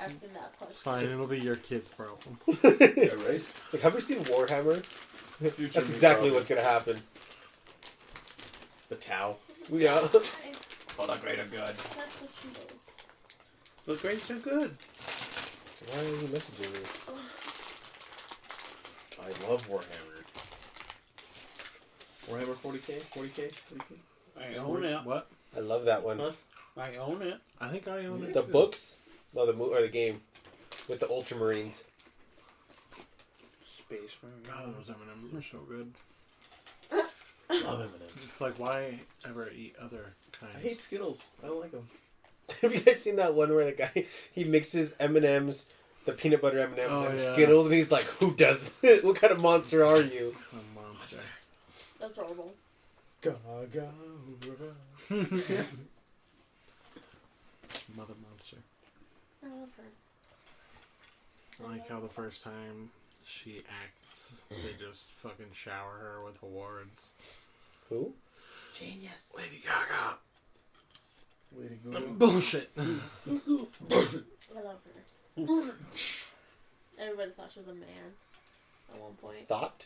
Speaker 3: Asking that
Speaker 1: It's
Speaker 3: question.
Speaker 1: fine. It'll be your kid's problem.
Speaker 5: *laughs* yeah, right.
Speaker 7: It's like, have we seen Warhammer?
Speaker 5: Future
Speaker 7: That's exactly what's
Speaker 5: to
Speaker 7: gonna happen.
Speaker 1: *laughs*
Speaker 5: The Tau.
Speaker 1: *laughs*
Speaker 7: Yeah.
Speaker 3: Hey,
Speaker 5: For the greater good.
Speaker 3: That's what she knows.
Speaker 4: But grapes are good.
Speaker 7: Why are you messaging me?
Speaker 5: I love Warhammer. Warhammer 40k, 40k, 40k.
Speaker 4: I own it.
Speaker 1: What?
Speaker 7: I love that one.
Speaker 5: Huh?
Speaker 4: I own it.
Speaker 1: I think I own it.
Speaker 7: The books? No, the mo- or the game with the Ultramarines. *laughs*
Speaker 4: Space Marine.
Speaker 1: God, those M&M's are so good.
Speaker 5: Love M&M's.
Speaker 1: It's like, why ever eat other kinds?
Speaker 5: I hate Skittles. I don't like them.
Speaker 7: Have you guys seen that one where the guy he mixes M and M's, the peanut butter M and M's,
Speaker 1: Oh,
Speaker 7: and
Speaker 1: yeah.
Speaker 7: Skittles, and he's like, "Who does *laughs* this? What kind of monster are you?"
Speaker 1: a monster.
Speaker 3: That's horrible.
Speaker 5: Gaga.
Speaker 1: Mother monster.
Speaker 3: I love her.
Speaker 1: I like how the first time she acts, they just fucking shower her with awards.
Speaker 7: Who?
Speaker 5: Genius.
Speaker 1: Lady Gaga.
Speaker 5: Way to go.
Speaker 1: Mm. Bullshit.
Speaker 3: I love her. Everybody thought she was a man at one point.
Speaker 7: Thought.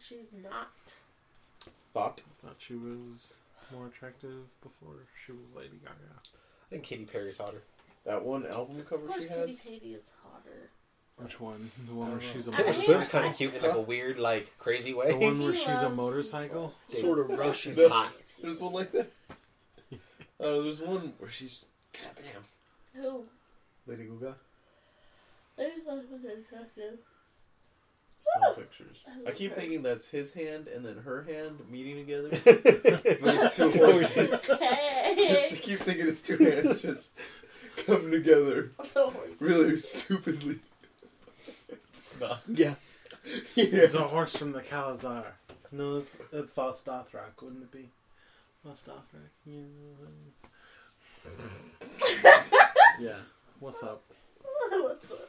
Speaker 3: She's not.
Speaker 7: Thought.
Speaker 1: Thought she was more attractive before she was Lady Gaga.
Speaker 7: I think Katy Perry's hotter.
Speaker 5: That one album
Speaker 3: Of
Speaker 5: cover
Speaker 3: course,
Speaker 5: she
Speaker 3: Katy
Speaker 5: has.
Speaker 3: Katy is hotter.
Speaker 1: Which one? The one
Speaker 5: I
Speaker 1: where
Speaker 5: don't
Speaker 1: she's a
Speaker 3: know.
Speaker 7: Taylor
Speaker 3: I
Speaker 1: motorcycle.
Speaker 3: mean,
Speaker 7: Swift's kind
Speaker 3: I-
Speaker 7: of cute in like a weird, like crazy way.
Speaker 1: The
Speaker 7: *laughs*
Speaker 1: one where
Speaker 3: He
Speaker 1: she's a
Speaker 3: loves
Speaker 1: motorcycle.
Speaker 3: Taylor
Speaker 4: Sort of
Speaker 7: Dude,
Speaker 4: Russian.
Speaker 7: She's
Speaker 5: No.
Speaker 7: hot.
Speaker 5: *laughs*
Speaker 3: Swift.
Speaker 5: There's one like that. Uh, there's one where she's. God damn.
Speaker 3: Who?
Speaker 5: Lady Gaga.
Speaker 3: I just thought she was attractive.
Speaker 5: Some pictures.
Speaker 3: I love
Speaker 5: I keep
Speaker 3: her.
Speaker 5: thinking that's his hand and then her hand meeting together.
Speaker 7: *laughs* Those
Speaker 5: Those two
Speaker 7: Two
Speaker 5: horses. *laughs* I
Speaker 3: Hey! *laughs*
Speaker 5: keep thinking it's two hands just coming together
Speaker 3: So horny.
Speaker 5: really stupidly. *laughs* It's not.
Speaker 4: Yeah.
Speaker 1: It's
Speaker 5: Yeah.
Speaker 1: a horse from the Kalazar. No, it's, it's Vostothrok, wouldn't it be? Vostothrok. Yeah. yeah. What's up?
Speaker 3: What's up?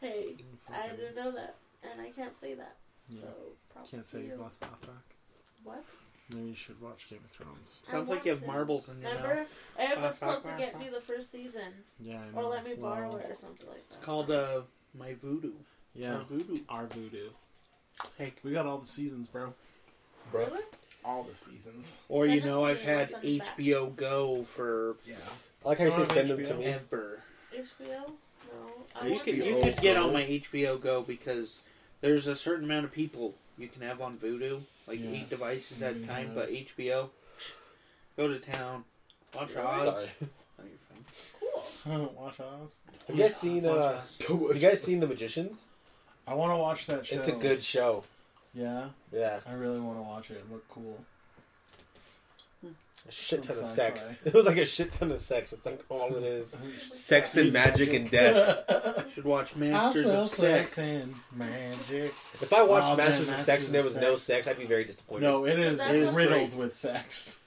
Speaker 3: Hey, I didn't know that, and I can't say that.
Speaker 1: Yeah.
Speaker 3: So props
Speaker 1: Can't
Speaker 3: to
Speaker 1: say
Speaker 3: you.
Speaker 1: Vostothrok.
Speaker 3: What?
Speaker 1: Maybe you should watch Game of Thrones.
Speaker 4: Sounds like you have
Speaker 3: watching.
Speaker 4: marbles in your mouth.
Speaker 3: Remember, Aaron was
Speaker 4: Bah, bah,
Speaker 3: supposed to
Speaker 4: bah,
Speaker 3: get
Speaker 4: bah.
Speaker 3: me the first season,
Speaker 1: Yeah, I know.
Speaker 3: or let me borrow
Speaker 1: Well,
Speaker 3: it, or something like that.
Speaker 4: It's called uh, My Voodoo.
Speaker 1: Yeah.
Speaker 4: My Voodoo.
Speaker 1: Our voodoo.
Speaker 4: Hey,
Speaker 1: We got all the seasons, bro.
Speaker 5: Bruh.
Speaker 3: Really?
Speaker 1: All the seasons.
Speaker 4: Or
Speaker 3: Send
Speaker 4: you
Speaker 3: it
Speaker 4: know,
Speaker 3: to
Speaker 4: I've
Speaker 3: me,
Speaker 4: had
Speaker 3: I'll send it back.
Speaker 4: HBO Go for
Speaker 1: Yeah.
Speaker 7: *laughs*
Speaker 4: *laughs*
Speaker 7: I like how you say
Speaker 1: Oh,
Speaker 7: send them to
Speaker 1: HBO.
Speaker 7: me.
Speaker 4: ever.
Speaker 3: HBO? No. I
Speaker 4: You
Speaker 3: want
Speaker 4: could you
Speaker 5: HBO
Speaker 4: could get on
Speaker 5: Go?
Speaker 4: my HBO Go because there's a certain amount of people you can have on Voodoo, like
Speaker 1: Yeah.
Speaker 4: eight devices at a
Speaker 1: Mhm.
Speaker 4: time. But HBO, go to town, watch
Speaker 3: Really?
Speaker 4: Oz.
Speaker 7: Sorry.
Speaker 4: Oh, you're fine.
Speaker 3: cool.
Speaker 1: watch Oz.
Speaker 7: Have you guys seen?
Speaker 4: Watch
Speaker 7: Uh,
Speaker 4: Oz.
Speaker 5: Go
Speaker 7: have you guys seen The Magicians?
Speaker 1: I want to watch that show.
Speaker 7: It's a good show.
Speaker 1: Yeah,
Speaker 7: Yeah,
Speaker 1: I really want to watch it. It looked cool.
Speaker 7: a shit ton of
Speaker 1: Sounds
Speaker 7: sex.
Speaker 1: sci-fi.
Speaker 7: *laughs* It was like a shit ton of sex. *laughs* It's like all it is. Sex and magic and death.
Speaker 1: *laughs* Death.
Speaker 4: Should watch Masters of Sex.
Speaker 1: and magic.
Speaker 7: If I watched
Speaker 1: Oh, man,
Speaker 7: Masters of
Speaker 1: Masters
Speaker 7: Sex and there
Speaker 1: of
Speaker 7: was no
Speaker 1: Sex.
Speaker 7: sex, I'd be very disappointed.
Speaker 1: No, it is
Speaker 3: That was
Speaker 1: riddled
Speaker 4: great.
Speaker 1: with sex.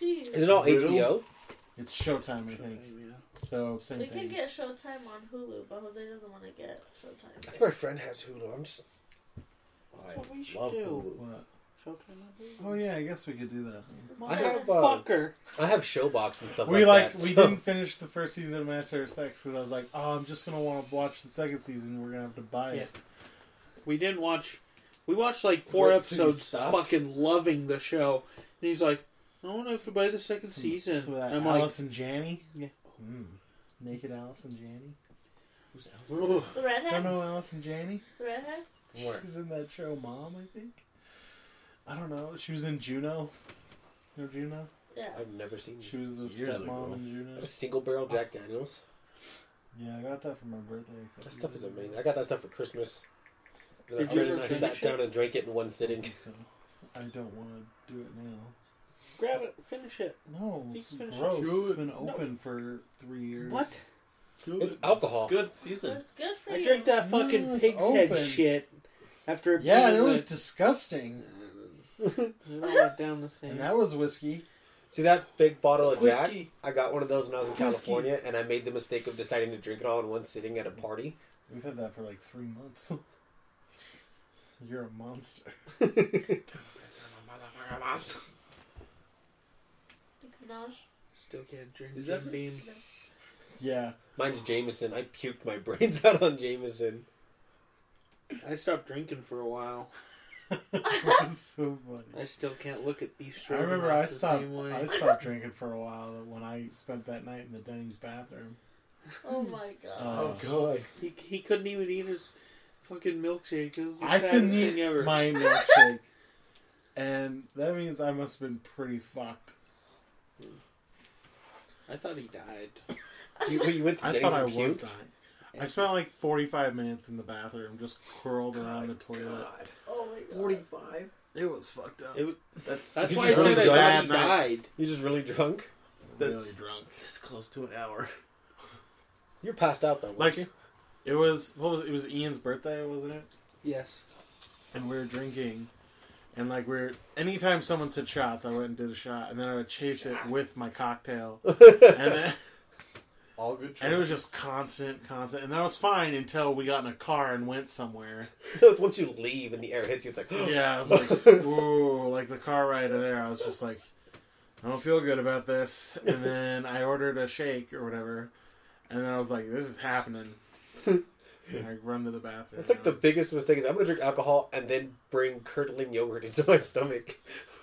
Speaker 3: Jeez.
Speaker 7: Is it all
Speaker 5: Riddles?
Speaker 7: HBO?
Speaker 1: It's Showtime, I think. So same
Speaker 3: we
Speaker 1: thing.
Speaker 3: could get Showtime on Hulu, but Jose doesn't want to get Showtime.
Speaker 7: my friend has Hulu. I'm just
Speaker 5: I
Speaker 4: That's what we should
Speaker 5: love
Speaker 4: do.
Speaker 5: Hulu.
Speaker 1: What?
Speaker 4: children, I believe.
Speaker 1: Oh yeah, I guess we could do that.
Speaker 7: I have, uh,
Speaker 4: Motherfucker.
Speaker 7: I have showbox and stuff.
Speaker 1: We like
Speaker 7: like, that,
Speaker 1: we
Speaker 7: so-
Speaker 1: didn't finish the first season of Master of Sex because I was like, oh, I'm just gonna want to watch the second season. We're gonna have to buy it.
Speaker 4: We didn't watch. We watched like four
Speaker 1: Wait, so you
Speaker 4: episodes,
Speaker 1: stopped?
Speaker 4: fucking loving the show. And he's like, I want to have to buy the second
Speaker 1: Hmm.
Speaker 4: season.
Speaker 1: So that
Speaker 4: I'm
Speaker 1: Alice and Janney.
Speaker 4: Yeah.
Speaker 1: Mm.
Speaker 5: Hmm.
Speaker 1: Naked Alice and Janney.
Speaker 7: Who's Alice?
Speaker 4: like, "Ugh."
Speaker 3: The redhead?
Speaker 1: Don't know Alice and Janney.
Speaker 3: The redhead?
Speaker 7: Where?
Speaker 1: She's in that show, Mom. I think. I don't know. She was in Juno. You know Juno?
Speaker 3: Yeah.
Speaker 7: I've never seen.
Speaker 1: She
Speaker 7: this.
Speaker 1: was the
Speaker 5: Years ago.
Speaker 1: stepmom in Juno.
Speaker 7: a single barrel Jack Daniels.
Speaker 1: Yeah, I got that for my birthday. a couple
Speaker 7: That stuff
Speaker 1: years
Speaker 7: is
Speaker 1: ago.
Speaker 7: amazing. I got that stuff for Christmas. Then
Speaker 4: Did
Speaker 7: I,
Speaker 4: you
Speaker 7: ordered
Speaker 4: ever
Speaker 7: it and I sat
Speaker 4: finish
Speaker 7: down
Speaker 4: it?
Speaker 7: and drank it in one sitting.
Speaker 1: So, I don't want to do it now.
Speaker 4: Grab it, finish it.
Speaker 1: No,
Speaker 4: You
Speaker 1: it's
Speaker 4: can finish it.
Speaker 1: gross.
Speaker 5: Do
Speaker 1: It's
Speaker 5: it.
Speaker 1: been
Speaker 4: No.
Speaker 1: open for three years.
Speaker 4: What?
Speaker 7: It's alcohol.
Speaker 5: Good season.
Speaker 3: That's good for
Speaker 4: I
Speaker 3: you.
Speaker 4: drank that fucking
Speaker 1: No, it's
Speaker 4: pig's head
Speaker 1: open.
Speaker 4: shit after it
Speaker 1: Yeah,
Speaker 4: peed
Speaker 1: it
Speaker 4: in
Speaker 1: was
Speaker 4: the-
Speaker 1: disgusting.
Speaker 4: *laughs* It all went down the
Speaker 1: *laughs*
Speaker 4: same.
Speaker 1: And that was whiskey.
Speaker 7: *laughs* See that big bottle of Jack?
Speaker 5: Whiskey.
Speaker 7: I got one of those when I was in
Speaker 1: Whiskey.
Speaker 7: California, and I made the mistake of deciding to drink it all in one sitting at a party. *laughs*
Speaker 1: We've had that for like three months. *laughs* You're a monster. *laughs*
Speaker 3: Nicki Minaj.
Speaker 4: Still can't drink
Speaker 5: Is
Speaker 4: Jim
Speaker 5: that-
Speaker 4: Beam.
Speaker 1: Yeah.
Speaker 7: Mine's Jameson. I puked my *laughs* brains out on Jameson.
Speaker 4: I stopped drinking for a while.
Speaker 1: That's so funny.
Speaker 4: I still can't look at beef
Speaker 1: I
Speaker 4: stroganoff
Speaker 1: remember I
Speaker 4: the
Speaker 1: stopped
Speaker 4: same way.
Speaker 1: I stopped drinking for a while when I spent that night in the Denny's bathroom.
Speaker 3: Oh my god.
Speaker 1: Uh,
Speaker 7: god!
Speaker 4: He, he couldn't even eat his fucking milkshake. It was the
Speaker 1: I couldn't
Speaker 4: saddest thing ever.
Speaker 1: eat
Speaker 4: *laughs*
Speaker 1: my milkshake. and that means I must have been pretty fucked.
Speaker 4: I thought he died.
Speaker 7: You, wait, you went to
Speaker 1: I
Speaker 7: Denny's
Speaker 1: thought I
Speaker 7: and
Speaker 1: was
Speaker 7: puked?
Speaker 1: dying. I spent like 45 minutes in the bathroom just curled around the toilet.
Speaker 3: oh my god.
Speaker 5: Forty-five.
Speaker 1: It was fucked up.
Speaker 4: It was-
Speaker 5: That's
Speaker 4: That's
Speaker 1: You
Speaker 4: why I
Speaker 1: just
Speaker 4: said
Speaker 1: really
Speaker 4: I thought he
Speaker 1: died, man.
Speaker 4: died.
Speaker 7: You just really drunk?
Speaker 1: really
Speaker 5: That's-
Speaker 1: drunk.
Speaker 5: this close to an hour.
Speaker 7: You're passed out though, weren't
Speaker 1: Like
Speaker 7: you?
Speaker 1: it was what was it? it was Ian's birthday, wasn't it?
Speaker 4: Yes.
Speaker 1: And we were drinking and like we're anytime someone said shots, I went and did a shot and then I would chase it with my
Speaker 7: *laughs*
Speaker 1: cocktail. and then
Speaker 5: All good.
Speaker 1: and it was just constant, constant and that was fine until we got in a car and went somewhere.
Speaker 7: *laughs* Once you leave and the air hits you, it's like
Speaker 1: Yeah, I was like, ooh, like the car ride there. I was just like, I don't feel good about this. And then I ordered a shake or whatever, and then I was like, this is happening. And I run to the bathroom.
Speaker 7: That's like the biggest mistake is I'm gonna drink alcohol and then bring curdling yogurt *laughs* into my stomach.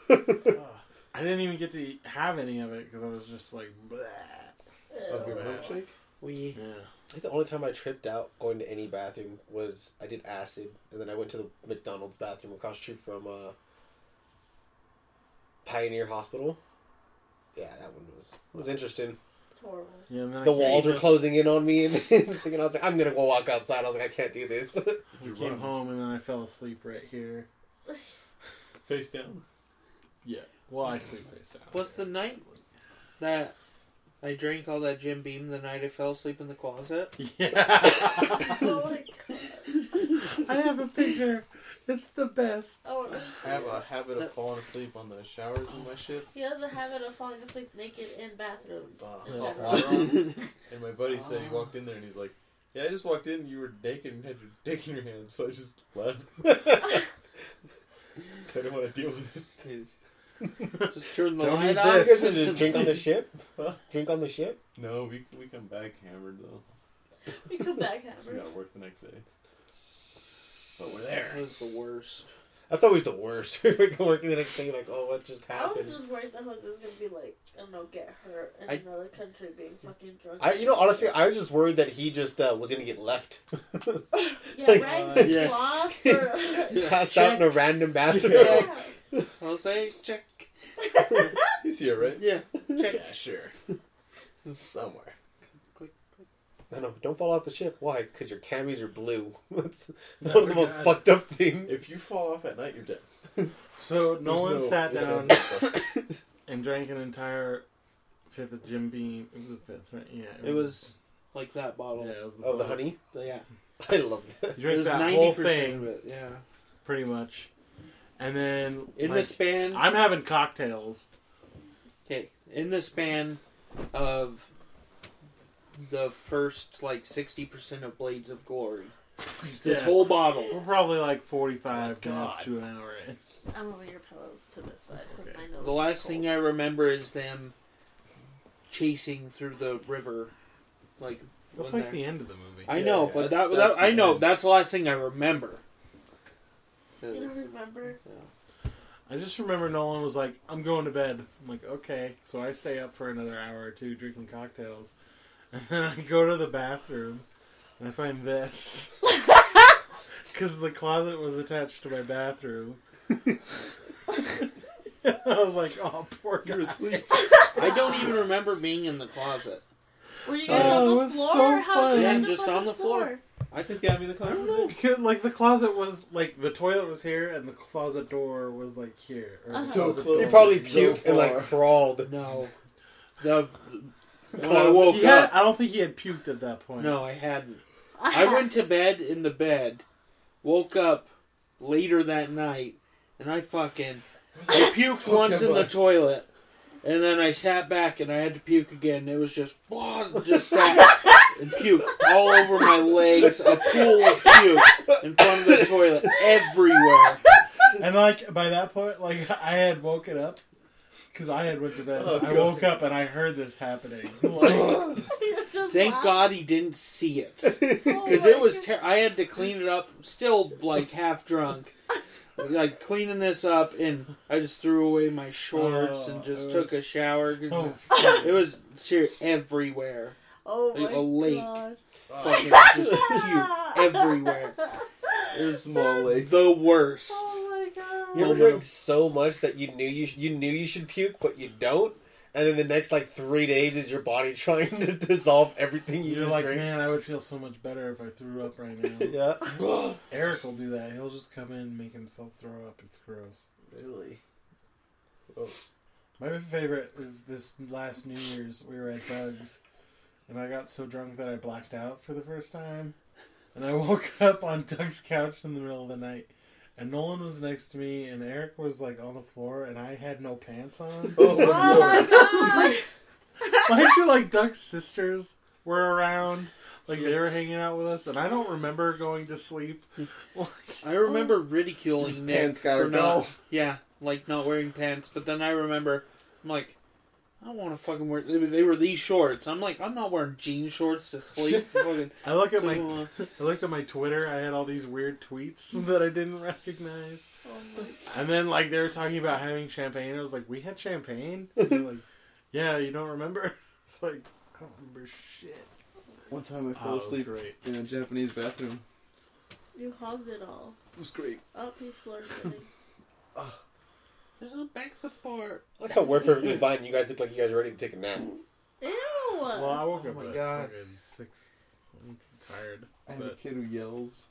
Speaker 1: Ugh. I didn't even get to have any of it because I was just like, bleh.
Speaker 5: Of your
Speaker 3: Ew.
Speaker 5: milkshake?
Speaker 4: We
Speaker 1: yeah.
Speaker 7: I think the only time I tripped out going to any bathroom was I did acid, and then I went to the McDonald's bathroom across the street from uh, Pioneer Hospital. Yeah, that one was was interesting.
Speaker 3: It's horrible.
Speaker 1: Yeah, and then
Speaker 7: The
Speaker 1: I came,
Speaker 7: walls were closing in on me, and, *laughs* and I was like, "I'm gonna go walk outside." I was like, "I can't do this." *laughs*
Speaker 1: we came home, and then I fell asleep right here.
Speaker 5: face *laughs* down.
Speaker 1: Yeah. Well, I sleep face out.
Speaker 4: was the night that I drank all that Jim Beam the night I fell asleep in
Speaker 1: *laughs*
Speaker 4: the closet.
Speaker 1: Yeah.
Speaker 3: oh my god.
Speaker 1: I have a picture. It's the best.
Speaker 3: Oh, it looks
Speaker 5: I have a
Speaker 3: weird.
Speaker 5: habit of falling asleep on the showers and my shit.
Speaker 3: He has a habit of falling asleep naked in bathrooms.
Speaker 5: Uh,
Speaker 3: in
Speaker 5: hot
Speaker 3: general.
Speaker 5: water
Speaker 4: *laughs*
Speaker 5: on. and my buddy said he
Speaker 4: Ah.
Speaker 5: walked in there and he's like, "Yeah, I just walked in. and You were naked and had your dick in your hand, so I just left. *laughs* 'Cause I didn't want to deal with it."
Speaker 4: *laughs* Just turn the
Speaker 1: Don't
Speaker 4: light
Speaker 1: eat
Speaker 4: on.
Speaker 7: You guys didn't just
Speaker 4: *laughs*
Speaker 7: drink on the ship.
Speaker 5: Huh?
Speaker 7: Drink on the ship.
Speaker 5: No, we we come back hammered though.
Speaker 3: You come back,
Speaker 5: 'cause we
Speaker 3: Amber.
Speaker 5: gotta work the next day. But we're there.
Speaker 4: That was the worst.
Speaker 7: That's always the worst. *laughs* we go working the next day, like, "Oh, what just
Speaker 3: I was
Speaker 7: happened?"
Speaker 3: just worried that Jose was gonna be like, I don't know, get hurt in
Speaker 4: I-
Speaker 3: another country being fucking drunk.
Speaker 7: I, you know, honestly, I was just worried that he just uh, was gonna get left.
Speaker 4: *laughs*
Speaker 3: yeah,
Speaker 7: like-
Speaker 3: right.
Speaker 4: Uh,
Speaker 3: He's
Speaker 4: yeah. *laughs*
Speaker 3: lost. *laughs* Or,
Speaker 7: pass out in a random bathroom.
Speaker 4: Yeah. Jose, check.
Speaker 5: He's here, right?
Speaker 4: Yeah, check.
Speaker 5: sure. *laughs* Somewhere.
Speaker 7: *laughs* No, no, don't fall off the ship. Why? Because your camis are blue. *laughs* That's
Speaker 1: No,
Speaker 7: one of the
Speaker 1: we're
Speaker 7: most
Speaker 1: not.
Speaker 7: fucked up things.
Speaker 5: If you fall off at night, you're dead.
Speaker 1: So no
Speaker 5: There's
Speaker 1: one
Speaker 5: *laughs*
Speaker 1: sat
Speaker 5: there's
Speaker 1: down
Speaker 5: no-
Speaker 1: and drank an entire fifth of Jim Beam. It was a fifth, right? Yeah.
Speaker 4: *laughs* It was like that bottle.
Speaker 1: Yeah,
Speaker 4: Yeah.
Speaker 1: it was
Speaker 7: Oh, the
Speaker 1: bottle.
Speaker 7: honey.
Speaker 4: yeah.
Speaker 7: *laughs* I love that.
Speaker 1: You
Speaker 4: It
Speaker 1: drank
Speaker 4: was
Speaker 1: that
Speaker 4: 90%
Speaker 1: whole
Speaker 4: of
Speaker 1: thing,
Speaker 4: it, yeah.
Speaker 1: pretty much, and then
Speaker 4: In
Speaker 1: like,
Speaker 4: the span.
Speaker 1: I'm having cocktails.
Speaker 4: Okay, in the span of the first like sixty percent of Blades of Glory, this
Speaker 1: Yeah.
Speaker 4: whole bottle.
Speaker 1: We're probably like 45
Speaker 5: Good God.
Speaker 1: minutes to an hour in.
Speaker 3: I'm moving your pillows to this side because
Speaker 1: Okay.
Speaker 3: my nose.
Speaker 4: The last thing I remember is them chasing through the river, like.
Speaker 1: That's
Speaker 4: when
Speaker 1: like
Speaker 4: they're-
Speaker 1: the end of the movie.
Speaker 4: I
Speaker 5: Yeah,
Speaker 4: know,
Speaker 5: yeah,
Speaker 4: but
Speaker 5: that's-
Speaker 4: that, that
Speaker 5: that's the
Speaker 4: I know
Speaker 5: end.
Speaker 4: that's the last thing I remember.
Speaker 3: I you don't
Speaker 4: Is-
Speaker 3: remember.
Speaker 1: I just remember Nolan was like, "I'm going to bed." I'm like, "Okay." So I stay up for another hour or two drinking cocktails, *laughs* and then I go to the bathroom and I find this because the closet was attached to my bathroom. I was like, "Oh, poor guy."
Speaker 5: You're asleep.
Speaker 4: I don't even remember being in the closet.
Speaker 3: Were you
Speaker 5: Oh,
Speaker 3: guys
Speaker 1: it
Speaker 3: on the
Speaker 1: was
Speaker 3: floor?
Speaker 1: so
Speaker 3: or how did
Speaker 1: fun.
Speaker 3: you
Speaker 1: Yeah,
Speaker 3: end up
Speaker 4: just on the floor.
Speaker 5: I just got me the
Speaker 1: I don't know,
Speaker 5: closet.
Speaker 1: because, like the closet was like the toilet was here and the closet door was like here. or the
Speaker 3: Uh-huh.
Speaker 5: So
Speaker 1: closet
Speaker 5: close.
Speaker 7: He
Speaker 5: He
Speaker 1: door.
Speaker 7: probably
Speaker 5: probably
Speaker 7: puked
Speaker 5: so
Speaker 7: and like
Speaker 5: far.
Speaker 7: crawled.
Speaker 4: No, the
Speaker 7: *laughs*
Speaker 4: when I
Speaker 7: Closet.
Speaker 4: woke
Speaker 1: He had-
Speaker 4: up.
Speaker 1: I don't think he had puked at that point.
Speaker 4: No, I hadn't.
Speaker 3: I, *laughs*
Speaker 4: I went to bed in the bed, woke up later that night, and I fucking
Speaker 5: *laughs*
Speaker 4: I puked
Speaker 5: Fuck
Speaker 4: once
Speaker 5: am
Speaker 4: in the
Speaker 5: I?
Speaker 4: toilet, and then I sat back and I had to puke again. It was just blah,
Speaker 5: *laughs*
Speaker 4: just that and puke all over my legs, a pool of puke in front of the toilet everywhere.
Speaker 1: And like by that point, like *laughs* I had woken up because I had went to bed.
Speaker 5: Oh,
Speaker 1: I
Speaker 5: God.
Speaker 1: woke up and I heard this
Speaker 5: *laughs*
Speaker 1: happening. Like,
Speaker 3: You're just
Speaker 4: Thank
Speaker 3: laugh-
Speaker 4: God he didn't see it *laughs*
Speaker 7: *laughs*
Speaker 3: Oh
Speaker 4: because
Speaker 3: my
Speaker 4: it was.
Speaker 3: God.
Speaker 4: Ter- I had to clean it up, still like half drunk. Like cleaning this up, and I just threw away my shorts
Speaker 1: Oh,
Speaker 4: and just
Speaker 1: it
Speaker 4: took a
Speaker 1: was *laughs*
Speaker 4: shower.
Speaker 1: so
Speaker 4: It was serious everywhere.
Speaker 3: oh my
Speaker 4: like a lake.
Speaker 3: God.
Speaker 5: Oh. Uh,
Speaker 4: Fucking just puke everywhere. It was
Speaker 5: Small lake.
Speaker 4: the worst.
Speaker 3: *laughs* Oh my
Speaker 4: *laughs*
Speaker 3: God. *laughs*
Speaker 7: You ever
Speaker 4: Well, no.
Speaker 7: drank so much that you knew you sh- you knew you should puke, but you don't, and then the next like three days is your body *laughs* trying to dissolve everything you
Speaker 1: you're
Speaker 7: just
Speaker 1: like,
Speaker 7: drank.
Speaker 1: man, I would feel so much better if I threw up right
Speaker 4: *laughs*
Speaker 1: now.
Speaker 7: Yeah,
Speaker 1: Eric will do that. He'll just come in and make himself throw up. It's gross.
Speaker 5: *laughs* really?
Speaker 1: My favorite is this last New Year's. We were at Doug's, and I got so drunk that I blacked out for the first time. And I *laughs* woke up on Doug's couch in the middle of the night. And Nolan was next to me, and Eric was like on the floor, and I had no pants on.
Speaker 5: Oh my
Speaker 3: Oh
Speaker 5: lord.
Speaker 3: my
Speaker 1: Mind you, like Doug's sisters were around, like they were hanging out with us, and I don't remember going to sleep. Like,
Speaker 4: I remember ridiculing
Speaker 5: His
Speaker 4: Nick
Speaker 5: pants
Speaker 4: for
Speaker 5: gotta go.
Speaker 4: not, yeah, like not wearing pants. But then I remember, I'm like, I don't want to fucking wear. They were, they were these shorts. I'm like, I'm not wearing jean shorts to sleep. fucking,
Speaker 1: I look at my,
Speaker 4: So,
Speaker 1: I looked at my Twitter. I had all these weird tweets that I didn't recognize.
Speaker 3: God.
Speaker 1: And then like they were talking about having champagne. I was like, we had champagne. And they're like, yeah, you don't remember? *laughs* It's like I don't remember shit.
Speaker 5: One time I
Speaker 1: Oh, it
Speaker 5: fell
Speaker 1: was
Speaker 5: asleep
Speaker 1: great.
Speaker 5: in a Japanese bathroom.
Speaker 3: You hogged it all.
Speaker 5: It was great.
Speaker 3: Up he's flirting.
Speaker 4: there's no back support.
Speaker 7: I like how we're perfectly fine. and You guys look like you guys are ready to take a nap.
Speaker 3: Ew.
Speaker 1: Well, I woke
Speaker 4: Oh
Speaker 1: up
Speaker 4: my
Speaker 1: at
Speaker 4: God.
Speaker 1: fucking six. I'm tired.
Speaker 5: I have a
Speaker 1: But-
Speaker 5: kid who yells.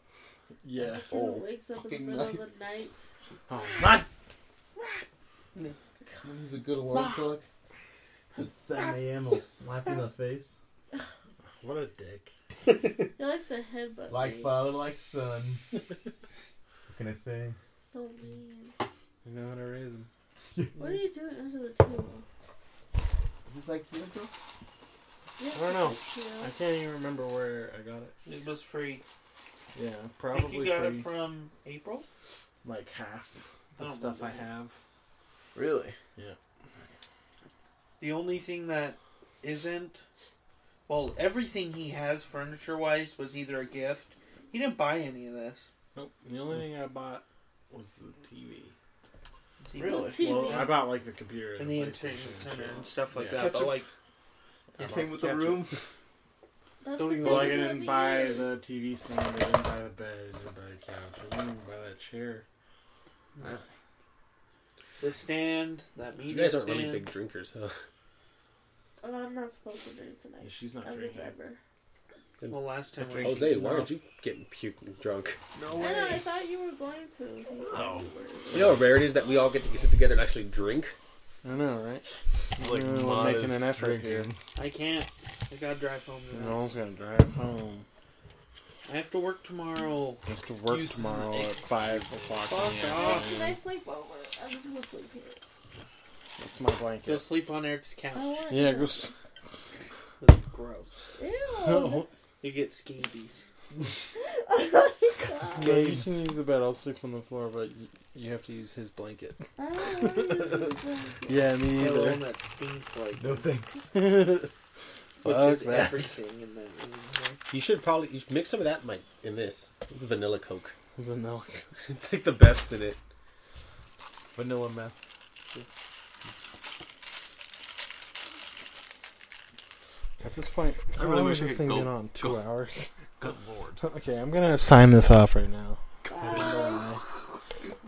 Speaker 1: Yeah.
Speaker 3: Kid
Speaker 5: Oh,
Speaker 3: wakes up in the
Speaker 5: fucking
Speaker 3: middle of the night.
Speaker 1: *laughs* Oh my.
Speaker 5: And he's a good alarm clock. At 7 a.m., he'll slap you in the face.
Speaker 1: What a dick.
Speaker 7: *laughs*
Speaker 3: He likes to headbutt.
Speaker 9: Like
Speaker 3: me.
Speaker 5: uh,
Speaker 9: father, like son. what can I say?
Speaker 3: So mean.
Speaker 1: You know how to raise him.
Speaker 3: What are you doing under the table?
Speaker 9: Is this like Kyoko?
Speaker 3: Yeah,
Speaker 1: I don't know.
Speaker 3: You
Speaker 1: I can't even remember where I got it.
Speaker 4: It was free.
Speaker 1: Yeah,
Speaker 4: I
Speaker 1: probably
Speaker 4: think you got
Speaker 1: free.
Speaker 4: it from April.
Speaker 1: like half the
Speaker 4: Oh,
Speaker 1: stuff I
Speaker 4: yeah.
Speaker 1: have.
Speaker 5: Really?
Speaker 4: The only thing that isn't, well, everything he has furniture wise was either a gift. He didn't buy any of this.
Speaker 1: Nope. The only thing I bought was the TV.
Speaker 4: See,
Speaker 5: Really?
Speaker 3: TV.
Speaker 1: Well, I bought like the computer
Speaker 4: And the
Speaker 1: PlayStation
Speaker 4: entertainment
Speaker 1: and
Speaker 4: center
Speaker 1: shit.
Speaker 4: and stuff like
Speaker 1: Yeah.
Speaker 4: that. But
Speaker 5: Ketchup.
Speaker 4: like,
Speaker 1: I bought
Speaker 5: Came with the
Speaker 1: ketchup.
Speaker 5: room.
Speaker 3: That's
Speaker 4: Don't
Speaker 3: the
Speaker 4: even
Speaker 1: Well,
Speaker 3: thing
Speaker 1: like I
Speaker 3: you
Speaker 1: didn't buy
Speaker 3: let me
Speaker 1: the TV stand. I didn't buy the bed. I didn't buy the couch. I didn't even buy that chair.
Speaker 4: the stand, that media
Speaker 7: You guys aren't
Speaker 4: stand.
Speaker 7: really big drinkers, huh?
Speaker 3: in. Oh, I'm not supposed to drink
Speaker 1: Yeah,
Speaker 3: tonight.
Speaker 1: she's not
Speaker 3: I'm the
Speaker 1: drinking.
Speaker 3: driver.
Speaker 4: Well, last time we
Speaker 7: Jose, why aren't you getting puke drunk?
Speaker 5: No
Speaker 3: I know. I
Speaker 5: way.
Speaker 3: thought you were going to. You said
Speaker 1: Oh.
Speaker 3: you were.
Speaker 7: You know how rare it is that we all get to sit together and actually drink.
Speaker 1: I know, right?
Speaker 9: Like
Speaker 1: Yeah, we're
Speaker 9: modest
Speaker 1: making an effort here.
Speaker 9: drinking.
Speaker 4: I can't. I gotta drive home. Tonight.
Speaker 1: No one's gonna drive home.
Speaker 4: I have to work tomorrow.
Speaker 1: I have to work
Speaker 9: Excuses,
Speaker 1: tomorrow at five o'clock in the
Speaker 4: Fuck
Speaker 3: Oh,
Speaker 4: off.
Speaker 1: afternoon.
Speaker 3: can I sleep over? I'm just gonna sleep here.
Speaker 1: That's my blanket.
Speaker 4: Go sleep on Eric's
Speaker 3: I
Speaker 7: Oh.
Speaker 4: couch.
Speaker 3: want
Speaker 1: yeah,
Speaker 3: *laughs* to-
Speaker 1: go. s- *laughs*
Speaker 4: That's gross.
Speaker 3: Ew. *laughs*
Speaker 1: Oh,
Speaker 4: You get scabies.
Speaker 1: *laughs*
Speaker 3: Oh
Speaker 1: Yeah,
Speaker 3: my
Speaker 1: you can use the bed. I'll sleep on the floor, but y- you have to use his blanket.
Speaker 3: God. I don't wanna use the blanket.
Speaker 1: *laughs* Yeah, me
Speaker 4: Hello,
Speaker 1: either.
Speaker 4: and that stinks like
Speaker 10: No
Speaker 1: *laughs*
Speaker 10: thanks.
Speaker 7: Fuck
Speaker 4: which is
Speaker 1: that.
Speaker 4: everything in that room. Like,
Speaker 7: You should probably you should mix some of that in, my, in this vanilla Coke. *laughs*
Speaker 1: Vanilla,
Speaker 7: it's like the best in it.
Speaker 1: vanilla meth. At this point,
Speaker 11: I
Speaker 1: how
Speaker 11: really
Speaker 1: long
Speaker 11: wish
Speaker 1: has
Speaker 11: I
Speaker 1: this
Speaker 11: could
Speaker 1: thing
Speaker 11: go-
Speaker 1: been on two
Speaker 11: go-
Speaker 1: hours. *laughs*
Speaker 11: Good lord.
Speaker 1: Okay, I'm gonna sign this off right now.